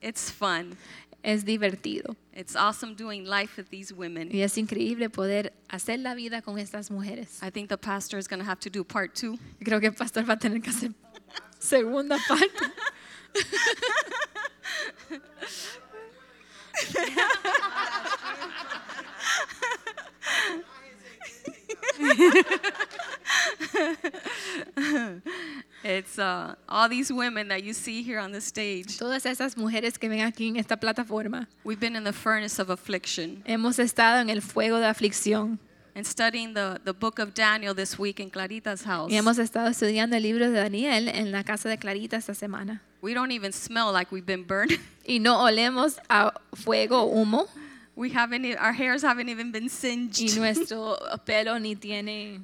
H: it's fun.
B: Es divertido
H: It's awesome doing life with these
B: y
H: women.
B: es increíble poder hacer la vida con estas mujeres.
H: I think the pastor is going to have to do part two.
B: Creo que el pastor va a tener que hacer segunda parte.
H: [laughs] it's uh, all these women that you see here on the stage.
B: Todas esas mujeres que ven aquí en esta plataforma.
H: We've been in the furnace of affliction.
B: [laughs] Hemos estado en el fuego de aflicción.
H: And studying the, the book of Daniel this week in Clarita's house.
B: Y hemos estado estudiando el libro de Daniel en la casa de Clarita esta semana.
H: We don't even smell like we've been burned. [laughs]
B: Y no olemos a fuego o humo.
H: We haven't, e- our hairs haven't even been singed. [laughs]
B: Y nuestro pelo ni tiene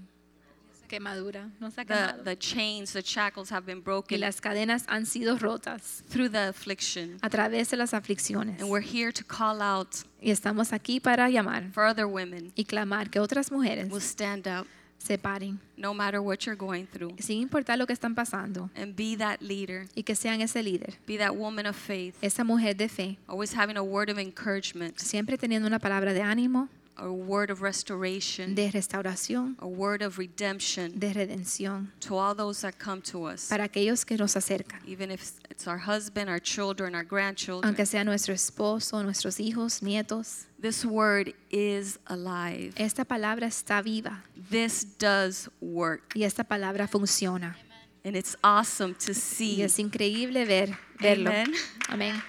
B: quemadura. No se ha
H: the,
B: quemado.
H: the chains, the shackles have been
B: Y
H: broken
B: las cadenas han sido rotas
H: through the affliction.
B: a través de las aflicciones.
H: And we're here to call out
B: Y estamos aquí para llamar
H: for other women
B: y clamar que otras mujeres
H: will stand up
B: se paren,
H: no matter what you're going through
B: sin importar lo que están pasando,
H: and be that leader,
B: y que sean ese líder,
H: be that woman of faith,
B: esa mujer de fe,
H: always having a word of encouragement,
B: siempre teniendo una palabra de ánimo,
H: a word of restoration,
B: de restauración,
H: a word of redemption
B: de redención
H: to all those that come to us,
B: para aquellos que nos acercan,
H: even if it's our husband, our children, our grandchildren.
B: aunque sea nuestro esposo, nuestros hijos, nietos.
H: This word is alive.
B: Esta palabra está viva
H: This does work.
B: y esta palabra funciona.
H: And it's awesome to
B: Y
H: see.
B: es increíble ver, verlo.
H: Amen.
B: Amén.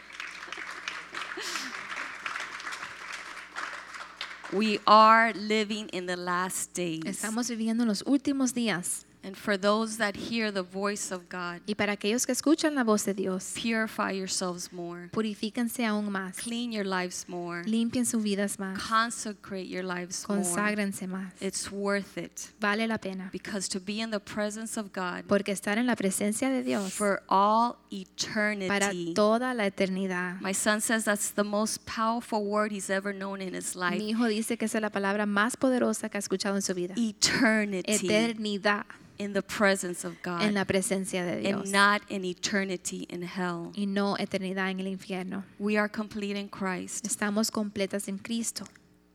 H: We are living in the last days.
B: Estamos viviendo en los últimos días
H: And for those that hear the voice of God,
B: y para aquellos que escuchan la voz de Dios,
H: purify yourselves more,
B: purifíquense aún más,
H: clean your lives more,
B: limpien sus vidas más,
H: consecrate your lives more.
B: conságrense más.
H: It's worth it
B: Vale la pena,
H: because to be in the presence of God
B: porque estar en la presencia de Dios
H: for all
B: para
H: eternity.
B: toda la eternidad.
H: My son says that's the most powerful word he's ever known in his life.
B: Mi hijo dice que esa es la palabra más poderosa que ha escuchado en su vida.
H: Eternity
B: Eternidad
H: in the presence of God.
B: en la presencia de Dios
H: and not an eternity in hell.
B: y no eternidad en el infierno.
H: We are complete in Christ.
B: Estamos completas en Cristo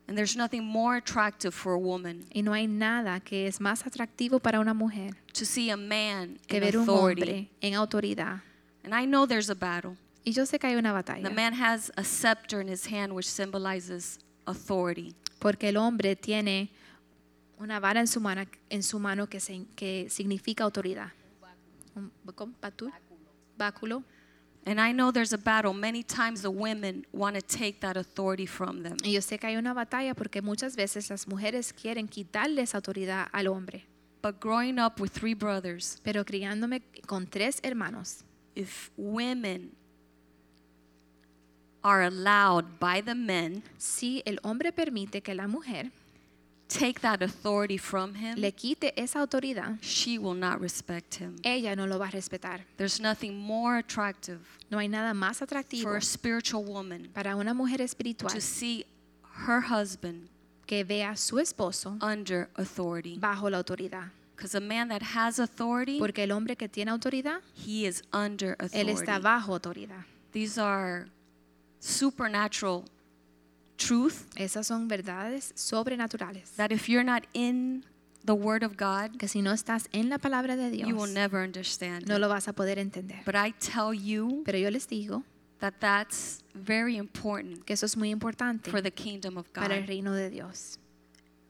H: And there's nothing more attractive for a woman
B: y no hay nada que es más atractivo para una mujer
H: to see a man
B: que
H: in
B: ver un
H: authority.
B: hombre en autoridad.
H: And I know there's a battle.
B: Y yo sé que hay una
H: The
B: batalla,
H: man has a scepter in his hand, which symbolizes authority.
B: porque el hombre tiene una vara en su mano, en su mano que, se- que significa autoridad. Un ¿cómo? ¿Batul? báculo.
H: And I know there's a battle. Many times the women want to take that authority from them.
B: Y yo sé que hay una batalla porque muchas veces las mujeres quieren quitarle esa autoridad al hombre.
H: But growing up with three brothers,
B: Pero criándome con tres hermanos,
H: if women are allowed by the men
B: si el hombre permite que la mujer
H: take that authority from him,
B: le quite esa autoridad,
H: she will not respect him.
B: ella no lo va a respetar.
H: There's nothing more attractive
B: No hay nada más atractivo
H: for a spiritual woman
B: para una mujer espiritual
H: to see her husband
B: que vea a su esposo
H: under authority.
B: bajo la autoridad.
H: Because a man that has authority,
B: Porque el hombre que tiene autoridad,
H: he is under
B: él está
H: authority.
B: bajo autoridad.
H: These are supernatural truth
B: Esas son verdades sobrenaturales.
H: that if you're not in the Word of God,
B: Que si no estás en la palabra de Dios,
H: you will never understand.
B: no
H: it.
B: lo vas a poder entender.
H: But I tell you
B: Pero yo les digo
H: that that's very important
B: que eso es muy importante
H: for the kingdom of
B: para el
H: God.
B: reino de Dios.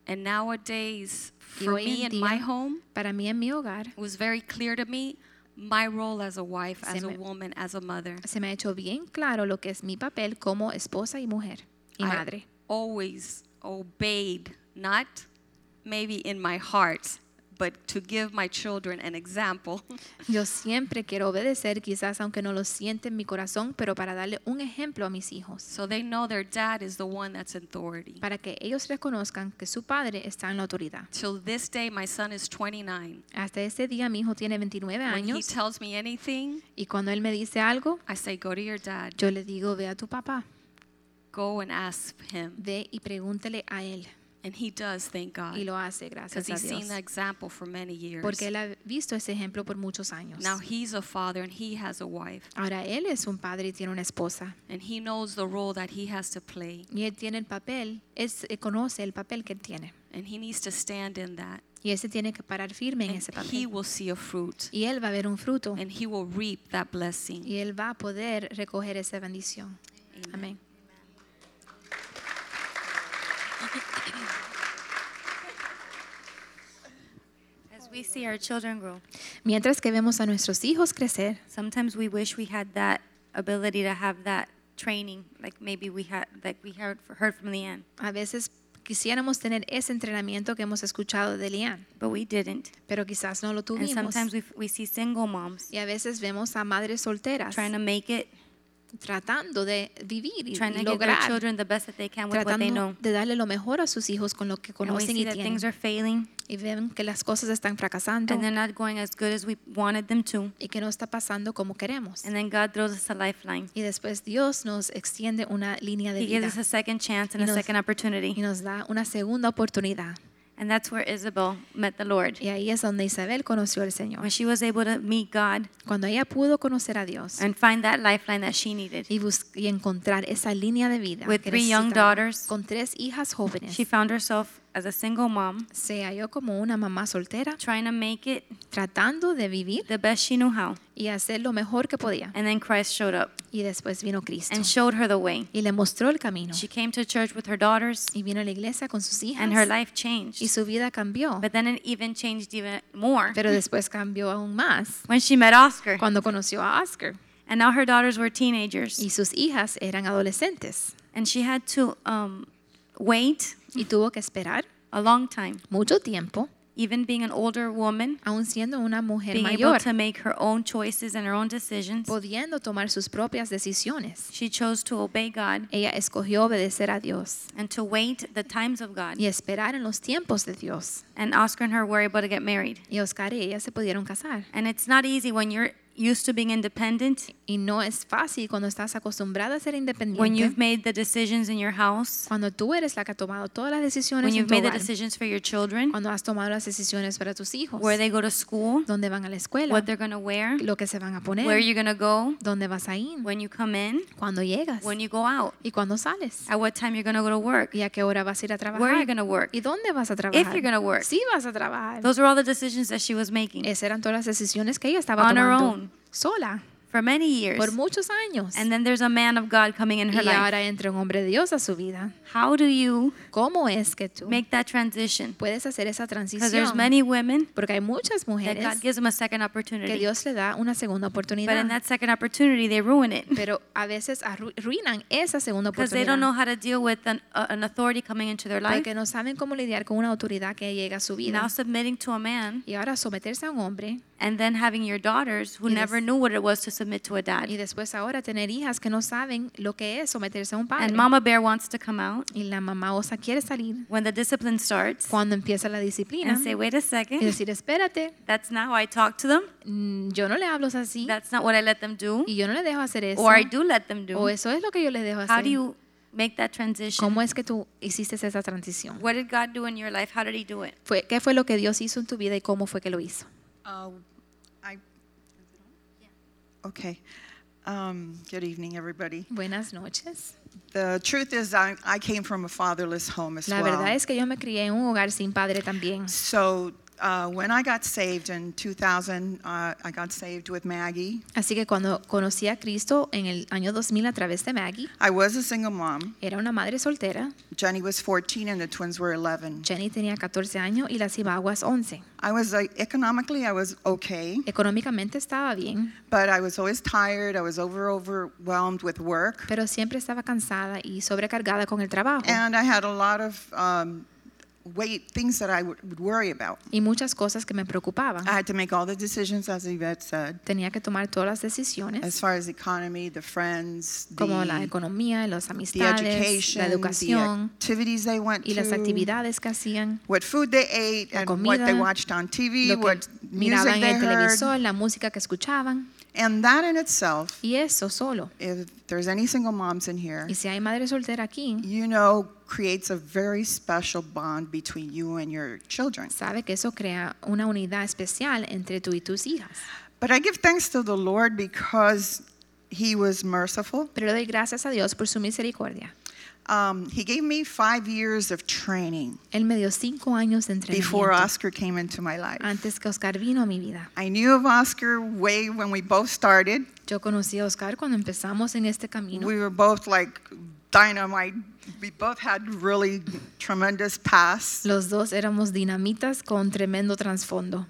H: And nowadays,
B: Y
H: for
B: hoy en
H: me in
B: día,
H: my home,
B: Para mí en mi hogar
H: it was very clear to me my role as a wife,
B: Se
H: as a
B: me-
H: woman, as a mother.
B: se me ha hecho bien claro lo que es mi papel como esposa y mujer y
H: I
B: madre.
H: always obeyed, not maybe in my heart, but to give my children an example
B: Yo siempre quiero obedecer, quizás aunque no lo siente en mi corazón, pero para darle un ejemplo a mis hijos,
H: so they know their dad is the one that's in authority.
B: para que ellos reconozcan que su padre está en la autoridad.
H: Till this day, my son is 29.
B: Hasta este día mi hijo tiene 29
H: [laughs] When he
B: años
H: tells me anything,
B: y cuando él me dice algo,
H: I say, Go to your dad.
B: yo le digo, ve a tu papá,
H: Go and ask him.
B: ve y pregúntele a él.
H: And he does, thank
B: Y
H: God.
B: lo hace,
H: Because
B: gracias a
H: he's seen the
B: Dios.
H: example for many years.
B: Porque él ha visto ese ejemplo por muchos años.
H: Now he's a father and he has a wife.
B: Ahora él es un padre y tiene una esposa.
H: And he knows the role that he has to play.
B: Y él tiene el papel, él se- conoce el papel que él tiene.
H: And he needs to stand in that.
B: Y ese tiene que parar firme en
H: And
B: ese
H: he
B: papel.
H: will see a fruit.
B: Y él va a ver un fruto.
H: And he will reap that blessing.
B: Y él va a poder recoger esa bendición. Amén.
A: we see our children grow,
B: mientras que vemos a nuestros hijos crecer.
A: sometimes we wish we had that ability to have that training, like maybe we had, like we heard, heard from Leanne,
B: A veces quisiéramos tener ese entrenamiento que hemos escuchado de Lian,
A: but we didn't.
B: pero quizás no lo
A: And
B: tuvimos.
A: sometimes we, we see single moms
B: Y a veces vemos a madres solteras
A: trying to make it,
B: tratando de vivir y
A: trying to give their
B: lograr,
A: children the best that they can with what they know.
B: tratando de darle lo mejor a sus hijos con lo que
A: And we
B: conocen
A: see
B: y
A: that things are
B: tienen.
A: failing
B: Y ven que las cosas están fracasando
A: and they're not going as good as we wanted them to.
B: y que no está pasando como queremos.
A: And then God throws us a lifeline.
B: Y después Dios nos extiende una línea de
A: He gives
B: vida
A: us a second chance and
B: Y
A: a
B: nos-
A: second
B: y
A: opportunity.
B: nos da una segunda oportunidad.
A: And that's where Isabel met the Lord.
B: Y ahí es donde Isabel conoció al Señor.
A: When she was able to meet God
B: Cuando ella pudo conocer a Dios
A: and find that lifeline that she needed.
B: y, bus- y encontrar esa línea de vida
A: With
B: que
A: three young
B: necesitaba,
A: daughters,
B: con tres hijas jóvenes,
A: She found herself as a single mom
B: se halló como una mamá soltera
A: trying to make it
B: tratando de vivir
A: the best she knew how.
B: y hacer lo mejor que podía.
A: And then Christ showed up
B: Y después vino Cristo
A: and showed her the way.
B: y le mostró el camino.
A: She came to church with her daughters
B: Y vino a la iglesia con sus hijas
A: and her life
B: y
A: changed.
B: su vida cambió,
A: But then it even changed even more
B: pero después cambió aún más
A: [laughs] when she met Oscar.
B: cuando conoció a Oscar.
A: And now her daughters were teenagers.
B: Y sus hijas eran adolescentes
A: And she had to um, wait
B: y tuvo que esperar
A: a long time,
B: mucho tiempo,
A: even being an older woman,
B: aún siendo una mujer
A: being able
B: mayor,
A: to make her own choices and her own decisions.
B: pudiendo tomar sus propias decisiones.
A: She chose to obey God
B: Ella escogió obedecer a Dios
A: and to wait the times of God.
B: y esperar en los tiempos de Dios.
A: And Oscar and her were able to get married.
B: Y Oscar y ella se pudieron casar.
A: And it's not easy when you're used to being independent,
B: Y no es fácil cuando estás acostumbrada a ser
A: when you've
B: independiente.
A: made the decisions in your house,
B: Cuando tú eres la que ha tomado todas las decisiones
A: when
B: en
A: you've
B: tu
A: made the
B: hogar,
A: decisions for your children,
B: cuando has tomado las decisiones para tus hijos,
A: where they go to school,
B: dónde van a la escuela,
A: what they're going to wear,
B: lo que se van a
A: where
B: poner,
A: you're going to go,
B: dónde vas a ir,
A: when you come in,
B: cuando llegas
A: when you go out,
B: y cuando sales,
A: at what time you're going to go to work,
B: y a qué hora vas a ir a
A: where you're
B: trabajar
A: going to work.
B: y dónde vas a
A: if
B: trabajar.
A: you're going to work.
B: Si vas a trabajar.
A: Those are all the decisions that she was making
B: Esas eran todas las decisiones que ella estaba
A: On her
B: tomando
A: own.
B: sola
A: for many years.
B: por muchos años.
A: And then there's a man of God coming in her
B: Y
A: life.
B: ahora entra un hombre de Dios a su vida.
A: How do you
B: ¿Cómo es que tú
A: make that transition?
B: puedes hacer esa
A: Because there's
B: transición?
A: many women
B: Porque hay muchas
A: that God
B: mujeres
A: gives them a second
B: que
A: opportunity.
B: Dios le da una segunda
A: But in
B: oportunidad,
A: that second opportunity, they ruin it
B: pero a veces arru- arruinan esa segunda
A: because they don't know
B: oportunidad
A: how to deal with an, uh, an authority coming into their life.
B: porque no saben cómo lidiar con una autoridad que llega a su
A: Now
B: vida.
A: submitting to a man
B: Y ahora someterse a un hombre
A: and then having your daughters who
B: Y des-
A: never knew what it was to submit to a
B: y
A: dad.
B: después ahora tener hijas que no saben lo que es someterse a un padre.
A: And Mama Bear wants to come out
B: Y la mamá osa quiere salir
A: when the discipline starts
B: cuando empieza la disciplina
A: and say, wait a
B: y
A: second,
B: decir, espérate,
A: that's not how I talk to them.
B: mm, yo no le hablo así
A: That's not what I let them do.
B: y yo no le dejo hacer eso.
A: Or I do let them
B: O
A: do.
B: eso es lo que yo le dejo
A: How do
B: hacer.
A: you make that transition?
B: ¿Cómo es que tú hiciste esa transición?
A: What did God do in your life? How did He do it?
B: Fue- ¿Qué fue lo que Dios hizo en tu vida y cómo fue que lo hizo?
I: Uh, I, okay. Um, good evening, everybody.
B: Buenas noches.
I: The truth is, I, I came from a fatherless home as
B: La
I: well.
B: verdad es que yo me crié en un hogar sin padre también.
I: so uh, when I got saved in 2000, uh, I got saved with Maggie.
B: Así que cuando conocí a Cristo en el año 2000 a través de Maggie,
I: I was a single mom.
B: era una madre soltera.
I: Jenny was 14 and the twins were 11.
B: Jenny tenía 14 años y las Ibaguas 11.
I: I was like, economically, I was okay,
B: Económicamente estaba bien,
I: but I was always tired. I was over overwhelmed with work.
B: pero siempre estaba cansada y sobrecargada con el trabajo
I: And I had a lot of um, weight, things that I would would worry about.
B: y muchas cosas que me preocupaban.
I: I had to make all the decisions, as Yvette said,
B: Tenía que tomar todas las
I: as
B: decisiones,
I: far as the economy, the friends, the,
B: como la economía, las
I: the
B: amistades,
I: education,
B: la
I: the
B: educación
I: activities they went
B: y las
I: to,
B: actividades que hacían,
I: what food they ate,
B: la
I: and what they
B: comida,
I: watched on TV,
B: lo que
I: what music
B: miraban en
I: they
B: el
I: heard.
B: televisor, la música que escuchaban
I: And that in itself,
B: y eso solo.
I: if there's any single moms in here,
B: Y si hay madre soltera aquí,
I: you know creates a very special bond between you and your children.
B: sabe que eso crea una unidad especial entre tú y tus hijas.
I: But I give thanks to the Lord because He was merciful.
B: Pero le doy gracias a Dios por su misericordia.
I: Um, he gave me five years of training
B: Él me dio cinco años de
I: before
B: entrenamiento
I: Oscar came into my life.
B: antes que Oscar vino a mi vida.
I: I knew of Oscar way when we both started.
B: Yo conocí a Oscar cuando empezamos en este camino.
I: We were both like dynamite. We both had really tremendous past.
B: Los dos éramos dinamitas con tremendo trasfondo.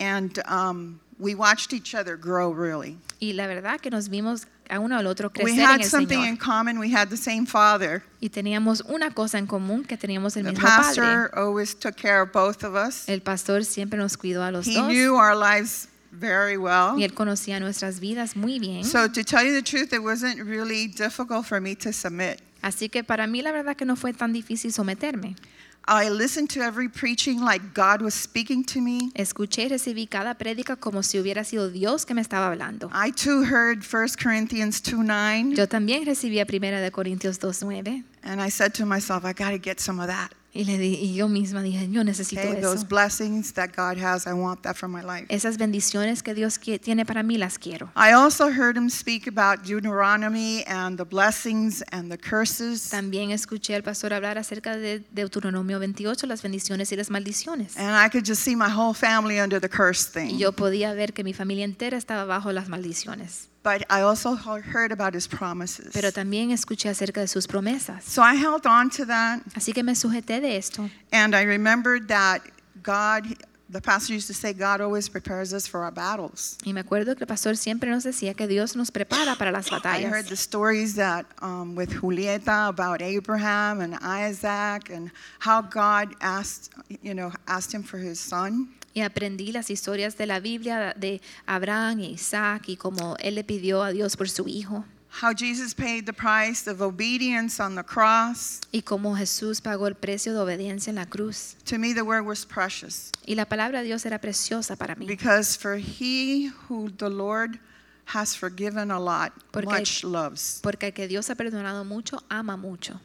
I: And um, we watched each other grow, really.
B: Y la verdad que nos vimos a uno al otro
I: We
B: crecer en
I: had
B: el
I: something in
B: Señor.
I: common. We had the same father.
B: Y teníamos una cosa en común que teníamos el
I: The
B: mismo padre.
I: pastor always took care of both of us.
B: El pastor siempre nos cuidó a los
I: He
B: dos.
I: knew our lives very well.
B: Y él conocía nuestras vidas muy bien.
I: So, to tell you the truth, it wasn't really difficult for me to submit.
B: Así que para mí la verdad que no fue tan difícil someterme.
I: I listened to every preaching like God was speaking to me.
B: Escuché y recibí cada prédica como si hubiera sido Dios que me estaba hablando.
I: I too heard 1 Corinthians 2 9.
B: Yo también recibí a primera de Corintios 2:9
I: And I said to myself, I got to get some of that.
B: y le di, y yo misma dije, yo necesito
I: Okay, those
B: eso.
I: blessings that God has, I want that for my life.
B: Esas bendiciones que Dios qui- tiene para mí las quiero.
I: I also heard him speak about Deuteronomy and the blessings and the curses.
B: También escuché al pastor hablar acerca de Deuteronomio 28, las bendiciones y las maldiciones.
I: And I could just see my whole family under the curse
B: Y
I: thing.
B: yo podía ver que mi familia entera estaba bajo las maldiciones.
I: But I also he- heard about his promises.
B: Pero también escuché acerca de sus promesas.
I: So I held on to that.
B: Así que me sujeté de esto.
I: And I remembered that God, the pastor used to say, God always prepares us for our battles.
B: Y me acuerdo que el pastor siempre nos decía que Dios nos prepara para las
I: I heard
B: batallas.
I: the stories that um, with Julieta about Abraham and Isaac and how God asked, you know, asked him for his son.
B: Y aprendí las historias de la Biblia de Abraham y Isaac y cómo él le pidió a Dios por su hijo.
I: How Jesus paid the price of obedience on the cross.
B: Y cómo Jesús pagó el precio de obediencia en la cruz.
I: To me, the word was precious
B: Y la palabra de Dios era preciosa para mí.
I: because for he who the Lord has forgiven a lot,
B: Porque-
I: much loves.
B: Porque el que Dios ha perdonado mucho, ama mucho.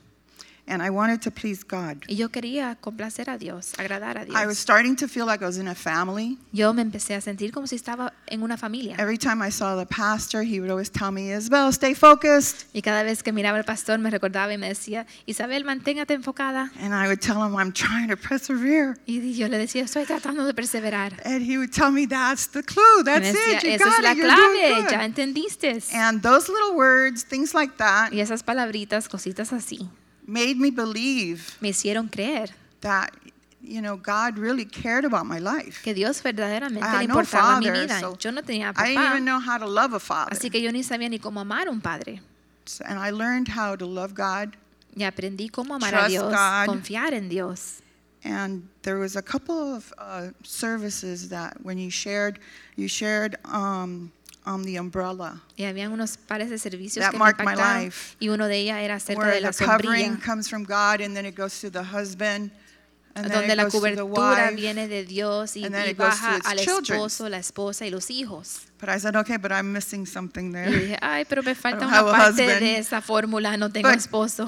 I: And I wanted to please God.
B: Y yo quería complacer a Dios, agradar a
I: I was
B: Dios.
I: starting to feel like I was in a family.
B: Yo me empecé a sentir como si estaba en una familia.
I: Every time I saw the pastor, he would always tell me, Isabel, stay focused.
B: Y cada vez que miraba al pastor me recordaba y me decía, Isabel, manténgate enfocada.
I: And I would tell him, I'm trying to persevere.
B: Y yo le decía, estoy tratando de perseverar.
I: And he would tell me, that's the clue.
B: Y me
I: That's
B: decía,
I: it. You
B: Esa
I: got
B: es
I: it.
B: la
I: You're doing
B: clave,
I: good."
B: ya entendiste.
I: And those little words, things like that,
B: Y esas palabritas, cositas así,
I: made me believe
B: me hicieron creer
I: that, you know, God really cared about my life.
B: que Dios verdaderamente
I: I
B: le
I: had no
B: importaba mi
I: father,
B: vida.
I: so
B: yo no tenía
I: I didn't even
B: papá,
I: know how to love a father.
B: así que yo ni sabía ni cómo amar a un padre.
I: And I learned how to love God.
B: Y aprendí cómo amar a
I: Trust
B: Dios,
I: God.
B: confiar en Dios.
I: And there was a couple of uh, services that when you shared, you shared um, on the umbrella,
B: Y habían unos pares de servicios
I: That
B: que me
I: marked my
B: impactaron,
I: life.
B: y uno de ellas era acerca
I: where
B: de la
I: the covering
B: sombrilla,
I: comes from God and then it goes to the husband and then
B: donde
I: it
B: la
I: goes to the
B: cobertura
I: wife.
B: viene de Dios y,
I: and then
B: y
I: it goes to
B: baja
I: its
B: al
I: children.
B: esposo, la esposa y los hijos.
I: But I said, okay, but I'm missing something
B: Y
I: there.
B: dije, ay, pero me falta
I: don't
B: una
I: have a
B: parte
I: husband."
B: de esa fórmula, no tengo
I: But-
B: esposo.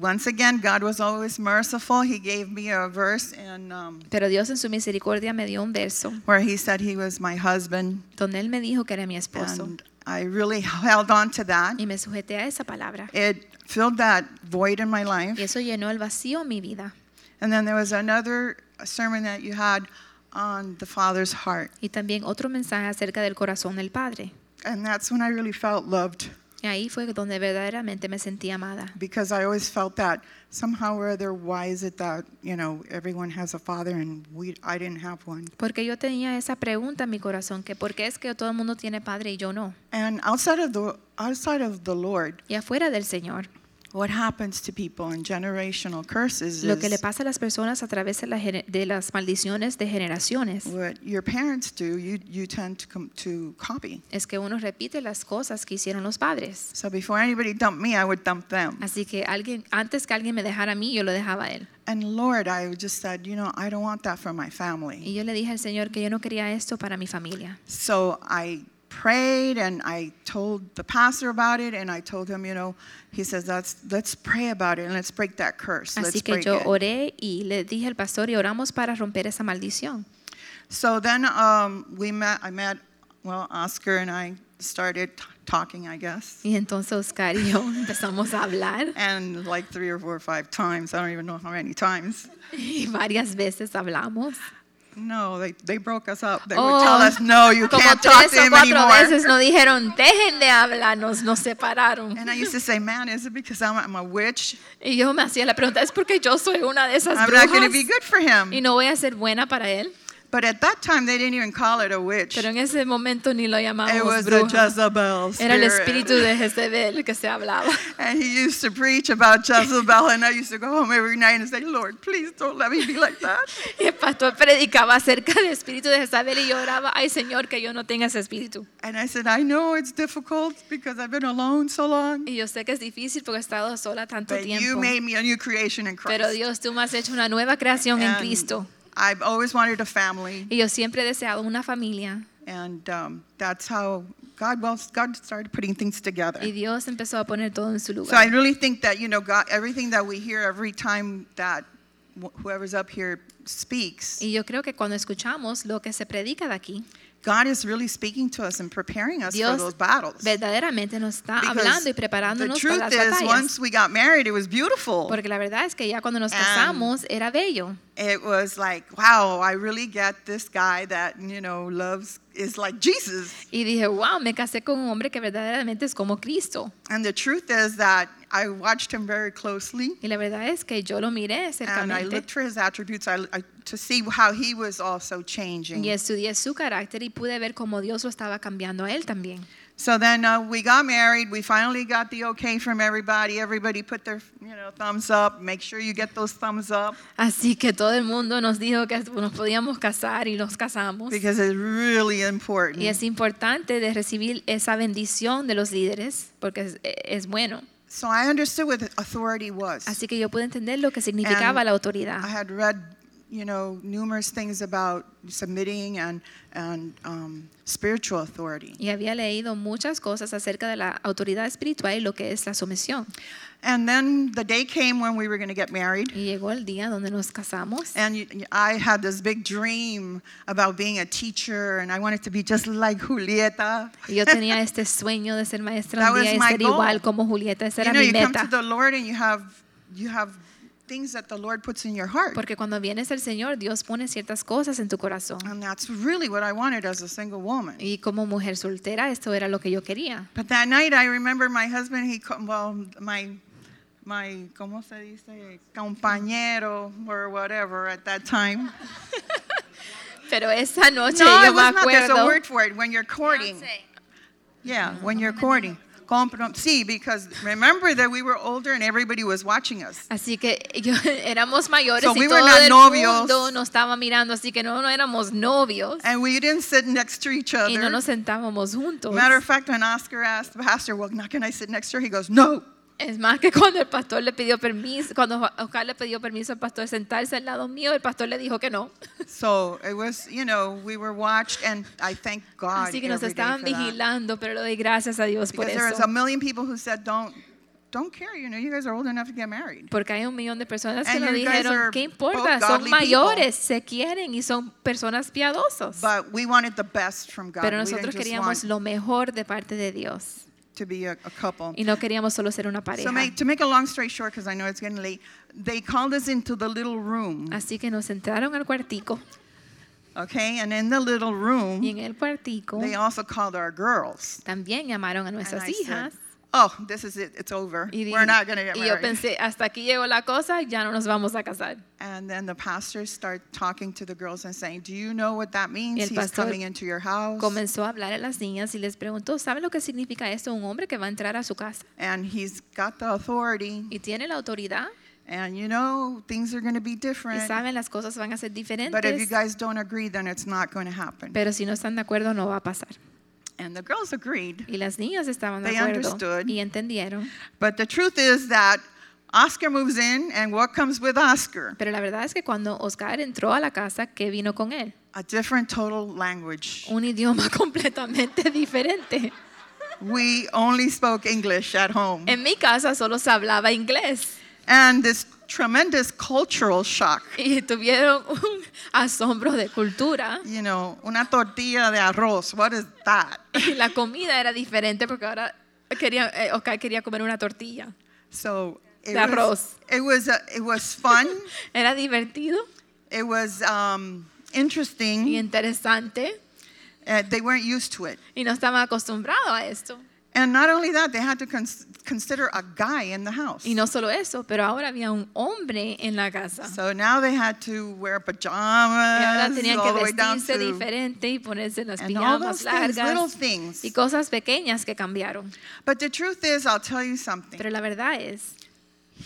I: Once again, God was always merciful. He gave me a verse and um,
B: Pero Dios en su misericordia me dio un verso
I: where He said He was my husband,
B: donde Él me dijo que era mi esposo.
I: and I really held on to that.
B: y me sujeté a esa palabra.
I: It filled that void in my life.
B: Y eso llenó el vacío en mi vida.
I: And then there was another sermon that you had on the Father's heart,
B: Y también otro mensaje acerca del corazón del Padre.
I: and that's when I really felt loved
B: Y ahí fue donde verdaderamente me sentí amada.
I: because I always felt that somehow or other, why is it that you know everyone has a father and we I didn't have one?
B: Porque yo tenía esa pregunta en mi corazón, que por qué es que todo el mundo tiene padre y yo no.
I: And outside of the outside of the Lord,
B: Y afuera del Señor,
I: what happens to people in generational curses
B: lo que le
I: is
B: pasa a las personas a través de, la gener- de las maldiciones de generaciones
I: what your parents do, you, you tend to, com- to copy.
B: es que uno repite las cosas que hicieron los padres.
I: So before anybody dumped me, I would dump them.
B: Así que alguien, antes que alguien me dejara a mí, yo lo dejaba a él.
I: And Lord, I just said, you know, I don't want that for my family.
B: Y yo le dije al Señor que yo no quería esto para mi familia.
I: So I prayed and I told the pastor about it and I told him, you know, he says, let's, let's pray about it and let's break that curse. Let's
B: Así que
I: break
B: yo
I: it.
B: oré y le dije al pastor y oramos para romper esa maldición.
I: So then um, we met, I met, well, Oscar and I started t- talking, I guess.
B: Y entonces Oscar y yo [laughs] empezamos a hablar
I: And like three or four or five times, I don't even know how many times.
B: y varias veces hablamos.
I: No, they, they broke us up. They
B: Oh,
I: would tell us, no, you
B: como
I: can't
B: tres
I: talk to
B: o
I: him
B: cuatro
I: anymore.
B: veces nos dijeron, dejen de hablarnos, nos separaron.
I: And I used to say, man, is it because I'm, I'm a witch?
B: Y yo me hacía la pregunta, es porque yo soy una de esas
I: I'm
B: brujas
I: not going to be good for him.
B: y no voy a ser buena para él.
I: But at that time, they didn't even call it a witch.
B: Pero en ese momento ni lo
I: It
B: llamábamos
I: was the
B: bruja.
I: Jezebel
B: Era el
I: spirit.
B: espíritu de Jezebel que se hablaba.
I: And he used to preach about Jezebel, and I used to go home every night and say, Lord, please don't let me be like that.
B: Y el pastor predicaba acerca del espíritu de Jezabel y yo oraba, ay Señor, que yo no tenga ese espíritu.
I: And I said, I know it's difficult because I've been alone so long,
B: Y yo sé que es difícil porque he estado sola tanto
I: but you
B: tiempo.
I: made me a new creation in
B: Pero
I: Christ.
B: Dios, tú me has hecho una nueva creación en
I: And
B: Cristo.
I: I've always wanted a family,
B: Y yo siempre he deseado una familia.
I: and um, that's how God, well, God started putting things together.
B: Y Dios empezó a poner todo en su
I: So I
B: lugar.
I: really think that, you know, God, everything that we hear every time that wh- whoever's up here speaks,
B: Y yo creo que cuando escuchamos lo que se predica de aquí,
I: God is really speaking to us and preparing us for
B: Dios
I: those battles.
B: verdaderamente nos está
I: Because
B: hablando y
I: The
B: preparándonos para
I: truth
B: las
I: is,
B: batallas.
I: once we got married, it was beautiful.
B: Porque la verdad es que ya cuando nos
I: And
B: casamos era bello.
I: It was like, wow, I really get this guy that, you know, loves, is like Jesus.
B: Y dije, wow, me casé con un hombre que verdaderamente es como Cristo.
I: And the truth is that I watched him very closely.
B: Y la verdad es que yo lo miré
I: And I
B: cercamente
I: looked for his attributes I, I, to see how he was also changing.
B: y estudié su carácter y pude ver cómo Dios lo estaba cambiando a él también.
I: So then uh, we got married. We finally got the okay from everybody. Everybody put their you know thumbs up. Make sure you get those thumbs up
B: Así que todo el mundo nos dijo que nos podíamos casar y nos casamos.
I: because it's really
B: Y es
I: important.
B: importante de recibir esa bendición de los líderes porque es, es bueno.
I: So I understood what authority was.
B: Así que yo pude entender lo que significaba
I: And
B: la autoridad.
I: I had read you know numerous things about submitting and and um, spiritual authority.
B: Y había leído muchas cosas acerca de la autoridad espiritual y lo que es la sumisión.
I: And then the day came when we were going to get married.
B: Y llegó el día donde nos casamos.
I: And you- you- I had this big dream about being a teacher, and I wanted to be just like Julieta.
B: Y yo tenía este sueño de ser maestra
I: That
B: un día
I: was
B: y
I: my
B: ser
I: goal.
B: igual como Julieta. Esa
I: you
B: era
I: know,
B: mi
I: you come to
B: meta.
I: the Lord and you have you have things that the Lord puts in your heart.
B: Porque cuando vienes al Señor, Dios pone ciertas cosas en tu corazón.
I: And that's really what I wanted as a single woman.
B: Y como mujer soltera, esto era lo que yo quería.
I: But that night, I remember my husband. He co- well, my my cómo se dice compañero or whatever at that time.
B: [laughs] Pero esa noche
I: no,
B: yo
I: it
B: me
I: was not. There's a
B: acuerdo.
I: word for it when you're courting. Yeah, when you're courting. Comprom- See, because remember that we were older and everybody was watching us.
B: Así que yo- [laughs] éramos mayores
I: So
B: y
I: we were
B: todo
I: not
B: el
I: novios.
B: mundo nos estaba mirando, así que no, no éramos novios
I: And we didn't sit next to each other.
B: y no nos sentábamos juntos.
I: Matter of fact, when Oscar asked the pastor, "Well, now can I sit next to her?" He goes, "No."
B: Es más [laughs] [laughs] que cuando el pastor le pidió permiso, cuando Oscar le pidió permiso al pastor de sentarse al lado mío, el pastor le dijo que no.
I: So it was, you know, we were watched, and I thank God.
B: Así que nos
I: every day
B: estaban
I: for that.
B: vigilando, pero le doy gracias a Dios por
I: Because there was
B: eso.
I: a million people who said, "Don't, don't care." You know, you guys are old enough to get married.
B: Porque hay un millón de personas que
I: And
B: nos
I: you guys
B: dijeron,
I: are
B: ¿qué
I: both
B: importa? Son
I: godly
B: mayores, se quieren y son personas piadosas.
I: But we wanted the best from God.
B: Pero
I: we didn't
B: nosotros
I: just
B: queríamos
I: want
B: lo mejor de parte de Dios.
I: to be a, a couple.
B: Y no queríamos solo ser una
I: So
B: pareja.
I: make, to make a long story short, because I know it's getting late, they called us into the little room.
B: Así que nos entraron al cuartico.
I: Okay, and in the little room,
B: Y en el cuartico
I: they also called our girls.
B: también llamaron a nuestras
I: I said,
B: hijas.
I: Oh, this is it. It's over.
B: Y,
I: We're
B: di-
I: not going to get
B: y yo
I: married.
B: pensé, hasta aquí llegó la cosa, ya no nos vamos a casar.
I: And then the pastor started talking to the girls and saying, "Do you know what that means?
B: Y el
I: He's
B: pastor
I: coming into your house."
B: Comenzó a hablar a las niñas y les preguntó, ¿saben lo que significa esto? Un hombre que va a entrar a su casa
I: And he's got the authority.
B: y tiene la autoridad
I: And you know, things are going to be
B: y
I: different.
B: saben las cosas van a ser
I: But if you
B: diferentes.
I: guys don't agree, then it's not going to happen.
B: Pero si no están de acuerdo, no va a pasar.
I: And the girls agreed.
B: Y las niñas estaban de
I: They
B: acuerdo
I: understood.
B: y entendieron.
I: But the truth is that Oscar moves in, and what comes with Oscar?
B: Pero la verdad es que cuando Oscar entró a la casa, ¿qué vino con él?
I: A different total language.
B: Un idioma [laughs] completamente diferente.
I: We only spoke English at home.
B: En mi casa solo se hablaba inglés
I: And this tremendous cultural shock.
B: y tuvieron un asombro de cultura.
I: You know, una tortilla de arroz. What is that?
B: Y la comida era diferente porque ahora quería, eh, Oscar quería comer una tortilla.
I: So it
B: De
I: was,
B: arroz. [laughs]
I: it was uh, it was fun.
B: Era divertido.
I: It was um, interesting.
B: Y interesante.
I: Uh, they weren't used to it.
B: Y no estaban acostumbrados a esto.
I: And not only that, they had to cons- consider a guy in the house.
B: Y no solo eso, pero ahora había un hombre en la casa.
I: So now they had to wear
B: y ahora
I: pajamas
B: tenían que
I: Ah, all the way down
B: vestirse
I: to.
B: diferente y ponerse las
I: And all
B: pijamas
I: those things, little
B: largas
I: things.
B: y cosas pequeñas que cambiaron.
I: But the truth is, I'll tell you something.
B: Pero la verdad es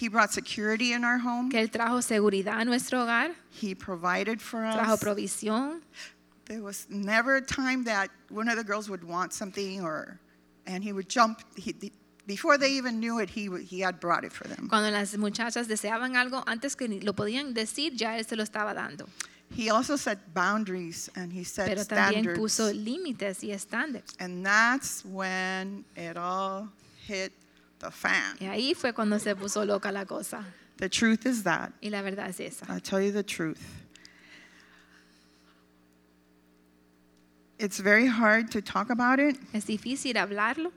I: He brought security in our home.
B: que él trajo seguridad a nuestro hogar,
I: He provided for
B: trajo
I: us.
B: provisión.
I: There was never a time that one of the girls would want something or, and he would jump. He, before they even knew it, he, would- he had brought it for them.
B: Cuando las muchachas deseaban algo antes que ni lo podían decir, ya él se lo estaba dando.
I: He also set boundaries and he set
B: Pero también
I: standards.
B: puso límites y estándares.
I: And that's when it all hit the fan.
B: Y ahí fue cuando se puso loca la cosa.
I: The truth is that.
B: Y la verdad es esa.
I: I'll tell you the truth. It's very hard to talk about it
B: Es difícil hablarlo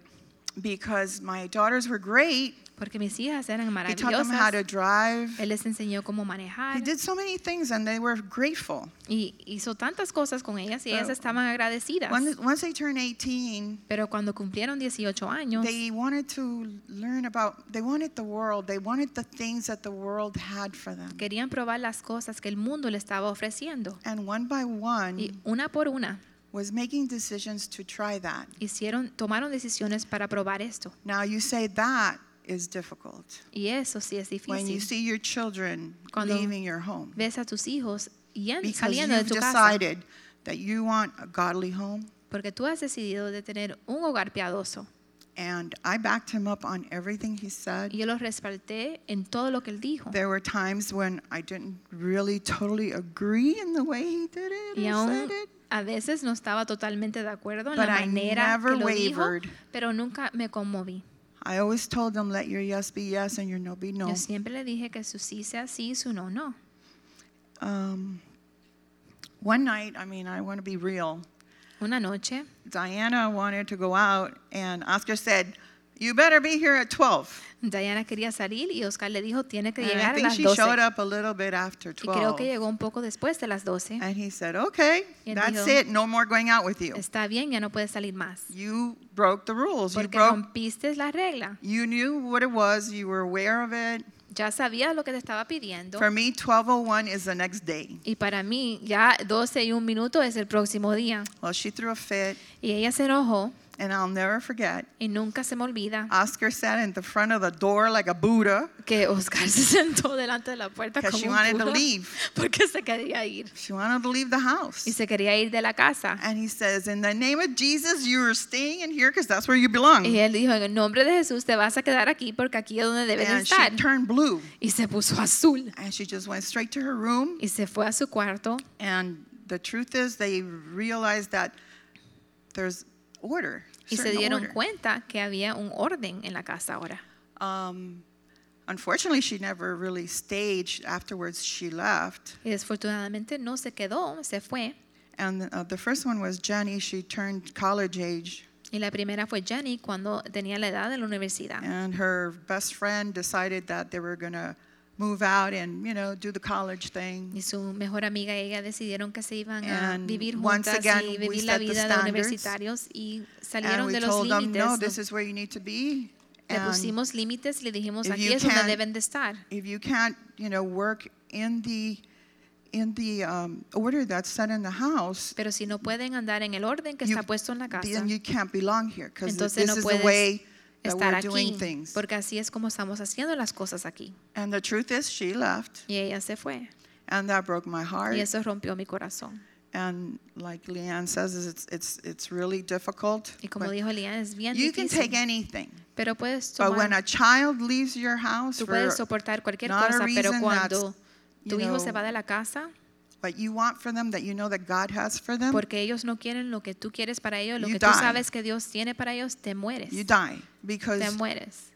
I: because my daughters were great.
B: porque mis hijas eran
I: He taught them how to
B: maravillosas.
I: drive.
B: Él les enseñó cómo
I: He
B: manejar
I: did so many things and they were grateful.
B: y hizo tantas cosas con ellas y ellas
I: So,
B: estaban agradecidas.
I: When- once they turned 18,
B: Pero cuando cumplieron 18 años,
I: they wanted to learn about, they wanted the world. They wanted the things that the world had for them.
B: querían probar las cosas que el mundo le estaba ofreciendo.
I: And one by
B: Y
I: one
B: una por una
I: was making decisions to try that.
B: hicieron, tomaron decisiones para probar esto.
I: Now you say that is difficult.
B: Y eso sí es
I: When you
B: difícil.
I: see your children
B: Cuando
I: leaving your home
B: Ves a tus hijos yendo-
I: because
B: saliendo de
I: you've
B: tu casa
I: decided that you want a godly home.
B: porque tú has decidido de tener un hogar piadoso.
I: And I backed him up on everything he said.
B: Y yo los respaldé en todo lo que él dijo.
I: There were times when I didn't really totally agree in the way he did it
B: Y
I: or
B: aún
I: said it,
B: a veces no estaba totalmente de acuerdo en
I: but
B: la
I: I
B: manera que
I: never
B: lo dijo,
I: wavered.
B: pero nunca me conmoví.
I: I always told them, let your yes be yes and your no be no.
B: Yo siempre le dije que su sí sea sí y su no no.
I: Um, one night, I mean, I want to be real.
B: Una noche,
I: Diana wanted to go out, and Oscar said, You better be here at 12.
B: Diana quería salir y Oscar le dijo tiene que
I: And I
B: llegar a
I: think
B: las
I: she showed
B: 12.
I: up a little bit after
B: Y creo que
I: 12.
B: llegó un poco después de las 12.
I: And he said, Okay,
B: Y él
I: that's
B: dijo,
I: it. No more going out with you.
B: Está bien, ya no puedes salir más.
I: You broke the rules. You
B: Porque
I: broke.
B: rompiste la regla.
I: You knew what it was. You were aware of it.
B: Ya sabías lo que te estaba pidiendo.
I: For me, 12:01 is the next day.
B: Y para mí, ya 12 y un minuto es el próximo día.
I: Well, she threw a fit,
B: Y ella se enojó
I: and I'll never forget.
B: y nunca se me olvida
I: Oscar sat in the front of the door like a Buddha
B: que Oscar se [laughs] sentó delante de la puerta
I: because
B: como
I: she
B: un
I: wanted to
B: Buda
I: leave.
B: [laughs] porque se quería ir.
I: She wanted to leave the house.
B: Y se quería ir de la casa.
I: And he says, In the name of Jesus, you are staying in here because that's where you belong.
B: Y él dijo, en el nombre de Jesús te vas a quedar aquí porque aquí es donde debes
I: And she
B: estar.
I: turned blue.
B: Y se puso azul.
I: And she just went straight to her room.
B: Y se fue a su cuarto.
I: And the truth is, they realized that there's order.
B: Y se
I: certain
B: dieron
I: order.
B: cuenta que había un orden en la casa ahora.
I: Um, unfortunately, she never really staged. Afterwards, she left.
B: Y desfortunadamente no se quedó, se fue.
I: And uh, the first one was Jenny. She turned college age.
B: Y la primera fue Jenny cuando tenía la edad de la universidad.
I: And her best friend decided that they were going to move out and, you know, do the college thing.
B: Y su mejor amiga y ella decidieron que se iban a
I: And
B: vivir
I: once
B: juntas
I: again,
B: y
I: we
B: vivir la
I: set the
B: vida de
I: standards.
B: universitarios y
I: And
B: salieron
I: we
B: de los
I: told them, no,
B: límites.
I: this is where you need to be.
B: Le
I: And
B: pusimos límites, le dijimos
I: if
B: aquí
I: you
B: es donde
I: can't-
B: deben de estar.
I: if you can't, you know, work in the, in the um, order that's set in the house,
B: Pero si no pueden andar en el orden que
I: You-
B: está puesto en la casa,
I: then you can't belong here because this
B: entonces no
I: is the
B: puedes
I: way that
B: estar
I: we're doing
B: aquí,
I: things.
B: porque así es como estamos haciendo las cosas aquí.
I: And the truth is, she left,
B: Y ella se fue,
I: and that broke my heart.
B: y eso rompió mi corazón.
I: And like Leanne says, is it's it's it's really difficult.
B: Y como
I: but
B: dijo Lian, es bien
I: you can take
B: difícil,
I: anything,
B: pero puedes
I: but when
B: tomar,
I: a child leaves your house
B: tú
I: for
B: puedes soportar cualquier
I: not a
B: cosa, pero
I: reason that's,
B: cuando
I: you
B: tu hijo se
I: know,
B: va de la casa,
I: what you want for them, that you know that God has for them,
B: porque ellos no quieren lo que tú quieres para ellos, lo
I: You
B: que tú
I: die.
B: sabes que Dios tiene para ellos, te mueres,
I: you die
B: te
I: because
B: mueres,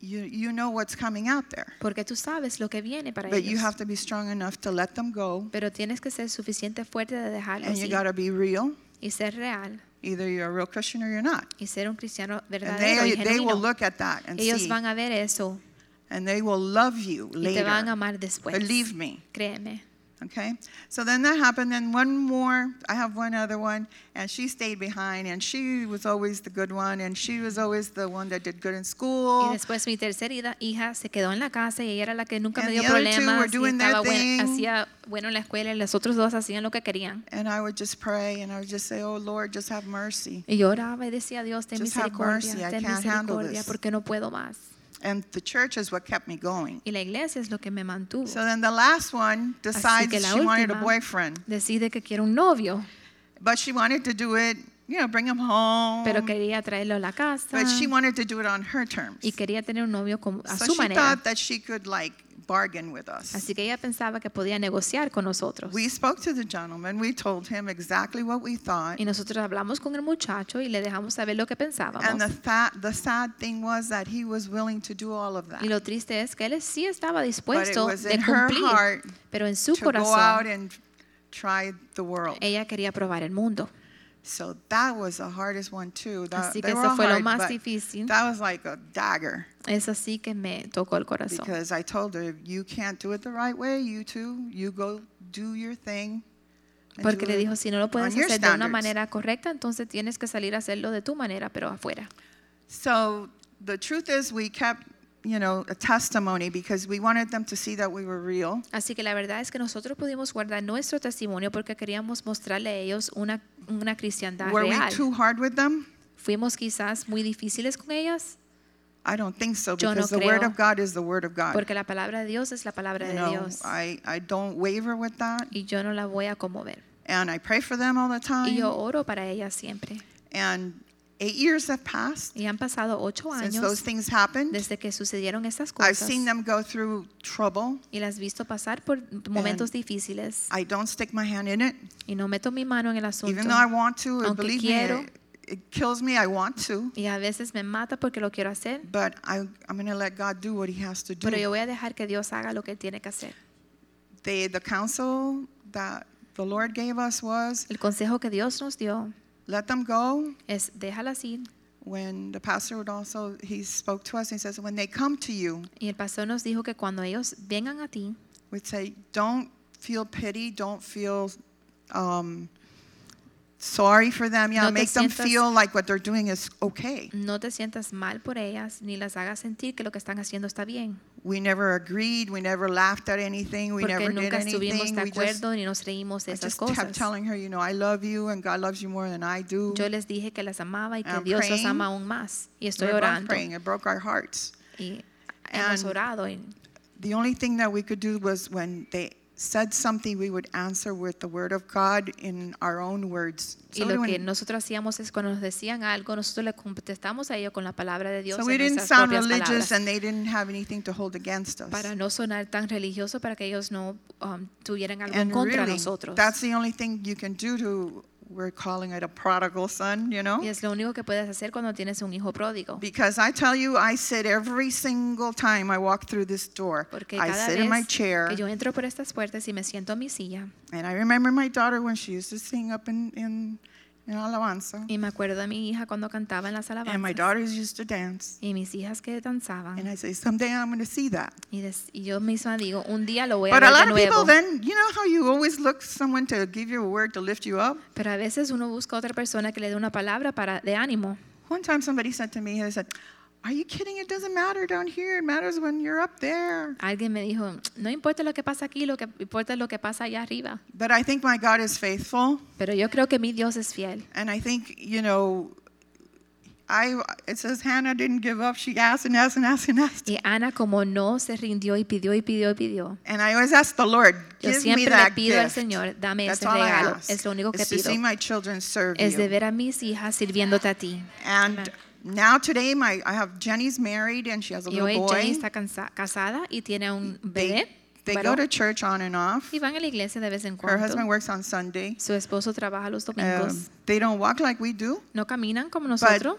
I: you you know what's coming out there.
B: porque tú sabes lo que viene para
I: But you
B: ellos.
I: have to be strong enough to let them go,
B: Pero tienes que ser suficiente fuerte de dejarlos
I: and you
B: ir
I: got to be real.
B: y ser real
I: Either you're a real Christian or you're not.
B: y ser un cristiano
I: And
B: verdadero
I: they
B: y
I: they will
B: genuino.
I: look at that and
B: Ellos
I: see,
B: van a ver eso
I: and they will love you
B: y te van a
I: later.
B: amar después.
I: Believe me.
B: Créeme,
I: Okay, so then that happened. Then one more, I have one other one, and she stayed behind, and she was always the good one, and she was always the one that did good in
B: Y
I: school.
B: después mi tercera hida- hija se quedó en la casa y ella era la que nunca me
I: And
B: dio
I: the other two
B: problemas.
I: were
B: y
I: doing their
B: estaba buen-
I: thing.
B: hacía bueno en la escuela y los otros dos hacían lo que querían.
I: And I would just pray, and I would just say, "Oh Lord, just have mercy."
B: Y yo oraba y decía, Dios, ten
I: Just have
B: misericordia,
I: mercy, I
B: ten
I: can't handle
B: misericordia,
I: this.
B: porque no puedo más.
I: And the church is what kept me going.
B: Y la iglesia es lo que me mantuvo.
I: So then the last one
B: Así
I: decides
B: que la
I: she wanted a
B: última
I: boyfriend,
B: decide que quiere un novio,
I: but she wanted to do it, you know, bring him home.
B: pero quería traerlo a la casa
I: Um, But she wanted to do it on her terms.
B: y quería tener un novio como- a
I: So
B: su
I: she
B: manera.
I: thought that she could like bargain with us.
B: Así que ella pensaba que podía negociar con nosotros.
I: We spoke to the gentleman. We told him exactly what we thought.
B: Y nosotros hablamos con el muchacho y le dejamos saber lo que
I: And the,
B: pensábamos.
I: fa- the sad thing was that he was willing to do all of that.
B: Y lo triste es que él sí estaba
I: it
B: dispuesto
I: was
B: de
I: in her
B: cumplir,
I: heart
B: pero en su
I: to go out
B: corazón
I: and try the world.
B: ella quería probar el mundo.
I: So that was the hardest one too. That,
B: Así
I: they
B: que
I: were
B: eso fue lo
I: hard,
B: más
I: but
B: difícil.
I: That was like a dagger
B: Es así que me tocó el corazón.
I: because I told her, if you can't do it the right way, you two, you go do your thing. and
B: Porque
I: do
B: le
I: it
B: dijo, si no lo puedes
I: on your
B: hacer de una
I: standards."
B: manera correcta, entonces tienes que salir a hacerlo de tu manera, pero afuera.
I: So the truth is, we kept, you know, a testimony because we wanted them to see that we were real.
B: Así que la verdad es que nosotros pudimos guardar nuestro testimonio porque queríamos mostrarle a ellos una, una cristiandad
I: Were we
B: real.
I: too hard with them?
B: ¿Fuimos quizás muy difíciles con ellas?
I: I don't think so
B: Yo no
I: because the word
B: creo.
I: of God is the word of God.
B: Porque la palabra de Dios es la palabra
I: you
B: de
I: know,
B: Dios.
I: I, I don't waver with that.
B: Y yo no la voy a conmover.
I: And I pray for them all the time.
B: Y yo oro para ellas siempre.
I: And eight years have passed
B: Y han pasado ocho
I: since
B: años
I: those things happened.
B: desde que sucedieron estas
I: I've
B: cosas.
I: seen them go through trouble.
B: Y las he visto pasar por momentos
I: And
B: difíciles.
I: I don't stick my hand in it.
B: Y no meto mi mano en el asunto.
I: Even though I want to, and
B: Aunque
I: believe
B: quiero.
I: me, it, it kills me. I want to.
B: Y a veces me mata porque lo quiero hacer.
I: But I, I'm going to let God do what He has to do.
B: Pero yo voy a dejar que Dios haga lo que tiene que hacer.
I: They, the counsel that the Lord gave us was
B: El consejo que Dios nos dio
I: let them go.
B: es déjalas ir.
I: When the pastor would also, he spoke to us and he says, when they come to you,
B: Y el pastor nos dijo que cuando ellos vengan a ti,
I: would say, don't feel pity, don't feel um, sorry for them. Yeah,
B: No te
I: make them
B: sientas-
I: feel like what they're doing is okay.
B: no te sientas mal por ellas ni las hagas sentir que lo que están haciendo está bien.
I: We never agreed, we never laughed at anything, we
B: Porque
I: never did
B: nunca estuvimos
I: anything.
B: de
I: We just,
B: acuerdo ni nos reímos de
I: I
B: esas
I: just kept
B: cosas.
I: telling her, you know, I love you and God loves you more than I do.
B: Yo les dije que las amaba y que
I: I'm
B: Dios los
I: praying.
B: ama aún más. Y estoy
I: We're both
B: orando.
I: praying. It broke our hearts.
B: Y hemos
I: And-
B: orado. y-
I: The only thing that we could do was when they said something, we would answer with the word of God in our own words.
B: Y
I: So
B: lo
I: when-
B: que nosotros hacíamos es cuando nos decían algo, nosotros le contestamos a ellos con la palabra de Dios
I: So
B: en
I: we didn't
B: nuestras
I: sound
B: propias
I: religious
B: palabras,
I: and they didn't have anything to hold against us.
B: para no sonar tan religioso, para que ellos no um, tuvieran algo en
I: And
B: contra de
I: really,
B: nosotros.
I: that's the only thing you can do to, we're calling it a prodigal son, you know?
B: Y es lo único que puedes hacer cuando tienes un hijo pródigo.
I: Because I tell you, I sit every single time I walk through this door.
B: Porque
I: I
B: cada
I: sit in my
B: vez
I: chair.
B: que yo entro por estas puertas y me siento a mi silla,
I: And I remember my daughter when she used to sing up in, in, in Alabanza.
B: y me acuerdo de mi hija cuando cantaba en las
I: And my
B: alabanzas,
I: daughters used to dance.
B: y mis hijas que danzaban,
I: And I say, someday I'm going to see that.
B: y, des- y yo misma digo, un día lo voy a
I: But a
B: ver de
I: lot of people
B: nuevo.
I: then, you know how you always look someone to give you a word to lift you up?
B: Pero a veces uno busca a otra persona que le dé una palabra para, de ánimo.
I: One time somebody said to me, they said, Are you kidding? It doesn't matter down here. It matters when you're up there.
B: Alguien me dijo, no importa lo que pasa aquí, lo que importa es lo que pasa allá arriba.
I: But I think my God is faithful.
B: Pero yo creo que mi Dios es fiel.
I: And I think, you know, I it says Hannah didn't give up. She asked and asked and asked and asked.
B: Y Ana como no se rindió y pidió y pidió y pidió.
I: And I always ask the Lord,
B: Yo
I: give me
B: siempre le
I: that
B: pido al
I: gift.
B: Señor, dame
I: That's
B: ese
I: all I
B: regalo.
I: ask,
B: Es lo único que
I: is to see
B: pido.
I: my children serve
B: Es de
I: you.
B: ver a mis hijas sirviéndote a ti.
I: And now today my I have Jenny's married and she has a
B: Y
I: little
B: hoy Jenny
I: boy.
B: está cansa- casada y tiene a un
I: They,
B: Mm, bebé.
I: they go
B: varón,
I: to church on and off.
B: y van a la iglesia de vez en
I: Her
B: cuando.
I: husband works on Sunday.
B: Su esposo trabaja los
I: Um,
B: domingos.
I: they don't walk like we do.
B: No caminan como
I: But
B: nosotros,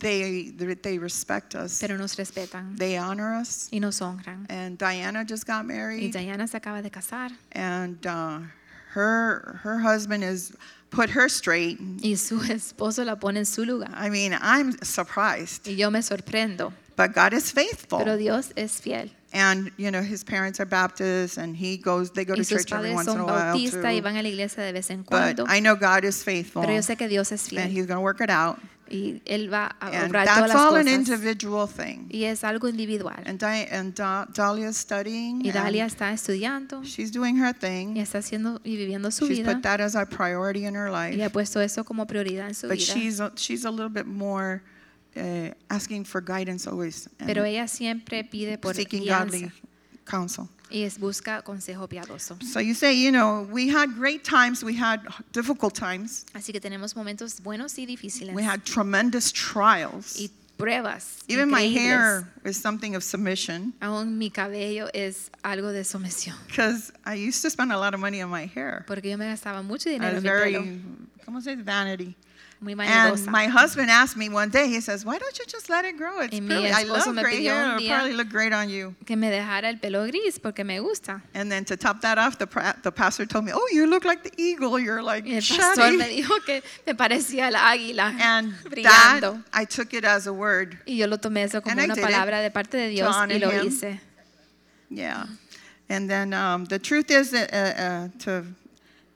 I: they they respect us.
B: pero nos respetan
I: They honor us.
B: y nos honran.
I: And Diana just got
B: Y
I: married.
B: Diana se acaba de casar.
I: And uh, her her husband is put her straight.
B: Y su [laughs] esposo la pone en su lugar.
I: I mean, I'm surprised.
B: Y yo me sorprendo.
I: But God is faithful.
B: Pero Dios es fiel.
I: And you know his parents are Baptists, and he goes. They go to
B: Y sus
I: church every
B: padres
I: once in a
B: son
I: while
B: bautistas y
I: too.
B: van a la iglesia de vez en
I: But
B: cuando.
I: I know God is faithful.
B: Pero yo sé que Dios es
I: And
B: fiel.
I: he's going to work it out.
B: Y él va a
I: And
B: obrar todas
I: that's
B: las
I: all an
B: cosas.
I: individual thing.
B: Y es algo individual.
I: And, Di- and Da- Dahlia's studying.
B: Y Dalia
I: and
B: está estudiando.
I: She's doing her thing.
B: Y está haciendo y viviendo su
I: She's
B: vida.
I: put that as our priority in her life.
B: Y ha puesto eso como prioridad en su
I: But she's
B: vida.
I: a, she's a little bit more uh, asking for guidance always. and
B: Pero ella siempre pide por
I: um, seeking
B: guianza.
I: godly counsel.
B: Y es busca consejo piadoso.
I: So you say, you know, we had great times, we had difficult times,
B: Así que tenemos momentos buenos y difíciles.
I: we had tremendous trials.
B: y pruebas.
I: Even my
B: increíbles.
I: hair is something of submission
B: Aún mi cabello es algo de somisión.
I: because I used to spend a lot of money on my hair.
B: Porque yo me gastaba mucho dinero
I: I was
B: en mi pelo.
I: very, ¿cómo se dice? Vanity.
B: Muy
I: And
B: vanidosa.
I: my husband asked me one day, he says, why don't you just let it grow? It's
B: Y mi
I: pretty. I
B: esposo
I: love
B: me
I: gray
B: pidió un
I: hair. It'll
B: día
I: probably look great on you.
B: que me dejara el pelo gris porque me gusta.
I: And then to top that off, the, pra- the pastor told me, oh, you look like the eagle. You're like
B: Y el pastor me
I: shiny.
B: dijo que me parecía el águila
I: That,
B: brillando.
I: I took it as a word.
B: Y yo lo tomé eso
I: And
B: como
I: I
B: una
I: did it
B: palabra de parte de
I: to
B: Dios y
I: honor
B: lo
I: him.
B: hice.
I: Yeah. And then um, the truth is that uh, uh, to,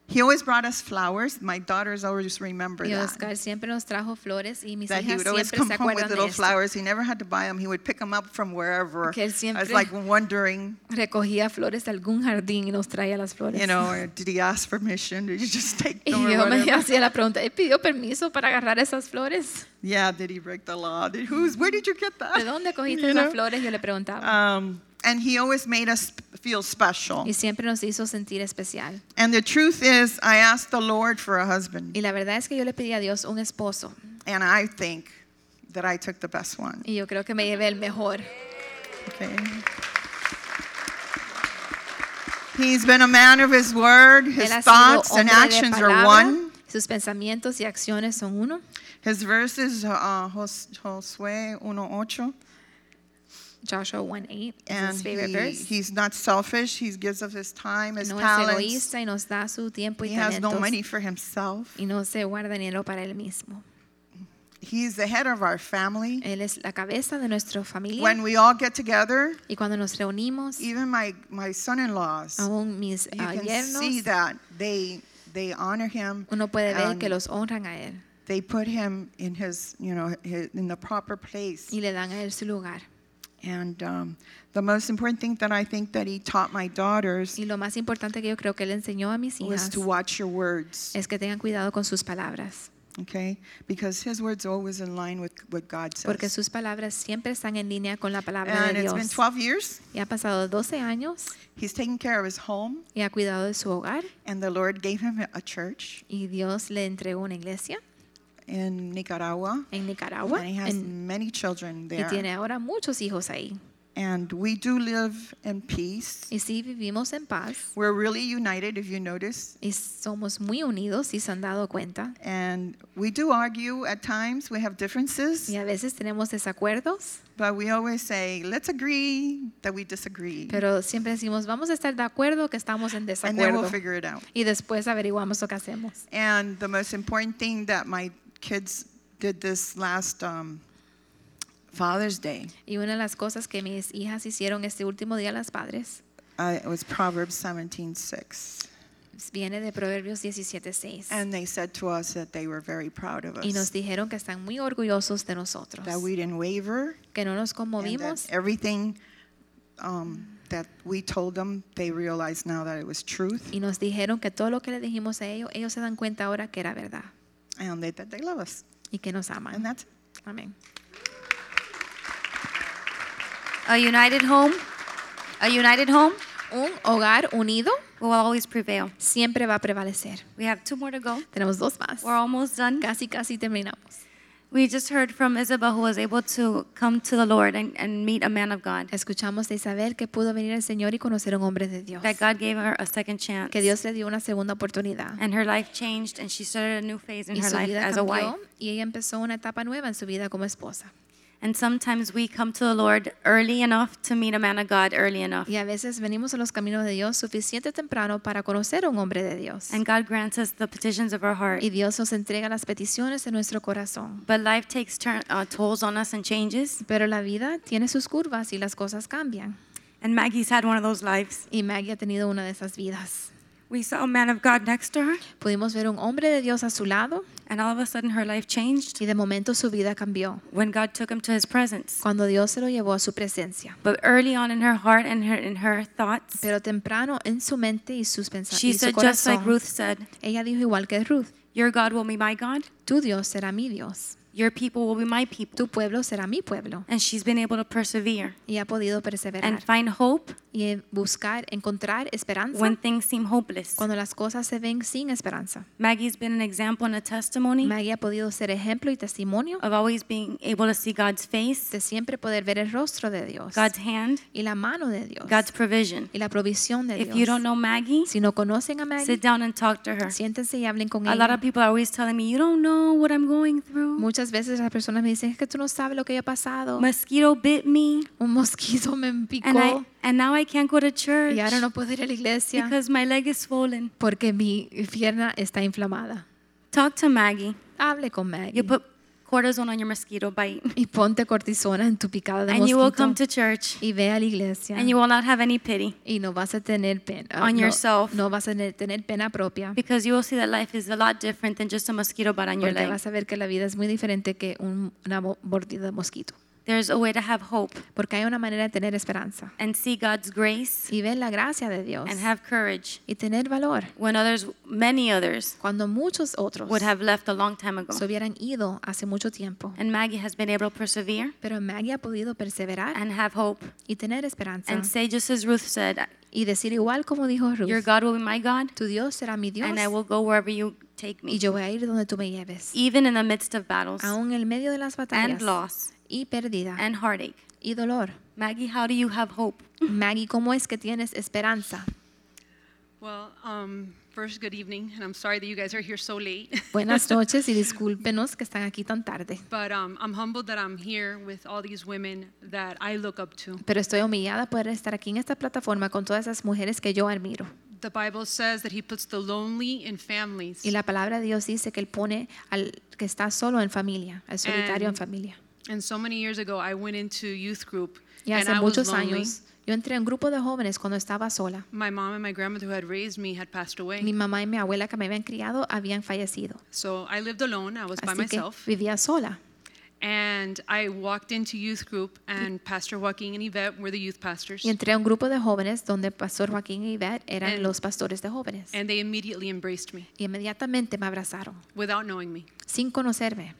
I: he always brought us flowers. My daughters always remember
B: Y
I: that.
B: Oscar siempre nos trajo flores y mis
I: That he
B: hijas
I: would always
B: siempre
I: come
B: se
I: home with
B: acuerdan de
I: little
B: esto.
I: flowers. He never had to buy them. He would pick them up from wherever.
B: Que él
I: I was
B: siempre-
I: like wondering,
B: Recogía flores de algún jardín y nos traía las flores.
I: you know, or did he ask permission? Did you just take
B: [laughs] y
I: them? or
B: yo me
I: whatever?
B: hacía la pregunta, ¿él pidió permiso para agarrar esas flores?
I: Yeah, did he break the law? Did, who's, where did you get that?
B: ¿De dónde cogiste
I: You
B: esas
I: know?
B: flores? Yo le preguntaba.
I: Um, and he always made us feel special.
B: Y siempre nos hizo sentir especial.
I: And the truth is, I asked the Lord for a husband.
B: Y la verdad es que yo le pedí a Dios un esposo.
I: And I think that I took the best one.
B: Y yo creo que me llevé el mejor.
I: Okay. He's been a man of his word. His
B: Él ha sido
I: thoughts and
B: hombre de
I: actions are
B: palabra.
I: one.
B: Sus pensamientos y acciones son uno.
I: His verses are uh, Jos- Josué 1:8.
B: Joshua 1:8 is
I: And
B: his favorite
I: he,
B: verse.
I: he's not selfish. He gives of his time, his
B: No es
I: talents.
B: egoísta y nos da su tiempo y
I: He has no
B: talentos.
I: money for himself.
B: y no se guarda dinero para él mismo.
I: He's the head of our family.
B: Él es la cabeza de nuestra familia.
I: When we all get together,
B: y cuando nos reunimos,
I: even my, my son-in-laws,
B: aún mis
I: you
B: ah,
I: can see
B: yernos,
I: that they they honor him. um,
B: uno puede ver que
I: and
B: los honran a él
I: They put him in his, you know, his, in the proper place.
B: y le dan a él su lugar.
I: And um, the most important thing that I think that he taught my daughters
B: Y lo más importante que yo creo que él enseñó a mis
I: was
B: hijas
I: to watch your words,
B: es que tengan cuidado con sus palabras,
I: okay? Because his words are always in line with what God says.
B: porque sus palabras siempre están en línea con la palabra
I: and
B: de
I: it's been
B: Dios.
I: 12 years.
B: Y ha pasado 12 años
I: He's taking care of his home,
B: y ha cuidado de su hogar
I: and the Lord gave him a church
B: y Dios le entregó una iglesia
I: in Nicaragua.
B: en Nicaragua
I: And he has
B: en-
I: many children
B: y
I: there.
B: tiene ahora muchos hijos ahí.
I: And we do live in peace.
B: Y sí vivimos en paz
I: We're really united, if you notice.
B: y somos muy unidos si se han dado cuenta.
I: And we do argue at times. We have differences.
B: Y a veces tenemos desacuerdos,
I: But we always say, let's agree that we disagree.
B: pero siempre decimos, vamos a estar de acuerdo que estamos en
I: and then we'll
B: desacuerdo.
I: figure it out.
B: Y después averiguamos lo que hacemos.
I: And the most important thing that my kids did this last um, Father's Day
B: Y una de las cosas que mis hijas hicieron este último día las padres
I: uh, it was Proverbs 17:6.
B: viene de Proverbios 17:6.
I: And they said to us that they were very proud of us.
B: Y nos dijeron que están muy orgullosos de nosotros,
I: that we didn't waver.
B: que no nos
I: and that
B: conmovimos
I: everything um, that we told them, they realize now that it was truth,
B: y nos dijeron que todo lo que le dijimos a ellos, ellos se dan cuenta ahora que era verdad
I: and they, that they love us.
B: y que nos aman.
I: And that's it.
B: Amén.
A: A united home, a united home
B: Un hogar unido
A: will always prevail.
B: siempre va a prevalecer.
A: We have two more to go.
B: Tenemos dos más.
A: We're almost done.
B: Casi, casi terminamos.
A: We just heard from Isabel who was able to come to the Lord and, and meet a man of God.
B: Escuchamos de Isabel que pudo venir al Señor y conocer a un hombre de Dios.
A: That God gave her a second chance.
B: Que Dios le dio una segunda oportunidad.
A: And her life changed and she started a new phase in
B: Y
A: her
B: su
A: life
B: vida
A: as a wife.
B: cambió y ella empezó una etapa nueva en su vida como esposa.
A: And sometimes we come to the Lord early enough to meet a man of God early enough.
B: Y a veces venimos a los caminos de Dios suficiente temprano para conocer a un hombre de Dios.
A: And God grants us the petitions of our heart.
B: Y Dios nos entrega las peticiones de nuestro corazón.
A: But life takes turn, uh, tolls on us and changes.
B: Pero la vida tiene sus curvas y las cosas cambian.
A: And Maggie's had one of those lives.
B: Y Maggie ha tenido una de esas vidas.
A: We saw a man of God next to her.
B: Pudimos ver un hombre de Dios a su lado.
A: And all of a sudden her life changed.
B: Y de momento su vida cambió.
A: When God took him to his presence.
B: Cuando Dios se lo llevó a su presencia.
A: But early on in her heart and her in her thoughts,
B: Pero temprano en su mente y sus
A: she
B: pensamientos y su
A: said just like
B: corazón,
A: Ruth said,
B: ella dijo igual que Ruth,
A: "Your God will be my God.
B: tu Dios será mi Dios,
A: Your people will be my people."
B: tu pueblo será mi pueblo.
A: And she's been able to persevere
B: Y ha podido perseverar
A: and find hope
B: y buscar, encontrar esperanza
A: when things seem hopeless.
B: cuando las cosas se ven sin esperanza.
A: Maggie's been an example and a testimony
B: Maggie ha podido ser ejemplo y testimonio
A: of always being able to see God's face,
B: de siempre poder ver el rostro de Dios
A: God's hand,
B: y la mano de Dios
A: God's provision.
B: y la provisión de
A: If
B: Dios.
A: you don't know Maggie,
B: si no conocen a Maggie,
A: sit down and talk to her.
B: siéntense y hablen con
A: A lot
B: ella.
A: of people are always telling me, "You don't know what I'm going through.
B: Muchas veces las personas me dicen, es que tú no sabes lo que yo he pasado.
A: Mosquito bit me,
B: Un mosquito me picó
A: and I and now I can't go to church
B: y ahora no puedo ir a la iglesia
A: because my leg is swollen."
B: porque mi pierna está inflamada.
A: Talk to Maggie.
B: Hable con
A: You
B: Maggie
A: put cortisone on your mosquito bite,
B: y ponte cortisona en tu picada de
A: and you will come
B: mosquito
A: to church,
B: y ve a la iglesia
A: and you will not have any pity
B: y no vas a tener pena. ah,
A: on
B: no-
A: yourself
B: no vas a tener- tener pena propia
A: because you will see that life is a lot different than just a mosquito bite on your
B: porque
A: leg.
B: vas a ver que la vida es muy diferente que un- una bo- mordida de mosquito.
A: There's a way to have hope
B: Porque hay una manera de tener esperanza
A: and see God's grace
B: y ver la gracia de Dios
A: and have courage
B: y tener valor
A: when others, many others,
B: cuando muchos otros
A: would have left a long time ago.
B: se hubieran ido hace mucho tiempo.
A: And Maggie has been able to persevere
B: Pero Maggie ha podido perseverar
A: and have hope
B: y tener esperanza
A: and say, just as Ruth said,
B: y decir igual como dijo
A: Your
B: Ruth,
A: God will be my God,
B: tu Dios será mi Dios
A: and I will go wherever you take
B: y
A: me,
B: yo voy a ir donde tú me lleves,
A: even in the midst of battles
B: aún en el medio de las
A: and
B: batallas
A: loss
B: y pérdida
A: and heartache.
B: y dolor.
A: Maggie, how do you have hope?
B: Maggie, ¿cómo es que tienes esperanza?
J: Well, um, first, good evening, and I'm sorry that you guys are here so late. [laughs]
A: [laughs]
B: Buenas noches y discúlpenos que están aquí tan tarde,
J: But um, I'm humbled that I'm here with all these women that I look up to.
B: pero estoy humillada de poder estar aquí en esta plataforma con todas esas mujeres que yo admiro.
J: The Bible says that He puts the lonely in families.
B: Y la palabra de Dios dice que él pone al que está solo en familia, al solitario en familia.
J: And so many years ago, I went into youth group,
B: Y
J: and
B: hace
J: I was
B: muchos
J: lonely.
B: años yo entré a un grupo de jóvenes cuando estaba sola.
J: My mom and my grandmother, who had raised me, had passed away.
B: Mi mamá y mi abuela que me habían criado habían fallecido.
J: So I lived alone. I was by
B: Así que
J: myself.
B: vivía sola.
J: And I walked into youth group, and Pastor Joaquin and Yvette were the youth pastors.
B: Y entré a un grupo de jóvenes donde Pastor Joaquín y Yvette eran
J: And-
B: los pastores de jóvenes.
J: And they immediately embraced me
B: Y inmediatamente me abrazaron,
J: without knowing me.
B: sin conocerme.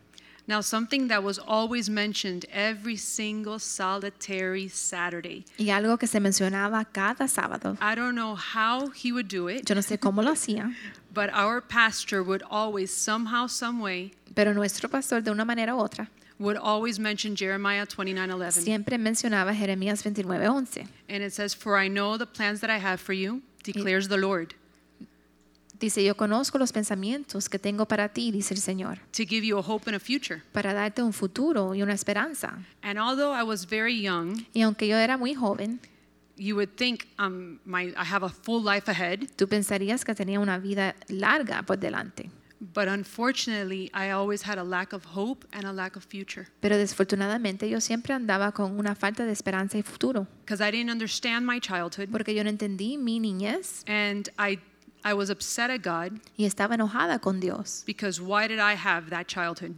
J: Now, something that was always mentioned every single solitary Saturday.
B: Y algo que se mencionaba cada sábado.
J: I don't know how he would do it,
B: Yo no sé cómo lo hacía,
J: but our pastor would always, somehow, some way,
B: pero nuestro pastor de una manera u otra
J: would always mention Jeremiah 29:11,
B: siempre mencionaba Jeremías 29:11.
J: and it says, "For I know the plans that I have for you," declares the Lord,
B: Dice, yo conozco los pensamientos que tengo para ti, dice el Señor,
J: to give you a hope and a future.
B: para darte un futuro y una esperanza.
J: And although I was very young,
B: Y aunque yo era muy joven,
J: you would think um, my I have a full life ahead,
B: tú pensarías que tenía una vida larga por delante.
J: but unfortunately, I always had a lack of hope and a lack of future
B: Pero desfortunadamente yo siempre andaba con una falta de esperanza y futuro,
J: because I didn't understand my childhood,
B: porque yo no entendí mi niñez
J: and I I was upset at God
B: y estaba enojada con Dios,
J: because why did I have that childhood?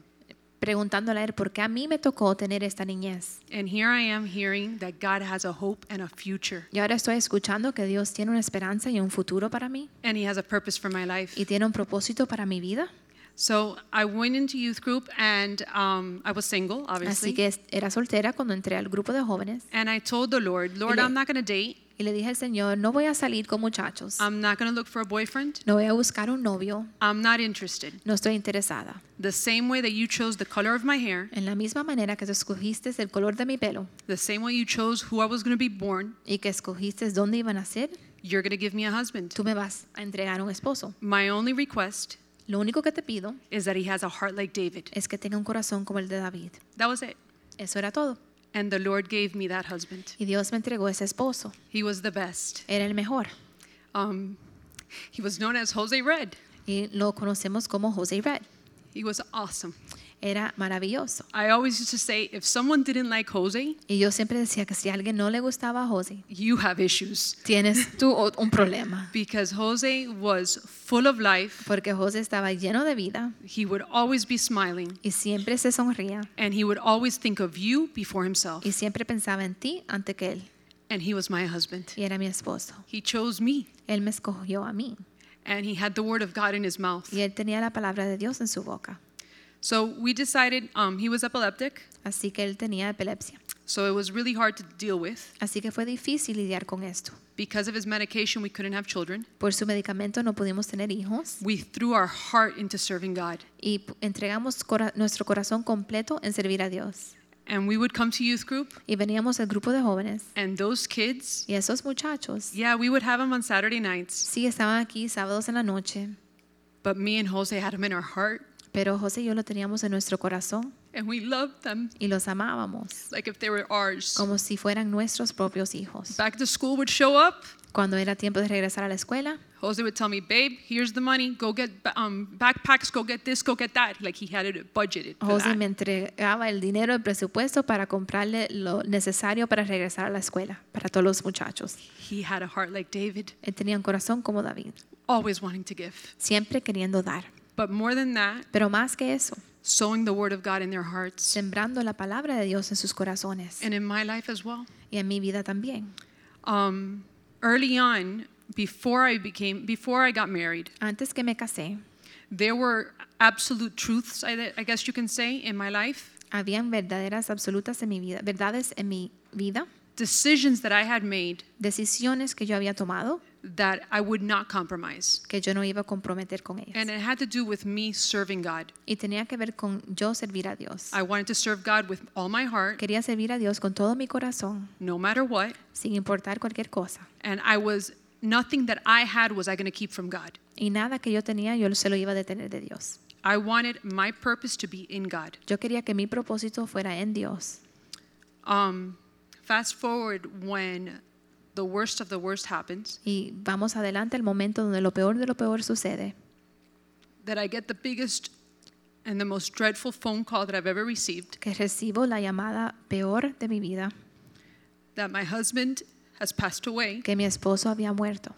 B: preguntándole a él por qué a mí me tocó tener esta niñez.
J: And here I am hearing that God has a hope and a future,
B: Y ahora estoy escuchando que Dios tiene una esperanza y un futuro para mí
J: and He has a purpose for my life.
B: y tiene un propósito para mi vida.
J: So I went into youth group, and um, I was single, obviously.
B: Así que es- era soltera cuando entré al grupo de jóvenes
J: and I told the Lord, Lord,
B: le-
J: I'm not going to date.
B: y le dije al Señor, no voy a salir con muchachos,
J: I'm not going to look for a boyfriend.
B: no voy a buscar un novio,
J: I'm not interested.
B: no estoy interesada.
J: The same way that you chose the color of my hair,
B: En la misma manera que tú escogiste el color de mi pelo
J: the same way you chose who I was going to be born,
B: y que escogiste dónde iban a ser,
J: you're going to give me a husband.
B: tú me vas a entregar un esposo.
J: My only request
B: Lo único que te pido
J: is that he has a heart like David.
B: es que tenga un corazón como el de David.
J: That was it.
B: Eso era todo.
J: And the Lord gave me that husband.
B: Y Dios me entregó ese esposo.
J: He was the best.
B: Era el mejor.
J: Um, he was known as Jose Red.
B: Y lo conocemos como Jose Red.
J: He was awesome.
B: Era maravilloso.
J: I always used to say, if someone didn't like Jose,
B: Y yo siempre decía que si a alguien no le gustaba a José,
J: you have issues.
B: tienes tú o- un problema.
J: Because Jose was full of life.
B: Porque José estaba lleno de vida.
J: He would always be smiling.
B: Y siempre se sonría.
J: And he would always think of you before himself.
B: Y siempre pensaba en ti ante que él.
J: And he was my husband.
B: Y era mi esposo.
J: He chose me.
B: Él me escogió a mí.
J: And he had the word of God in his mouth.
B: Y él tenía la palabra de Dios en su boca.
J: So we decided um, he was epileptic.
B: Así que él tenía epilepsia.
J: So it was really hard to deal with.
B: Así que fue difícil lidiar con esto.
J: Because of his medication, we couldn't have children.
B: Por su medicamento no pudimos tener hijos.
J: We threw our heart into serving God.
B: Y p- entregamos cora- nuestro corazón completo en servir a Dios.
J: And we would come to youth group.
B: Y veníamos al grupo de jóvenes.
J: And those kids,
B: Y esos muchachos
J: yeah, we would have them on Saturday nights.
B: sí estaban aquí sábados en la noche.
J: But me and Jose had them in our heart.
B: Pero José y yo lo teníamos en nuestro corazón
J: And we loved them
B: y los amábamos
J: like if they were ours.
B: como si fueran nuestros propios hijos.
J: Back to school would show up.
B: Cuando era tiempo de regresar a la escuela,
J: Jose would tell me, babe, here's the money. Go get ba- um, backpacks, go get this, go get that. Like he had it budgeted. For
B: José
J: that.
B: me entregaba el dinero, el presupuesto para comprarle lo necesario para regresar a la escuela, para todos los muchachos.
J: He had a heart like David,
B: Él tenía un corazón como David,
J: always wanting to give.
B: siempre queriendo dar.
J: But more than that,
B: Pero más que eso,
J: sowing the word of God in their hearts.
B: sembrando la palabra de Dios en sus corazones
J: And in my life as well.
B: y en mi vida también.
J: Um, early on, before I became, before I got married,
B: Antes que me casé,
J: there were absolute truths, I, I guess you can say, in my life.
B: habían verdaderas absolutas en mi vida, verdades en mi vida,
J: Decisions that I had made
B: decisiones que yo había tomado
J: that I would not compromise.
B: que yo no iba a comprometer con ellas.
J: And it had to do with me serving God.
B: Y tenía que ver con yo servir a Dios.
J: I wanted to serve God with all my heart,
B: Quería servir a Dios con todo mi corazón,
J: no matter what.
B: sin importar cualquier cosa.
J: And I was, nothing that I had was I going to keep from God.
B: Y nada que yo tenía yo se lo iba a detener de Dios.
J: I wanted my purpose to be in God.
B: Yo quería que mi propósito fuera en Dios.
J: Um, fast forward when the worst of the worst happens,
B: Y vamos adelante al momento donde lo peor de lo peor sucede.
J: that I get the biggest and the most dreadful phone call that I've ever received
B: Que recibo la llamada peor de mi vida,
J: that my husband has passed away.
B: que mi esposo había muerto.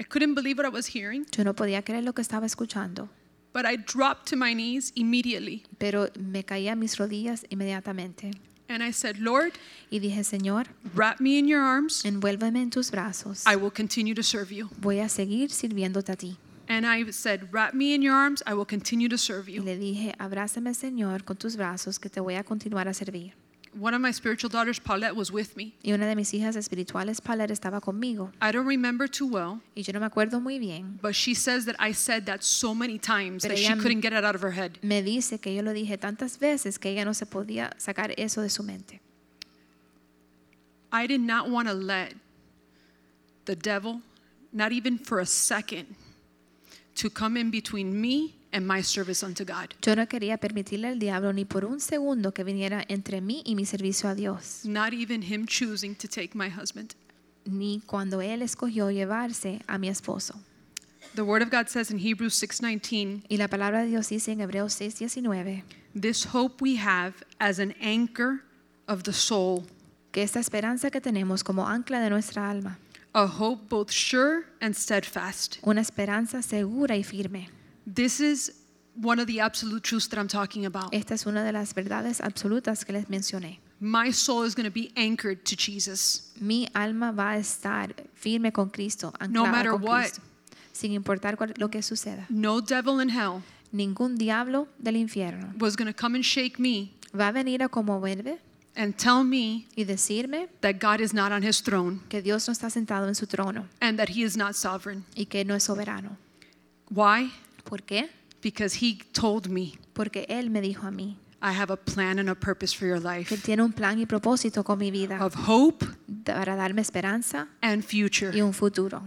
J: I couldn't believe what I was hearing,
B: Yo no podía creer lo que estaba escuchando,
J: but I dropped to my knees immediately
B: pero me caí a mis rodillas inmediatamente.
J: and I said, Lord,
B: Y dije, Señor,
J: wrap me in your arms.
B: envuélveme en tus brazos.
J: I will continue to serve you.
B: Voy a seguir sirviéndote a ti.
J: And I said, Wrap me in your arms. I will continue to serve
B: Y
J: you.
B: le dije, abrázame, Señor, con tus brazos, que te voy a continuar a servir.
J: One of my spiritual daughters, Paulette, was with me.
B: Y una de mis hijas espirituales, Paler, estaba conmigo.
J: I don't remember too well,
B: Y yo no me acuerdo muy bien.
J: but she says that I said that so many times
B: Pero
J: that she
B: ella me-
J: couldn't get it out of her head.
B: Me dice que yo lo dije tantas veces que ella no se podía sacar eso de su mente.
J: I did not want to let the devil, not even for a second, to come in between me and my service unto God.
B: Yo no quería permitirle al diablo ni por un segundo que viniera entre mí y mi servicio a Dios,
J: Not even him choosing to take my husband.
B: ni cuando él escogió llevarse a mi esposo.
J: The word of God says in Hebrews 6:19,
B: Y la palabra de Dios dice en Hebreos 6, 19,
J: this hope we have as an anchor of the soul,
B: que esta esperanza que tenemos como ancla de nuestra alma,
J: a hope both sure and steadfast.
B: una esperanza segura y firme.
J: This is one of the absolute truths that I'm talking about.
B: Esta es una de las verdades absolutas que les mencioné.
J: My soul is going to be anchored to Jesus.
B: Mi alma va a estar firme con Cristo,
J: No
B: anclada
J: matter
B: con
J: what.
B: Cristo, sin importar cuál- lo que suceda.
J: No devil in hell
B: Ningún diablo del infierno
J: was going to come and shake me
B: va a venir a como vuelve
J: and tell me
B: y decirme
J: that God is not on his throne
B: que Dios no está sentado en su trono
J: and that he is not sovereign.
B: y que no es soberano.
J: Why?
B: ¿Por qué?
J: Because he told me,
B: Porque Él me dijo a mí
J: I have a plan and a purpose for your
B: que
J: life
B: tiene un plan y propósito con mi vida
J: of hope
B: para darme esperanza
J: and future.
B: y un futuro.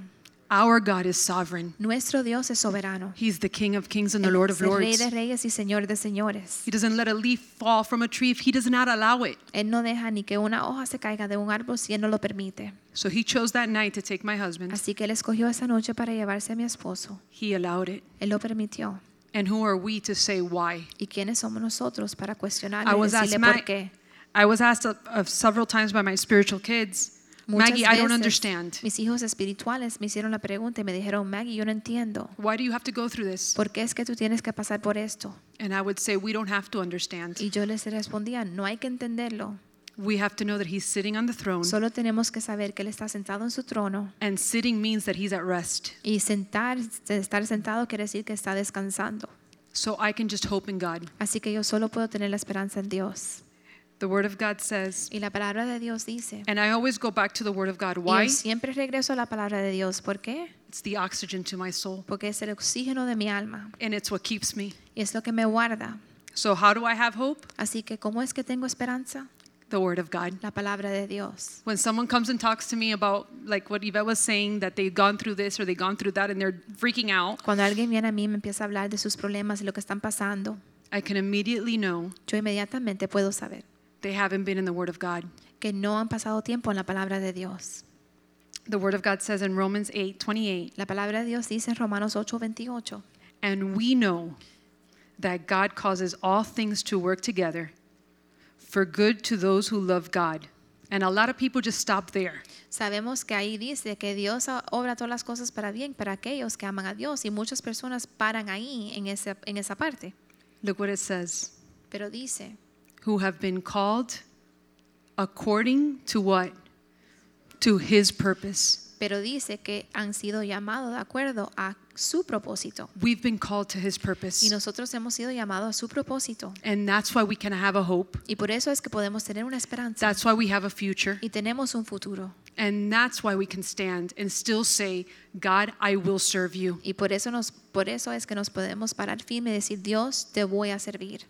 J: Our God is sovereign.
B: Nuestro Dios es soberano.
J: He's the King of kings and the
B: Él
J: Lord
B: es
J: of
B: el Rey
J: lords.
B: de reyes y Señor de señores.
J: He doesn't let a leaf fall from a tree if he does not allow it.
B: Él no deja ni que una hoja se caiga de un árbol si Él no lo permite.
J: So he chose that night to take my husband.
B: Así que Él escogió esa noche para llevarse a mi esposo.
J: He allowed it.
B: Él lo permitió.
J: And who are we to say why?
B: ¿Y quiénes somos nosotros para cuestionar
J: I
B: y
J: was asked,
B: decirle
J: Ma-
B: por qué?
J: I was asked uh, uh, several times by my spiritual kids,
B: Muchas
J: Maggie, I don't
B: veces,
J: understand.
B: Mis hijos espirituales me hicieron la pregunta y me dijeron, Maggie, yo no entiendo.
J: Why do you have to go through this?
B: ¿Por qué es que tú tienes que pasar por esto?
J: And I would say, we don't have to understand.
B: Y yo les respondía, no hay que entenderlo.
J: We have to know that he's sitting on the throne.
B: Solo tenemos que saber que él está sentado en su trono.
J: And sitting means that he's at rest.
B: Y sentar, estar sentado quiere decir que está descansando.
J: So I can just hope in God.
B: Así que yo solo puedo tener la esperanza en Dios.
J: The word of God says,
B: Y la palabra de Dios dice,
J: and I always go back to the word of God.
B: y
J: Why?
B: yo siempre regreso a la palabra de Dios. ¿Por qué?
J: It's the oxygen to my soul.
B: Porque es el oxígeno de mi alma
J: And it's what keeps me.
B: y es lo que me guarda.
J: So how do I have hope?
B: Así que, ¿cómo es que tengo esperanza?
J: The word of God.
B: La palabra de Dios.
J: When someone comes and talks to me about like what Yvette was saying that they've gone through this or they've gone through that and they're freaking out,
B: Cuando alguien viene a mí y me empieza a hablar de sus problemas y lo que están pasando,
J: I can immediately know
B: yo inmediatamente puedo saber
J: they haven't been in the word of God.
B: que no han pasado tiempo en la palabra de Dios.
J: The word of God says in Romans 8:28.
B: La palabra de Dios dice en Romanos 8:28.
J: And we know that God causes all things to work together for good to those who love God. And a lot of people just stop there.
B: Sabemos que ahí dice que Dios obra todas las cosas para bien para aquellos que aman a Dios y muchas personas paran ahí en esa, en esa parte.
J: Look what it says.
B: Pero dice,
J: Who have been called according to what? To his purpose.
B: pero dice que han sido llamados de acuerdo a su propósito.
J: We've been called to his
B: Y
J: purpose.
B: nosotros hemos sido llamados a su propósito.
J: And that's why we can have a hope.
B: Y por eso es que podemos tener una esperanza.
J: That's why we have a future.
B: Y tenemos un futuro.
J: And that's why we can stand and still say, God, I will serve you.
B: Y por eso, nos, por eso es que nos podemos parar firme y decir, Dios, te voy a servir.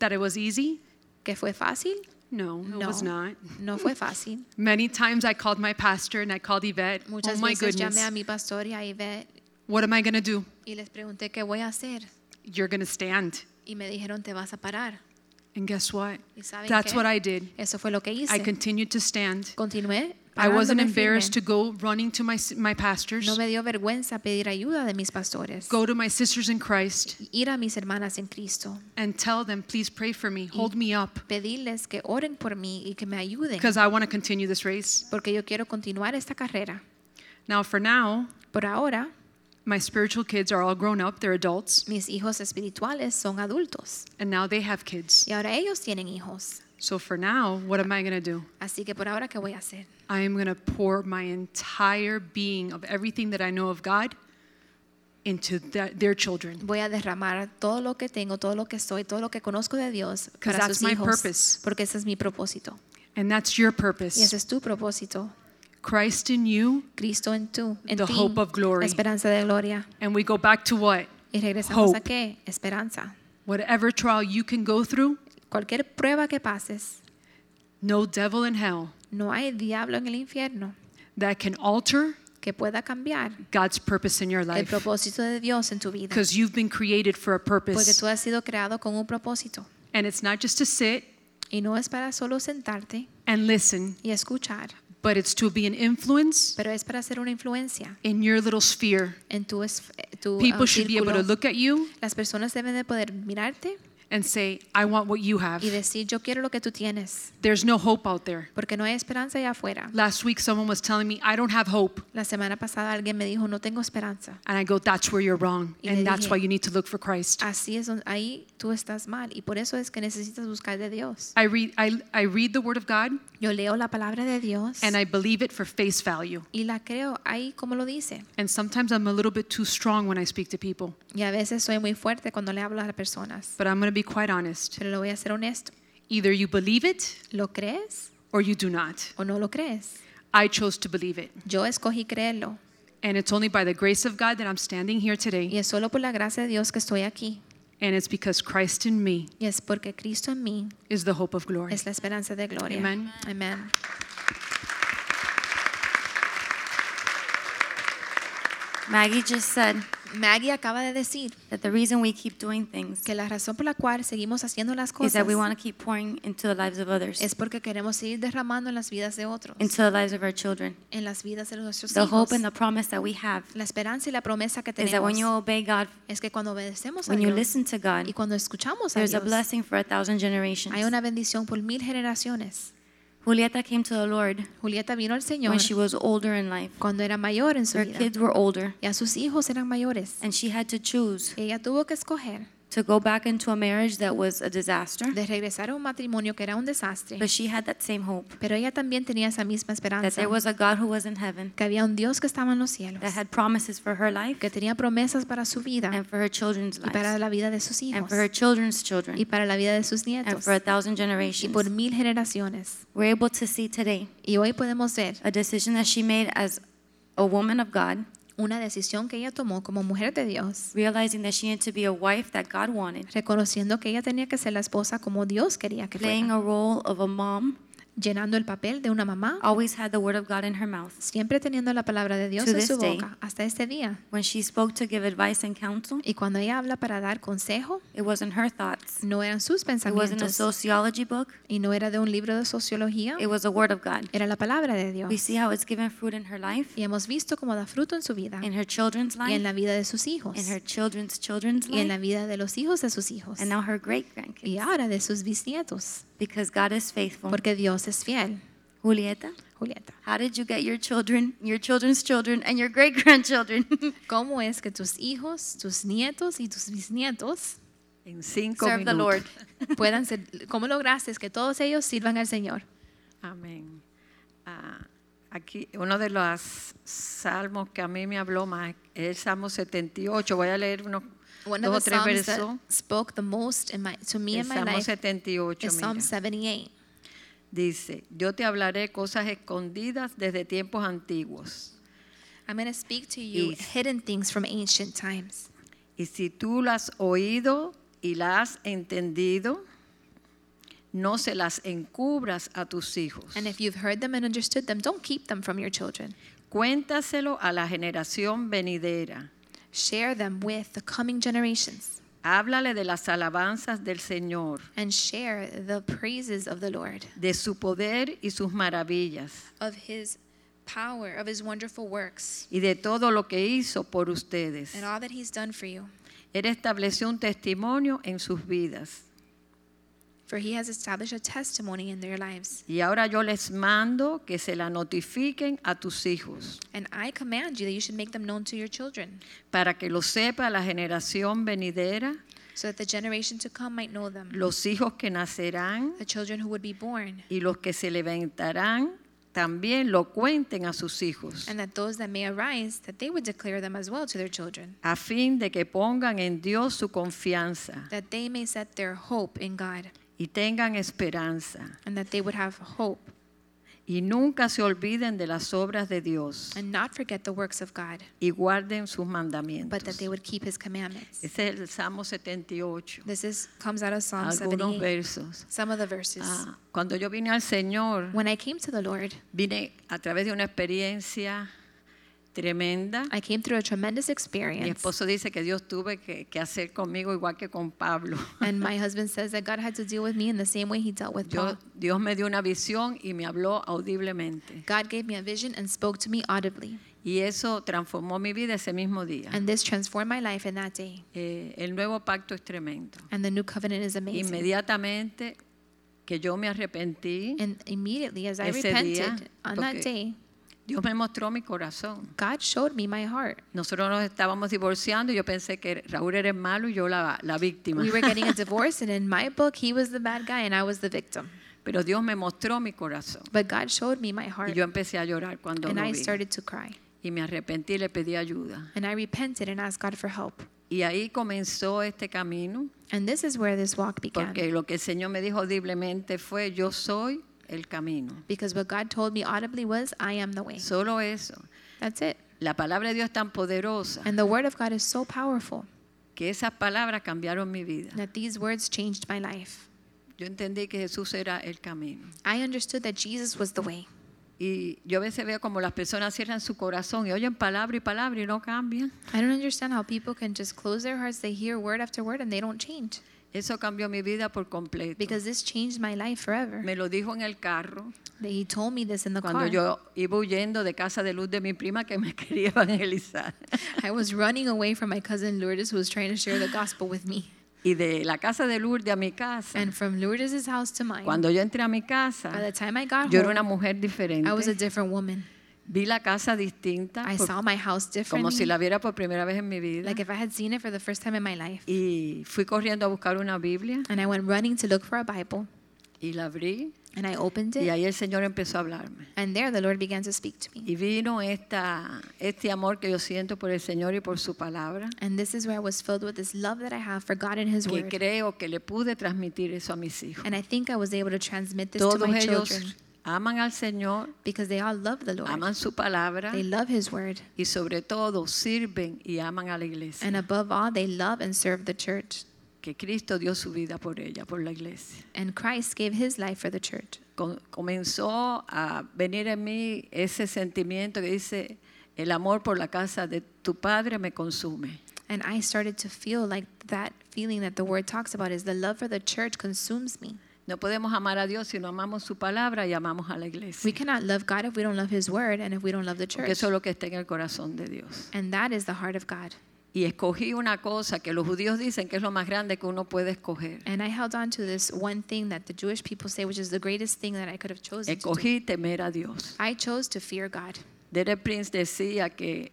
J: That it was easy?
B: ¿Que fue fácil?
J: No, it was not.
B: No
J: Mm.
B: fue fácil.
J: Many times I called my pastor and I called Yvette.
B: Muchas
J: oh my
B: veces
J: goodness.
B: llamé a mi pastor y a Ivette
J: What am I going to do?
B: y les pregunté, ¿qué voy a hacer?
J: You're going to stand.
B: Y me dijeron, te vas a parar.
J: And guess what?
B: ¿Y saben
J: That's
B: qué?
J: what I did.
B: Eso fue lo que hice.
J: I continued to stand.
B: Continué.
J: I wasn't
B: parándome
J: embarrassed to
B: firme.
J: go running to my s- my pastors,
B: No me dio vergüenza pedir ayuda de mis pastores.
J: go to my sisters in Christ,
B: Ir a mis hermanas en Cristo.
J: and tell them, please pray for me, hold me up,
B: Pedirles que oren por mí y que me ayuden.
J: because I want to continue this race.
B: Porque yo quiero continuar esta carrera.
J: Now, for now,
B: Por ahora,
J: my spiritual kids are all grown up; they're adults,
B: mis hijos espirituales son adultos.
J: and now they have kids.
B: Y ahora ellos tienen hijos.
J: So for now, what am I going to do?
B: Así que por ahora, ¿qué voy a hacer?
J: I am going to pour my entire being of everything that I know of God into th- their children.
B: Voy a derramar todo lo que tengo, todo lo que soy, todo lo que conozco de Dios
J: 'Cause
B: para
J: that's
B: sus
J: my
B: hijos.
J: purpose.
B: Porque ese es mi propósito.
J: And that's your
B: Y
J: purpose.
B: ese es tu propósito.
J: Christ in you,
B: Cristo en tú, en
J: the
B: ti,
J: hope of glory.
B: esperanza de gloria.
J: And we go back to what?
B: Y regresamos
J: Hope.
B: a qué? Esperanza.
J: Whatever trial you can go through,
B: Cualquier prueba que pases,
J: no devil in hell
B: no hay diablo en el infierno
J: that can alter
B: que pueda cambiar
J: God's purpose in your
B: el
J: life.
B: propósito de Dios en tu vida.
J: Because you've been created for a
B: Porque
J: purpose.
B: tú has sido creado con un propósito.
J: And it's not just to sit
B: Y no es para solo sentarte
J: and listen,
B: y escuchar,
J: but it's to be an influence
B: pero es para hacer una influencia
J: in your little sphere.
B: en tu, es- tu, ah,
J: People should be able to
B: círculo.
J: look at you
B: Las personas deben de poder mirarte
J: and say, I want what you have.
B: y decir, yo quiero lo que tú tienes,
J: There's no hope out there.
B: porque no hay esperanza allá afuera.
J: Last week, someone was telling me, I don't have hope.
B: La semana pasada alguien me dijo, no tengo esperanza.
J: And I go, that's where you're wrong.
B: Y le
J: And that's
B: dije,
J: why you need to look for Christ.
B: Así es, don- ahí tú estás mal y por eso es que necesitas buscar de Dios.
J: I read, I, I read the Word of God
B: Yo leo la palabra de Dios
J: and I believe it for face value.
B: y la creo ahí como lo dice.
J: And sometimes I'm a little bit too strong when I speak to people.
B: Y a veces soy muy fuerte cuando le hablo a las personas,
J: But I'm going to be quite honest.
B: pero lo voy a ser honesto.
J: Either you believe it
B: ¿Lo crees
J: or you do not.
B: o no lo crees?
J: I chose to believe it.
B: Yo escogí creerlo
J: And it's only by the grace of God that I'm standing here today.
B: y es solo por la gracia de Dios que estoy aquí.
J: And it's because Christ in me
B: Y es porque Cristo en mí
J: is the hope of glory.
B: es la esperanza de gloria.
J: Amen.
B: Amén.
K: Maggie just said,
B: Maggie acaba de decir
A: that the reason we keep doing things
B: que la razón por la cual seguimos haciendo las
A: is
B: cosas
A: that we want to keep pouring into the lives of others,
B: es porque queremos seguir derramando en las vidas de otros,
A: into the lives of our children.
B: en las vidas de nuestros
A: The
B: hijos.
A: hope and the promise that we have
B: la esperanza y la promesa que
A: is that when you
B: tenemos
A: obey God,
B: es que cuando obedecemos a
A: when you
B: Dios
A: listen to God,
B: y cuando escuchamos a
A: there's a
B: Dios,
A: blessing for a thousand generations.
B: hay una bendición por mil generaciones.
A: Julieta came to the Lord
B: Julieta vino al Señor
A: when she was older in life.
B: cuando era mayor en su
A: Her
B: vida.
A: kids were older,
B: y a sus hijos eran mayores.
A: and she had to choose
B: Ella tuvo que escoger
A: to go back into a marriage that was a disaster,
B: de regresar a un matrimonio que era un desastre.
A: but she had that same hope
B: Pero ella también tenía esa misma
A: that
B: esperanza.
A: there was a God who was in heaven
B: que había un Dios que estaba en los cielos.
A: that had promises for her life
B: que tenía promesas para su vida.
A: and for her children's
B: y para
A: lives
B: la vida de sus
A: and
B: hijos.
A: for her children's children
B: y para la vida de sus
A: and
B: nietos.
A: for a thousand
B: y por
A: generations.
B: mil generaciones.
A: We're able to see today
B: Y hoy podemos ver
A: a decision that she made as a woman of God,
B: una decisión que ella tomó como mujer de Dios.
A: realizing that she needed to be a wife that God wanted,
B: Reconociendo que ella tenía que ser la esposa como Dios quería que
A: playing
B: fuera.
A: a role of a mom,
B: Llenando el papel de una mamá.
A: always had the word of God in her mouth.
B: Siempre teniendo la palabra de Dios
A: To
B: en
A: this
B: su
A: day,
B: boca. Hasta este día.
A: When she spoke to give advice and counsel,
B: Y cuando ella habla para dar consejo,
A: it wasn't her thoughts.
B: no eran sus
A: It wasn't a
B: pensamientos.
A: sociology book.
B: y no era de un libro de sociología,
A: It was the word of God.
B: era la palabra de Dios.
A: We see how it's given fruit in her life,
B: Y hemos visto cómo da fruto en su vida
A: in her children's
B: y en la
A: life,
B: vida de sus hijos
A: in her children's children's
B: y en la
A: life,
B: vida de los hijos de sus hijos
A: and now her great grandkids.
B: y ahora de sus bisnietos,
A: Because God is faithful.
B: porque Dios es fiel.
A: Julieta,
B: Julieta,
A: how did you get your children, your children's children, and your great [laughs] grandchildren?
B: ¿cómo es que tus hijos, tus nietos y tus bisnietos
L: En cinco
B: serve the Lord?
L: minutos.
B: Puedan ser, ¿Cómo lograste que todos ellos sirvan al Señor?
M: Amén. Ah, aquí uno de los salmos que a mí me habló más es el Salmo 78. Voy a leer unos
B: One
M: dos o
B: of the
M: tres
B: psalms that
M: versos.
B: spoke the most in my, to me
M: El
B: in my
M: Salmo
B: life
M: 78
B: is Psalm
M: mira,
B: 78.
M: dice, yo te hablaré cosas escondidas desde tiempos antiguos.
B: I'm going to speak to you
M: Yes.
B: hidden things from ancient times.
M: Y si tú las has oído y las has entendido, no se las encubras a tus hijos.
B: And if you've heard them and understood them, don't keep them from your children.
M: Cuéntaselo a la generación venidera.
B: Share them with the coming generations
M: Háblale de las alabanzas del Señor,
B: and share the praises of the Lord,
M: de su poder y sus maravillas,
B: of his power, of his wonderful works,
M: y de todo lo que hizo por ustedes.
B: and all that he's done for you.
M: Él estableció un testimonio en sus vidas.
B: For he has established a testimony in their lives.
M: Y ahora yo les mando que se la notifiquen a tus hijos,
B: And I command you that you should make them known to your children,
M: para que lo sepa la generación venidera,
B: so that the generation to come might know them,
M: los hijos que nacerán
B: the children who would be born,
M: y los que se levantarán también lo cuenten a sus hijos,
B: and that those that may arise, that they would declare them as well to their children,
M: a fin de que pongan en Dios su confianza
B: that they may set their hope in God,
M: y tengan esperanza.
B: and that they would have hope
M: Y nunca se olviden de las obras de Dios
B: and not forget the works of God,
M: y guarden
B: but
M: sus
B: that
M: mandamientos.
B: they would keep his commandments.
M: Ese es el Salmo 78.
B: This is, comes out of Psalm
M: Algunos
B: 78.
M: versos.
B: Some of the verses.
M: Ah, cuando yo vine al Señor,
B: When I came to the Lord,
M: vine a través de una experiencia tremenda.
B: I came through a tremendous
M: Mi
B: experience.
M: esposo dice que Dios tuve que, que hacer conmigo igual que
B: [laughs]
M: con Pablo.
B: And my husband says that God had to deal with me in the same way he dealt with Paul.
M: Yo- Dios me dio una visión y me habló audiblemente.
B: God gave me a vision and spoke to me audibly.
M: Y eso transformó mi vida ese mismo día.
B: And this transformed my life in that day.
M: Eh, el nuevo pacto es tremendo.
B: And the new covenant is amazing.
M: Inmediatamente que yo me arrepentí,
B: And immediately as I
M: Ese día,
B: repented on that
M: porque-
B: day,
M: Dios me mostró mi corazón.
B: God showed me my heart.
M: Nosotros nos estábamos divorciando y yo pensé que Raúl era el malo y yo la, la víctima.
B: We were
M: [laughs]
B: getting a divorce, and in my book, he was the bad guy and I was the victim.
M: Pero Dios me mostró mi corazón.
B: But God showed me my
M: Y
B: heart,
M: yo empecé a llorar cuando
B: and
M: lo
B: I
M: vi.
B: started to cry.
M: Y me arrepentí y le pedí ayuda.
B: And I repented and asked God for help.
M: Y ahí comenzó este camino.
B: And this is where this walk began.
M: Porque lo que el Señor me dijo audiblemente fue, yo soy el camino.
B: Because what God told me audibly was, I am the way.
M: Solo eso.
B: That's it.
M: La palabra de Dios es tan poderosa
B: And the word of God is so powerful
M: que esas palabras cambiaron mi vida.
B: that these words changed my life.
M: Yo entendí que Jesús era el camino.
B: I understood that Jesus was the way.
M: Y yo a veces veo como las personas cierran su corazón y oyen palabra y palabra y no cambian.
B: I don't understand how people can just close their hearts. They hear word after word and they don't change.
M: Eso cambió mi vida por completo.
B: Because this changed my life forever.
M: Me lo dijo en el carro.
B: He told me this in the
M: Cuando
B: car.
M: yo iba huyendo de casa de luz de mi prima que me [laughs] quería evangelizar.
B: I was running away from my cousin Lourdes who was trying to share the gospel with me.
M: Y de la casa de Lourdes a mi casa.
B: And from Lourdes' house to mine.
M: Cuando yo entré a mi casa,
B: By the time I got
M: yo era
B: home,
M: una mujer diferente.
B: I was a different woman.
M: Vi la casa distinta.
B: I
M: por-
B: saw my house
M: Como si
B: differently.
M: la viera por primera vez en mi vida.
B: Like if I had seen it for the first time in my life.
M: Y fui corriendo a buscar una Biblia.
B: And I went running to look for a Bible.
M: Y la abrí.
B: And I opened
M: Y
B: it.
M: ahí el Señor empezó a hablarme.
B: And there the Lord began to speak to me.
M: Y vino esta, este amor que yo siento por el Señor y por su palabra.
B: And this is where I was filled with this love that I have for God and His
M: Que
B: Word.
M: creo que le pude transmitir eso a mis hijos.
B: And I think I was able to transmit this to
M: Todos
B: my
M: ellos
B: children.
M: aman al Señor.
B: Because they all love the Lord.
M: Aman su palabra.
B: They love His Word.
M: Y sobre todo sirven y aman a la iglesia.
B: And above all, they love and serve the church.
M: que Cristo dio su vida por ella, por la iglesia.
B: And Christ gave His life for the church.
M: Com- comenzó a venir en mí ese sentimiento que dice, el amor por la casa de tu padre me consume.
B: And I started to feel like that feeling that the Word talks about is the love for the church consumes me.
M: No podemos amar a Dios si no amamos su palabra y amamos a la iglesia.
B: We cannot love God if we don't love His Word and if we don't love the
M: Porque
B: church.
M: eso es lo que está en el corazón de Dios.
B: And that is the heart of God.
M: Y escogí una cosa que los judíos dicen que es lo más grande que uno puede escoger.
B: And I held on to this one thing that the Jewish people say, which is the greatest thing that I could have chosen. To do.
M: Escogí temer a Dios.
B: I chose to fear God.
M: Derek Prince decía que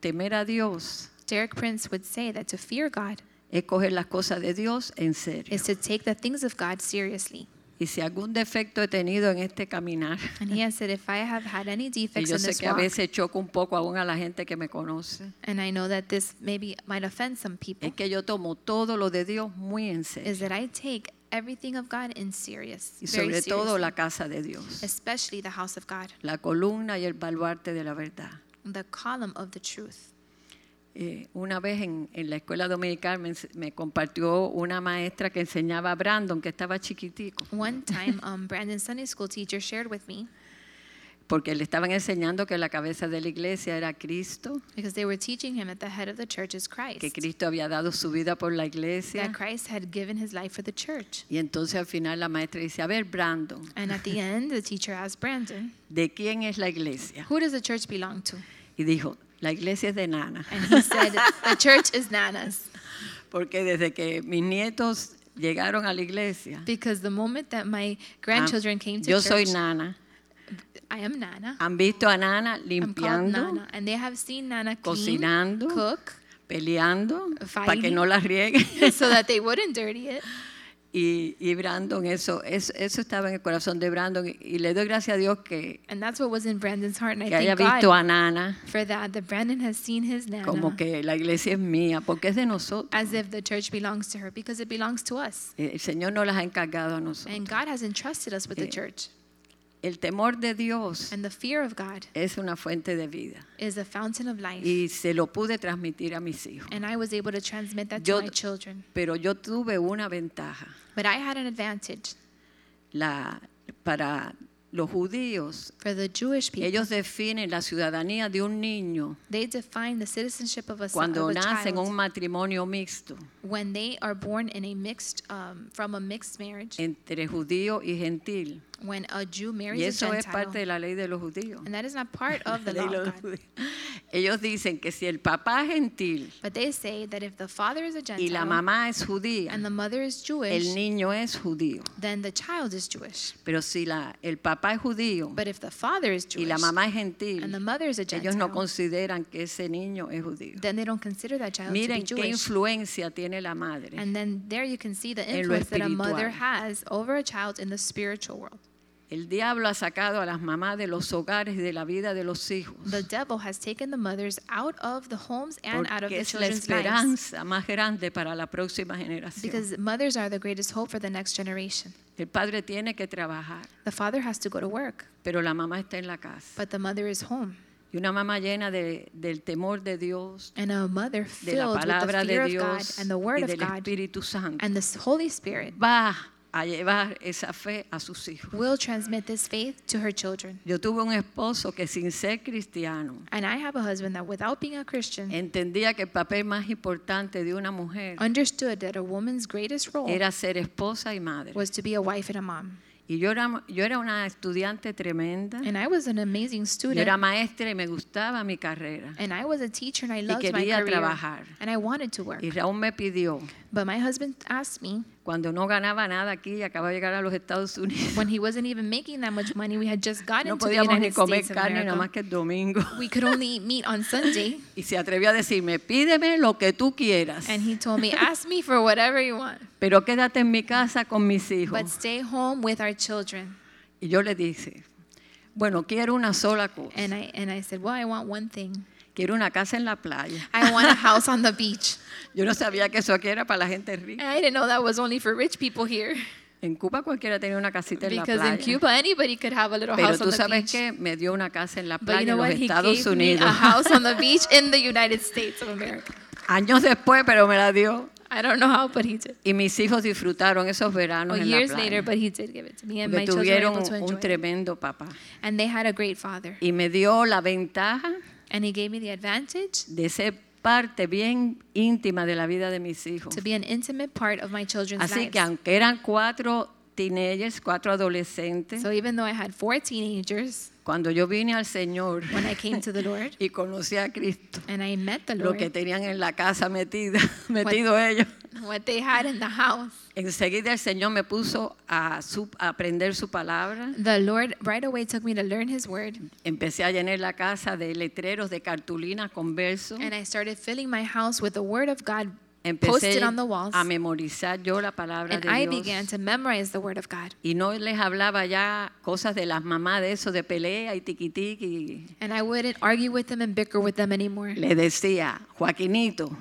M: temer a Dios
B: Derek Prince would say that to fear God
M: es coger las cosas de Dios en serio.
B: is to take the things of God seriously.
M: Y si algún defecto he tenido en este caminar,
B: And he has said, if I have had any
M: [laughs] y
B: defects
M: yo
B: in
M: sé
B: this
M: que a
B: walk,
M: veces choco un poco aún a la gente que me conoce,
B: and I know that this maybe might offend some people,
M: es que yo tomo todo lo de Dios muy en
B: is
M: serio.
B: that I take everything of God in serious,
M: Y
B: very
M: sobre todo
B: seriously,
M: la casa de Dios,
B: especially the house of God,
M: la columna y el baluarte de la verdad.
B: the column of the truth.
M: Eh, una vez en, en la escuela dominical me, ens- me compartió una maestra que enseñaba a Brandon, que estaba chiquitico,
B: One time, um, Brandon's Sunday school teacher shared with me
M: porque le estaban enseñando que la cabeza de la iglesia era Cristo,
B: because they were teaching him that the head of the church is Christ,
M: que Cristo había dado su vida por la iglesia.
B: that Christ had given his life for the church.
M: Y entonces al final la maestra dice, a ver, Brandon,
B: And at the end, the teacher asked Brandon,
M: ¿de quién es la iglesia?
B: Who does the church belong to?
M: Y dijo, la iglesia es de Nana,
B: He said,
M: [laughs]
B: The church is Nana's.
M: porque desde que mis nietos llegaron a la iglesia, ah,
B: Because the moment that my grandchildren came to
M: yo soy
B: church,
M: Nana.
B: I am Nana. [laughs]
M: Han visto a Nana
B: I'm called
M: limpiando,
B: Nana. And they have seen Nana clean
M: cocinando, peleando, para que
B: Fighting.
M: no la riegue.
B: [laughs] so
M: [laughs]
B: that they wouldn't dirty it.
M: Y, y Brandon, eso, eso, eso estaba en el corazón de Brandon. Y, y le doy gracias a Dios que,
B: And that's what was in Brandon's heart. And I
M: que haya
B: thank
M: visto a
B: God
M: Nana
B: for that, that Brandon has seen his Nana
M: como que la iglesia es mía, porque es de nosotros. Eh,
B: as if the church belongs to her because it belongs to us.
M: El Señor nos las ha encargado a nosotros.
B: And God has entrusted us with the
M: Eh,
B: church.
M: El temor de Dios
B: And the fear of God
M: es una fuente de vida
B: is a fountain of life.
M: y se lo pude transmitir a mis hijos.
B: And I was able to transmit that
M: Yo-
B: to my children.
M: Pero yo tuve una ventaja.
B: But I had an advantage.
M: La, para los judíos, ellos definen la ciudadanía de un niño
B: They define the citizenship of a, s-
M: cuando
B: of a
M: nacen en
B: child
M: un matrimonio mixto
B: when they are born in a mixed, um, from a mixed marriage,
M: entre judío y gentil.
B: when a Jew marries
M: Y eso
B: a
M: es
B: Gentile.
M: parte de la ley de los judíos.
B: and that is not part of the
M: [laughs] La
B: law
M: ley de
B: of
M: los
B: God.
M: judíos. Ellos dicen que si el papá es gentil
B: But they say that if the father is a Gentile
M: y la mamá es judía,
B: 'em, and the mother is Jewish,
M: el niño es judío.
B: then the child is Jewish.
M: Pero si la, el papá es judío
B: But if the father is
M: y
B: Jewish
M: la mamá es gentil,
B: and the mother is a
M: ellos no
B: Gentile,
M: consideran que ese niño es judío.
B: then they don't consider that child to be
M: Miren qué
B: Jewish.
M: influencia tiene la madre.
B: And then there you can see the
M: en lo
B: influence that a mother
M: espiritual.
B: has over a child in the spiritual world.
M: El diablo ha sacado a las mamás de los hogares y de la vida de los hijos.
B: The devil has taken the mothers out of the homes and out of
M: Porque
B: the
M: es la
B: children's lives.
M: esperanza más grande para la próxima generación.
B: Because mothers are the greatest hope for the next generation.
M: El padre tiene que trabajar,
B: The father has to go to work,
M: pero la mamá está en la casa.
B: but the mother is home.
M: Y una mamá llena de- del temor de Dios,
B: And a mother
M: de la
B: filled with the
M: palabra
B: fear
M: de
B: of God
M: Dios
B: and the
M: y
B: word of
M: del
B: God
M: Espíritu Santo.
B: and the Holy Spirit
M: va a llevar esa fe a sus hijos.
B: will transmit this faith to her children.
M: Yo tuve un esposo que sin ser cristiano
B: And I have a husband that, without being a Christian,
M: entendía que el papel más importante de una mujer
B: understood that a woman's greatest role
M: era ser esposa y madre.
B: was to be a wife and a mom.
M: Y yo era, yo era una estudiante tremenda.
B: And I was an amazing
M: Yo
B: student.
M: era maestra y me gustaba mi carrera.
B: And I was a teacher and I
M: Y
B: loved my
M: quería
B: career.
M: trabajar.
B: And I wanted to work.
M: Y Raúl me pidió,
B: But my husband asked me,
M: cuando no ganaba nada aquí y acaba de llegar a los Estados Unidos,
B: when he wasn't even making that much money, we had just gotten
M: no
B: to the
M: podíamos ni
B: United
M: comer
B: States of
M: carne nada más
B: America.
M: que el domingo.
B: We could only eat meat on Sunday.
M: [laughs] Y se atrevió a decirme, pídeme lo que tú quieras,
B: And he told me, ask me for whatever you want,
M: pero quédate en mi casa con mis
B: but
M: hijos.
B: stay home with our children.
M: Y yo le dije, bueno, quiero una sola cosa.
B: And I, and I said, well, I want one thing.
M: Quiero una casa en la playa.
B: I want
M: [laughs]
B: a house on the beach.
M: Yo no sabía que eso aquí era para la gente rica.
B: And I didn't know that was only for rich people here.
M: En Cuba cualquiera tenía una casita en la
B: Because
M: playa.
B: in Cuba, anybody could have a little
M: Pero
B: house on
M: tú
B: the beach.
M: sabes que me dio una casa en la
B: But you
M: playa
B: know
M: en los
B: what? He
M: Estados
B: gave me a
M: Unidos.
B: house on the beach in the United States of America.
M: [laughs] Años después, pero me la dio.
B: I don't know how, but he did.
M: Y mis hijos disfrutaron esos veranos
B: Well,
M: en la
B: years
M: playa.
B: later, but he did give it to me, and my
M: porque
B: children were
M: tuvieron
B: able to
M: un
B: enjoy it.
M: tremendo papá.
B: And they had a great father.
M: Y me dio la ventaja
B: And he gave me the advantage
M: de ser parte bien íntima de la vida de mis hijos.
B: to be an intimate part of my children's
M: Así que
B: lives.
M: aunque eran cuatro teenagers, cuatro adolescentes,
B: So even though I had four teenagers,
M: cuando yo vine al Señor
B: when I came to the Lord,
M: [laughs] y conocí a Cristo,
B: and I met the
M: lo
B: Lord,
M: que tenían en la casa metida, [laughs] metido ellos.
B: what they had in the house,
M: Enseguida el Señor me puso a, su- a aprender su palabra.
B: the Lord right away took me to learn His Word,
M: Empecé a llenar la casa de letreros, de cartulinas con versos.
B: and I started filling my house with the Word of God
M: Empecé
B: posted on the walls,
M: a memorizar yo la palabra
B: and
M: de
B: I
M: Dios.
B: began to memorize the Word of God.
M: Y no les hablaba ya cosas de las mamás de eso, de pelea y tiquitiqui.
B: And I wouldn't argue with them and bicker with them anymore.
M: Le decía, Joaquinito,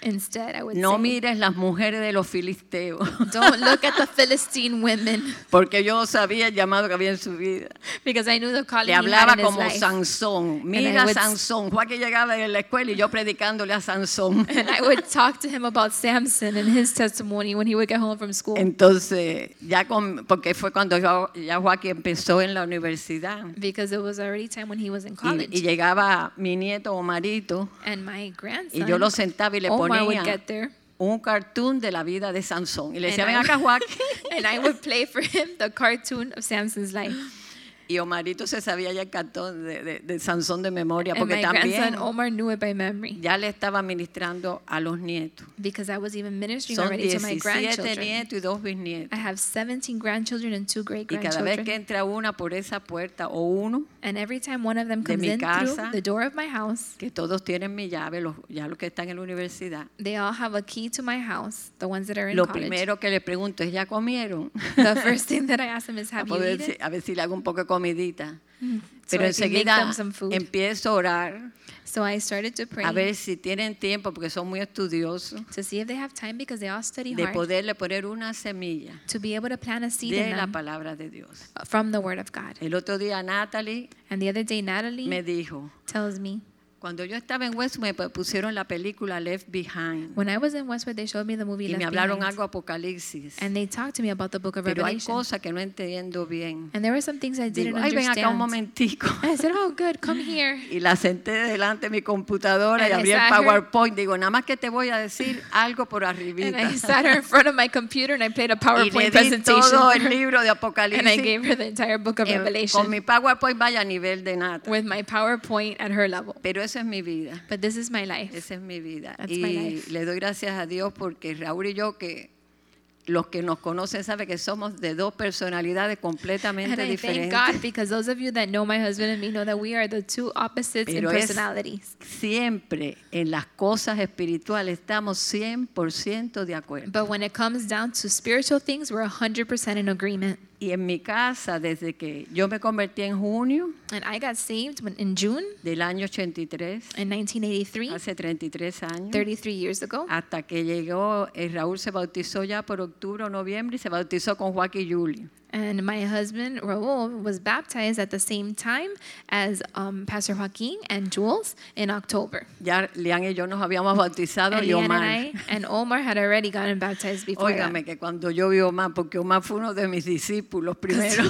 B: Instead, I would
M: no
B: say,
M: mires las mujeres de los filisteos,
B: Don't look at the Philistine women
M: [laughs]
B: [laughs]
M: porque yo sabía el llamado que había en su vida.
B: because I knew the calling
M: Le
B: he had
M: hablaba
B: in his
M: como
B: life.
M: Sansón,
B: I
M: mira a
B: would-
M: Sansón. Joaquín llegaba de la escuela y yo predicándole
B: [laughs]
M: a Sansón.
B: And I would talk to him about Samson and his testimony when he would get home from school.
M: Entonces, ya con, porque fue cuando yo- ya Joaquín empezó en la universidad
B: because it was already time when he was in college.
M: y, y llegaba mi nieto Omarito
B: and my grandson,
M: y yo lo sentaba y le
B: Omar would
M: ponía
B: get there.
M: un cartoon de la vida de Sansón y le decía,
B: And
M: ven
B: I,
M: acá Joaquín.
B: [laughs] would- and I would play for him the cartoon of Samson's life.
M: Y Omarito se sabía ya el cartón de, de- de Sansón de memoria
B: And
M: porque
B: my
M: también
B: grandson Omar knew it by memory
M: ya le estaba ministrando a los nietos.
B: because I was even ministering
M: Son
B: already to my
M: 17
B: grandchildren.
M: nietos y dos bisnietos.
B: I have 17 grandchildren and two great
M: Y cada vez que
B: grandchildren.
M: entra una por esa puerta o uno,
B: And every time one of them
M: de
B: comes
M: mi
B: in
M: casa,
B: through the door of my house,
M: que todos tienen mi llave, los, ya los que están en la universidad,
B: they all have a key to my house, the ones that are in
M: lo
B: college.
M: primero que le pregunto es, ¿ya comieron?
B: The first thing that I ask them is,
M: [laughs] A,
B: have you
M: poder
B: eaten?
M: si- a ver si le hago un poco de comidita.
I: hmm.
B: Mm. So
M: Pero
B: I can make
M: enseguida
B: them some food.
M: empiezo a orar
B: So I started to pray
M: a ver si tienen tiempo, porque son muy estudiosos,
B: to see if they have time because they all study
M: de
B: hard
M: poderle poner una semilla
B: to be able to plant a seed
M: de
B: in
M: la
B: them uh,
M: palabra de Dios.
B: from the Word of God.
M: El otro día Natalie
B: And the other day,
M: me
B: Natalie
M: dijo,
B: tells me,
M: cuando yo estaba en West me pusieron la película Left Behind
B: when I was in Westwood, they showed me the movie
M: y me
B: Left
M: hablaron
B: Behind,
M: algo Apocalipsis,
B: and they talked to me about the book of
M: pero hay
B: Revelation.
M: cosas que no entiendo bien.
B: And there were some things I didn't
M: Digo, ay, ven acá un
B: understand.
M: momentico.
B: [laughs] I said, oh, good,
M: [laughs]
B: come here.
M: Y la senté delante de mi computadora y
B: And I
M: abrí el
B: sat her-
M: PowerPoint. Digo, nada más que te voy a decir algo por
B: And
M: arribita.
B: I sat her in front of my computer and I played a
M: [laughs] y le
B: PowerPoint
M: di todo
B: [laughs]
M: el
B: presentation.
M: libro de
B: And I gave
M: Apocalipsis.
B: her the entire book of
M: eh, con
B: Revelation
M: mi PowerPoint vaya a nivel de nada.
B: with my PowerPoint at her level.
M: Pero eso es mi vida.
B: But this is my life.
M: Esa es mi vida.
B: That's my
M: Y
B: life.
M: le doy gracias a Dios porque Raúl y yo, que los que nos conocen saben que somos de dos personalidades
B: And
M: completamente
B: I thank
M: diferentes.
B: God because those of you that know my husband and me know that we are the two opposites in
M: Pero es-
B: personalities.
M: Siempre en las cosas espirituales estamos 100% de acuerdo.
B: But when it comes down to spiritual things, we're 100% in agreement.
M: Y en mi casa, desde que yo me convertí en junio,
B: And I got saved when, in June
M: del año 83,
B: in 1983,
M: hace 33 años,
B: 33 years ago.
M: hasta que llegó, eh, Raúl se bautizó ya por octubre o noviembre y se bautizó con Joaquín y Julio.
B: And my husband Raul was baptized at the same time as um, Pastor Joaquin and Jules in October.
M: Ya Lian y yo nos habíamos bautizado
B: And
M: y
B: Leanne and
M: Omar.
B: I and Omar had already gotten baptized before
M: Óigame
B: that.
M: que cuando yo vi a Omar, porque Omar fue uno de
B: [laughs]
M: mis discípulos primero,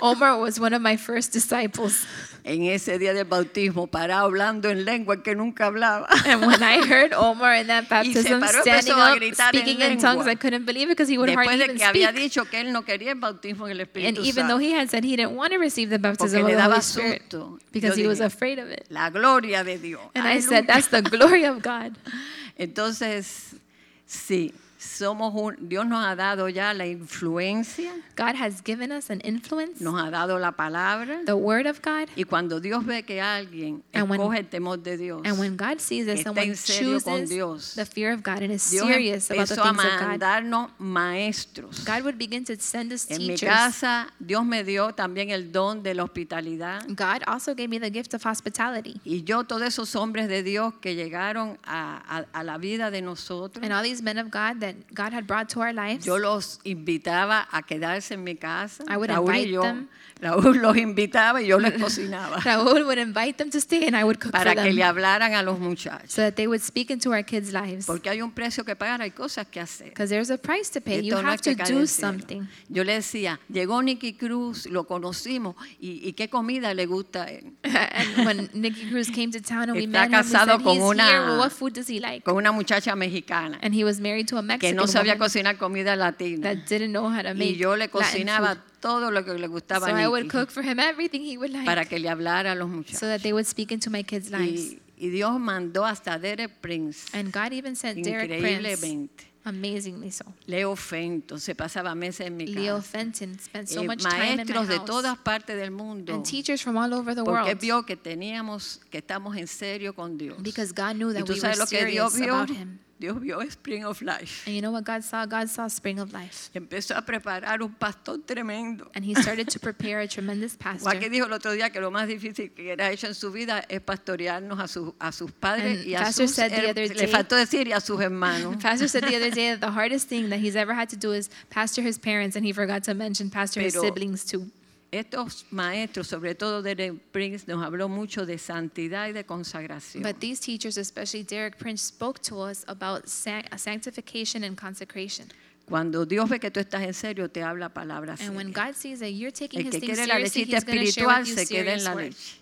B: Omar was one of my first disciples.
M: en ese día del bautismo, parado hablando en lengua que nunca hablaba.
B: [laughs] And when I heard Omar in that
M: Y se
B: baptism
M: paró,
B: standing
M: empezó a
B: up,
M: gritar en
B: speaking in tongues,
M: lengua.
B: I couldn't believe it because he would
M: Después
B: hardly
M: de
B: even
M: que había
B: speak.
M: dicho que él no quería el bautismo en el
B: And
M: Espíritu
B: even though
M: Santo.
B: he had said he didn't want to receive the baptism
M: Porque
B: of
M: le
B: the
M: daba
B: Holy Spirit
M: susto.
B: because
M: Yo
B: he was
M: dije,
B: afraid of it.
M: La gloria de Dios.
B: And I said,
M: Aleluya.
B: that's the glory of God.
M: [laughs] Entonces, sí, somos un- Dios nos ha dado ya la influencia,
B: God has given us an influence,
M: nos ha dado la palabra.
B: the word of God.
M: Y cuando Dios ve que alguien
B: And when-
M: escoge el temor de Dios,
B: And when God sees that
M: Está
B: someone
M: en serio con
B: chooses
M: Dios.
B: the fear of God and is
M: Dios
B: serious about the
M: empezó a
B: things of God,
M: mandarnos maestros.
B: God would begin to send us
M: En mi
B: teachers.
M: casa, Dios me dio también el don de la hospitalidad.
B: God also gave me the gift of hospitality.
M: Y yo, todos esos hombres de Dios que llegaron a, a- a la vida de nosotros,
B: And all these men of God that God had brought to our lives,
M: yo los invitaba a quedarse en mi casa.
B: I would
M: Raúl y
B: invite
M: yo.
B: them.
M: Raúl [laughs] los invitaba y
B: [laughs]
M: yo les cocinaba.
B: Raúl would invite them to stay and I would cook
M: para
B: for
M: que le
B: them
M: hablaran a los muchachos.
B: so that they would speak into our kids' lives.
M: Porque hay un precio que pagar, hay cosas que hacer.
B: Because there's a price to pay.
M: Y
B: You
M: esto no
B: have
M: es
B: to
M: pecado del
B: do
M: cielo.
B: something.
M: Yo le decía, llegó Nicky Cruz, lo conocimos, y, y qué comida le gusta a él.
B: [laughs] and when
M: [laughs]
B: Nicky Cruz came to town and Ah, we met
M: Está
B: him, we said,
M: casado
B: he's
M: con una-
B: here. Well, what food does he like?
M: Con una muchacha mexicana
B: And he was married to a
M: que
B: Mexican
M: no sabía
B: woman
M: cocinar comida latina.
B: that didn't know how to make
M: Y yo le
B: Latin
M: cocinaba
B: food.
M: todo lo que le gustaba
B: So I
M: a
B: would
M: Nicky
B: cook for him everything he would like
M: para que le hablara a los
B: so
M: muchachos.
B: that they would speak into my kids' lives.
M: Y, y Dios mandó hasta Derek Prince,
B: And God even sent Derek Prince,
M: increíblemente.
B: amazingly so.
M: Leo Fenton se pasaba meses en mi casa.
B: Leo Fenton spent so
M: Eh,
B: much time in my
M: maestros de
B: house.
M: todas partes del mundo.
B: And teachers from all over the
M: porque
B: world.
M: vio que teníamos, que estamos en serio con Dios.
B: Because God knew
M: y
B: that
M: tú
B: we were
M: sabes lo que Dios
B: serious
M: vio.
B: about him.
M: Dios vio Spring of Life.
B: And you know what God saw? God saw spring of life.
M: Empezó a preparar un pastor tremendo.
B: And he started to prepare a tremendous pastor.
M: Joaquín dijo el otro día que lo más difícil que era hecho en su vida es pastorearnos a, sus a sus padres
B: And
M: y a
B: Pastor
M: sus
B: said the
M: her-
B: other
M: le
B: day-
M: faltó decir y a sus hermanos.
B: Pastor said the other day that the hardest thing that he's ever had to do is pastor his parents, and he forgot to mention pastor his
M: Pero-
B: siblings too.
M: Estos maestros, sobre todo Derek Prince, nos habló mucho de santidad y de consagración.
B: But these teachers, especially Derek Prince, spoke to us about san- sanctification and consecration.
M: Cuando Dios ve que tú estás en serio, te habla palabras.
B: And when
M: serias.
B: God sees that you're taking
M: El
B: his
M: que
B: things
M: quiere la
B: seriously,
M: lechita
B: he's going to share with
M: espiritual
B: you
M: se queda en
B: serious
M: la
B: work.
M: leche.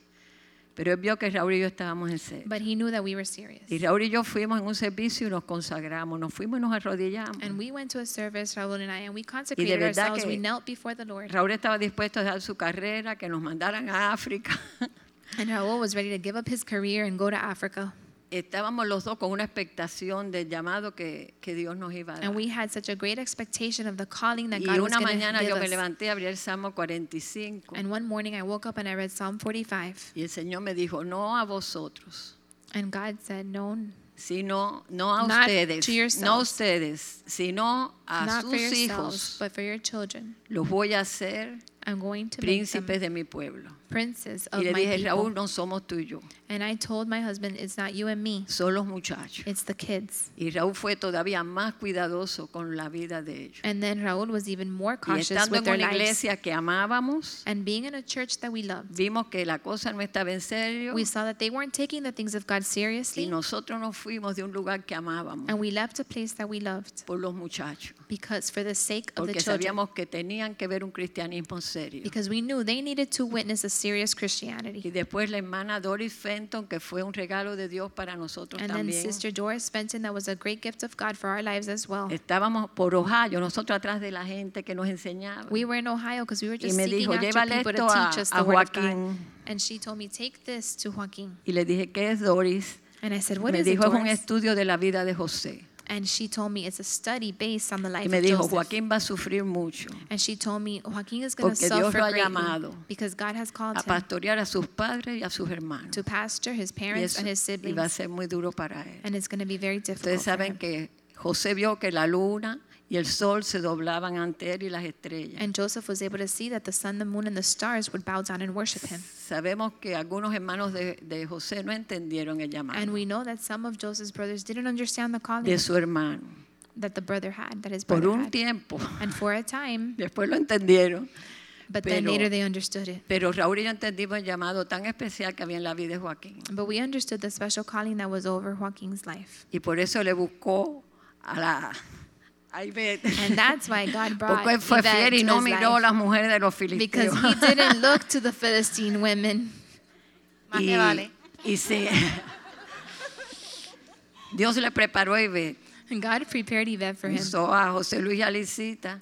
M: Pero él vio que Raúl y yo estábamos en serio.
B: But he knew that we were serious.
M: Y Raúl y yo fuimos en un servicio y nos consagramos, nos fuimos y nos arrodillamos.
B: And we went to a service, Raul and I, and we
M: Y de
B: consecrated
M: verdad
B: ourselves. We
M: que
B: knelt before the Lord.
M: Raúl estaba dispuesto a dejar su carrera, que nos mandaran a África.
B: [laughs] And Raul was ready to give up his career and go to Africa.
M: Estábamos los dos con una expectación del llamado que, que Dios nos iba a
B: And
M: dar.
B: we had such a great expectation of the calling that
M: Y
B: God was
M: una
B: going
M: mañana
B: to
M: yo
B: give
M: me
B: us.
M: levanté, abrí el Salmo 45
B: And one morning I woke up and I read Psalm 45.
M: y el Señor me dijo, no a vosotros,
B: And God said, No,
M: sino no a
B: Not to
M: ustedes,
B: yourselves.
M: no a ustedes, sino a
B: not for
M: sus
B: yourselves,
M: hijos.
B: but for your children.
M: Los voy a hacer
B: I'm going to make them
M: príncipes de mi pueblo.
B: princes
M: Y
B: of
M: le
B: my
M: dije, Raúl,
B: people.
M: no somos tú y yo,
B: And I told my husband, It's not you and me,
M: son los muchachos.
B: it's the kids.
M: Y Raúl fue todavía más cuidadoso con la vida de ellos.
B: And then Raul was even more
M: Y
B: cautious
M: estando
B: with
M: en
B: their
M: una
B: lives.
M: iglesia que amábamos,
B: And being in a church that we loved,
M: vimos que la cosa no estaba en serio
B: we saw that they weren't taking the things of God
M: y
B: seriously.
M: nosotros nos fuimos de un lugar que amábamos
B: And we left a place that we loved
M: por los muchachos,
B: because for the sake of the
M: porque
B: children.
M: sabíamos que tenían que ver un cristianismo serio.
B: Because we knew they needed to witness a serious Christianity.
M: Y después la hermana Doris Fenton, que fue un regalo de Dios para nosotros
B: And then
M: también.
B: Sister Doris Fenton, that was a great gift of God for our lives as well.
M: Estábamos por Ohio, nosotros atrás de la gente que nos enseñaba.
B: We were in Ohio because we were
M: Y
B: just
M: me
B: seeking
M: dijo,
B: after
M: "Llévale
B: people to
M: esto a-
B: teach us
M: a
B: the word of God.
M: Joaquín.
B: And she told me, take this to Joaquin.
M: Y le dije, ¿qué es Doris?
B: And I said, what
M: Me
B: is it,
M: dijo, es un
B: Doris?
M: estudio de la vida de José.
B: And she told me, it's a study based on the
M: Y
B: life
M: me
B: of
M: dijo,
B: Joseph.
M: Joaquín va a sufrir mucho
B: And she told me, Joaquin is going to
M: Porque Dios lo
B: suffer
M: ha
B: greatly
M: llamado
B: because God has called
M: a
B: him
M: pastorear a sus padres y a sus hermanos.
B: to pastor his
M: Y
B: parents and his
M: eso iba a
B: siblings.
M: ser muy duro para él.
B: And it's going to be very difficult
M: Ustedes
B: for
M: saben
B: him.
M: que José vio que la luna y el sol se doblaban ante él y las estrellas.
B: And Joseph was able to see that the sun, the moon, and the stars would bow down and worship him.
M: Sabemos que algunos hermanos de, de José no entendieron el
B: And
M: llamado
B: we know that some of Joseph's brothers didn't understand the calling
M: de su hermano.
B: that the brother had, that his
M: Por
B: brother
M: un
B: had.
M: tiempo.
B: And for a time,
M: Después lo entendieron.
B: but then
M: pero-
B: later they understood it.
M: Pero Raúl y yo entendimos el llamado tan especial que había en la vida de Joaquín.
B: But we understood the special calling that was over Joaquin's life.
M: Y por eso le buscó a la...
B: And that's why
M: [laughs]
B: God brought
M: Porque él fue
B: Yvette
M: fiel y
B: to
M: no
B: his
M: miró a
B: life.
M: las mujeres de los
B: Because
M: filisteos.
B: he
M: [laughs]
B: didn't look to the Philistine women.
M: Más te vale. Y se... [laughs] Dios le preparó a Ivette.
B: God prepared Yvette for him.
M: Usó a José Luis y a Lisita,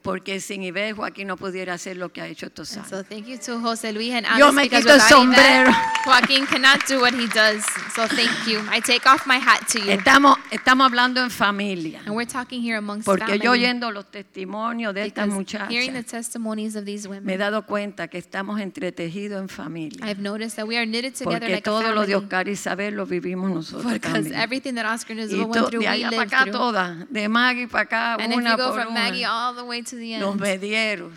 M: porque sin Ivette Joaquín no pudiera hacer lo que ha hecho estos
B: And
M: años.
B: so thank you to Jose Luis and
M: Yo
B: Alice
M: me
B: Ah, because
M: quito el
B: without Yvette, [laughs]
M: sombrero.
B: Joaquin cannot do what he does. So thank you. I take off my hat to you.
M: Estamos, estamos hablando en familia,
B: And we're talking here amongst
M: porque yo
B: family.
M: oyendo los testimonios de estas
B: Because hearing the
M: muchachas,
B: testimonies of these
M: me he
B: women,
M: dado cuenta que estamos entretejidos en familia,
B: I've noticed that we are knitted together
M: porque
B: like a
M: todo lo
B: family.
M: de Oscar y Isabel lo vivimos nosotros
B: Because
M: también.
B: everything that Oscar and
M: Y
B: Isabel
M: to-
B: went through,
M: de
B: we
M: allá para
B: lived
M: acá
B: through.
M: todas, de Maggie para acá,
B: And if
M: una
B: you go
M: por
B: from Maggie
M: una,
B: all the way to the
M: los
B: end,
M: medieros,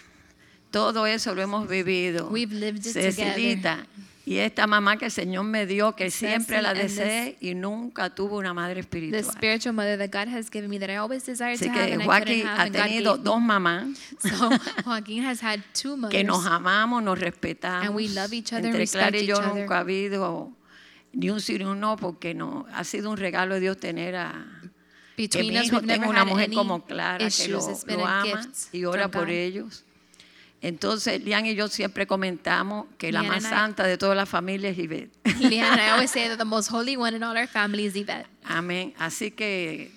M: todo eso lo hemos vivido.
B: we've lived it together.
M: Cecilita. Y esta mamá que el Señor me dio, que siempre
B: Ceci
M: la
B: and this-
M: deseé y nunca tuvo una madre
B: The
M: espiritual.
B: spiritual mother that God has given me that I always desired
M: Así
B: to have
M: que
B: and I couldn't
M: Joaquín
B: have
M: ha
B: and God gave
M: tenido dos mamás
B: So Joaquin has had two mothers.
M: que
B: [laughs]
M: nos amamos, nos respetamos.
B: And we love each other,
M: Entre
B: respect
M: Clara y yo
B: each other.
M: nunca ha habido ni un sí ni un no, porque no, ha sido un regalo de Dios tener a que
B: Between
M: mi
B: us,
M: hijo
B: we've never
M: tenga una
B: had
M: mujer
B: any
M: como Clara que lo,
B: issues. It's been
M: lo
B: a
M: ama
B: gift
M: y ora
B: from
M: por
B: God.
M: ellos. Entonces, Lian y yo siempre comentamos que la
B: Lian
M: más
B: and I-
M: santa de todas las familias es Ivette.
B: Leanne, I always say that the most holy one in all our family is Yvette.
M: Amén. Así que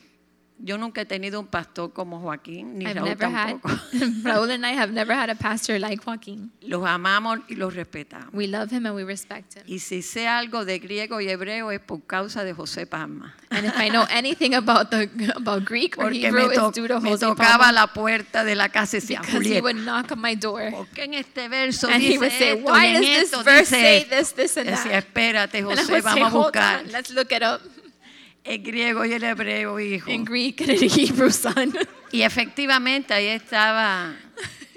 M: yo nunca he tenido un pastor como Joaquín, ni
B: I've
M: Raúl
B: never had,
M: tampoco.
B: [laughs] Raul and I have never had a pastor like Joaquin.
M: Los amamos y los respetamos.
B: We love him and we respect him.
M: Y si sé algo de griego y hebreo es por causa de José Palma.
B: And if I know anything about the about Greek or
M: Porque
B: Hebrew,
M: me, to-
B: it's due to
M: me
B: Jose
M: tocaba
B: Palma
M: la puerta de la casa
B: [laughs]
M: y decía,
B: because he would
M: Julieta,
B: knock on my door.
M: ¿qué en este verso
B: And he
M: dice
B: would say,
M: esto?
B: "Why
M: Y en
B: does this
M: esto
B: verse
M: dice
B: say
M: esto?"
B: this, this, and
M: Decía,
B: that?
M: espérate,
B: And I
M: José,
B: would say,
M: vamos a
B: "Hold
M: buscar.
B: on, let's look it up.
M: El griego y el hebreo, hijo.
B: In Greek and in Hebrew, son.
M: Y efectivamente ahí estaba,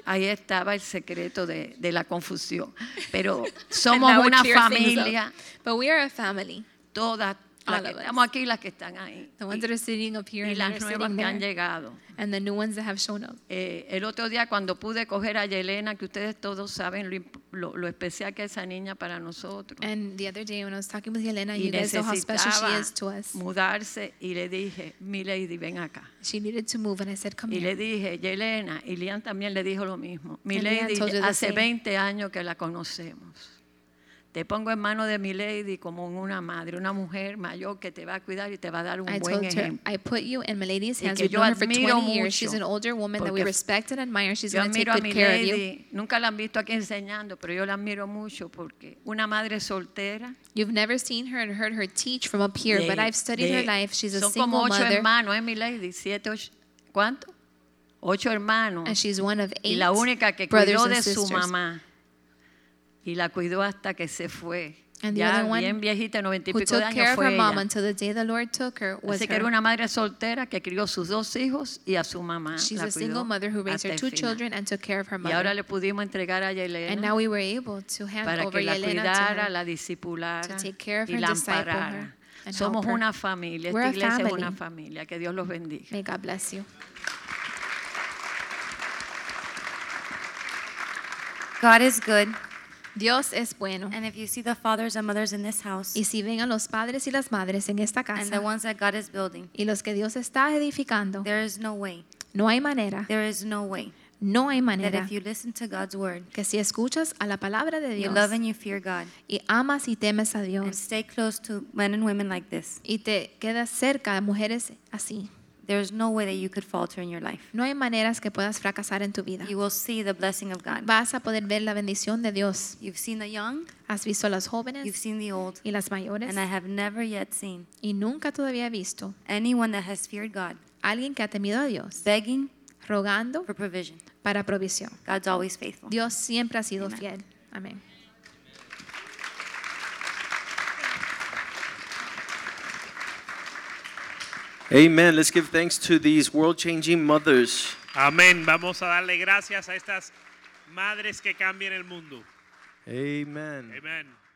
M: ahí estaba el secreto de, de la confusión. Pero somos
B: that would
M: una
B: clear things up.
M: familia,
B: But we are a family.
M: todas las
B: All
M: que
B: of us.
M: estamos aquí y las que están ahí.
B: The ones that are sitting up here
M: Y
B: and that
M: las
B: are
M: nuevas
B: sitting
M: que han
B: there.
M: llegado.
B: And the new ones that have shown up.
M: Eh, el otro día cuando pude coger a Yelena, que ustedes todos saben lo, imp- lo- lo especial que es esa niña para nosotros,
B: And the other day when I was talking with Yelena,
M: y
B: you guys know how special she
M: necesitaba
B: is to us.
M: mudarse y le dije, mi lady, ven acá.
B: She needed to move, and I said, "Come
M: Y le
B: here."
M: dije, Yelena, y Lian también le dijo lo mismo. Mi
B: And Lian
M: lady,
B: told you the
M: hace
B: same.
M: 20 años que la conocemos. Te pongo en manos de mi lady como una madre, una mujer mayor que te va a cuidar y te va a dar un
B: I
M: buen
B: told her,
M: ejemplo.
B: "I put you in Milady's
M: Y
B: hands.
M: que
B: We've
M: yo
B: known her for
M: admiro
B: 20 years. She's
M: mucho,
B: an older woman that we
M: porque
B: respect and admire. She's
M: Yo
B: going to take
M: admiro a
B: good
M: mi
B: care of you.
M: lady, nunca la han visto aquí enseñando, pero yo la admiro mucho porque una madre soltera,
B: You've never seen her and heard her teach from up here,
M: de-
B: but I've studied her
M: de-
B: life. She's a
M: son
B: single
M: como ocho
B: mother,
M: hermanos, ¿eh, mi lady? Siete, ocho, ¿cuánto? Ocho hermanos.
B: and she's one of
M: y
B: eight
M: la única que
B: brothers
M: cuidó
B: and
M: de su
B: sisters.
M: mamá y la cuidó hasta que se fue.
B: And the
M: ya
B: other one
M: bien viejita, noventa y
B: Who
M: pico de
B: took
M: años
B: care of her
M: fue
B: mom
M: ella.
B: until the day the Lord took her was
M: Así que
B: Pues her.
M: era una madre soltera que crió sus dos hijos y a su mamá.
B: She's
M: la
B: a single
M: cuidó
B: mother who raised
M: hasta
B: her
M: el
B: two
M: final.
B: children and took care of her
M: Y ahora
B: mother.
M: le pudimos entregar a Yelena
B: And now we were able to hand
M: para
B: over
M: que la
B: Yelena to
M: cuidara,
B: her.
M: la discipulara
B: to take care of
M: y
B: her,
M: la
B: disciple her,
M: amparara.
B: and
M: Somos
B: help her.
M: una familia,
B: We're
M: esta
B: a
M: iglesia es una
B: family.
M: familia. Que Dios los bendiga.
B: May God bless you.
K: God is good.
B: Dios es bueno.
K: And if you see the fathers and mothers in this house,
B: Y si ven a los padres y las madres en esta
K: and the
B: casa
K: ones that God is building,
B: y los que Dios está edificando,
K: there is no way,
B: no hay manera,
K: there is no way
B: no hay
K: that
B: manera
K: if you listen to God's word,
B: que si escuchas a la palabra de
K: you
B: Dios
K: love and you fear God,
B: y amas y temes a Dios
K: stay close to men and women like this,
B: y te quedas cerca de mujeres así,
K: there's no way that you could falter in your life.
B: no hay maneras que puedas fracasar en tu vida.
K: You will see the blessing of God.
B: Vas a poder ver la bendición de Dios.
K: You've seen the young,
B: Has visto a los jóvenes
K: you've seen the old,
B: y las mayores
K: and I have never yet seen
B: y nunca todavía he visto
K: anyone that has feared God
B: alguien que ha temido a Dios
K: begging
B: rogando
K: for provision.
B: para provisión.
K: God's always faithful.
B: Dios siempre ha sido
K: Amen.
B: fiel. Amén.
J: Amen. Let's give thanks to these world changing mothers.
G: Amén. Vamos a darle gracias a estas madres que cambian el mundo.
J: Amen.
G: Amén.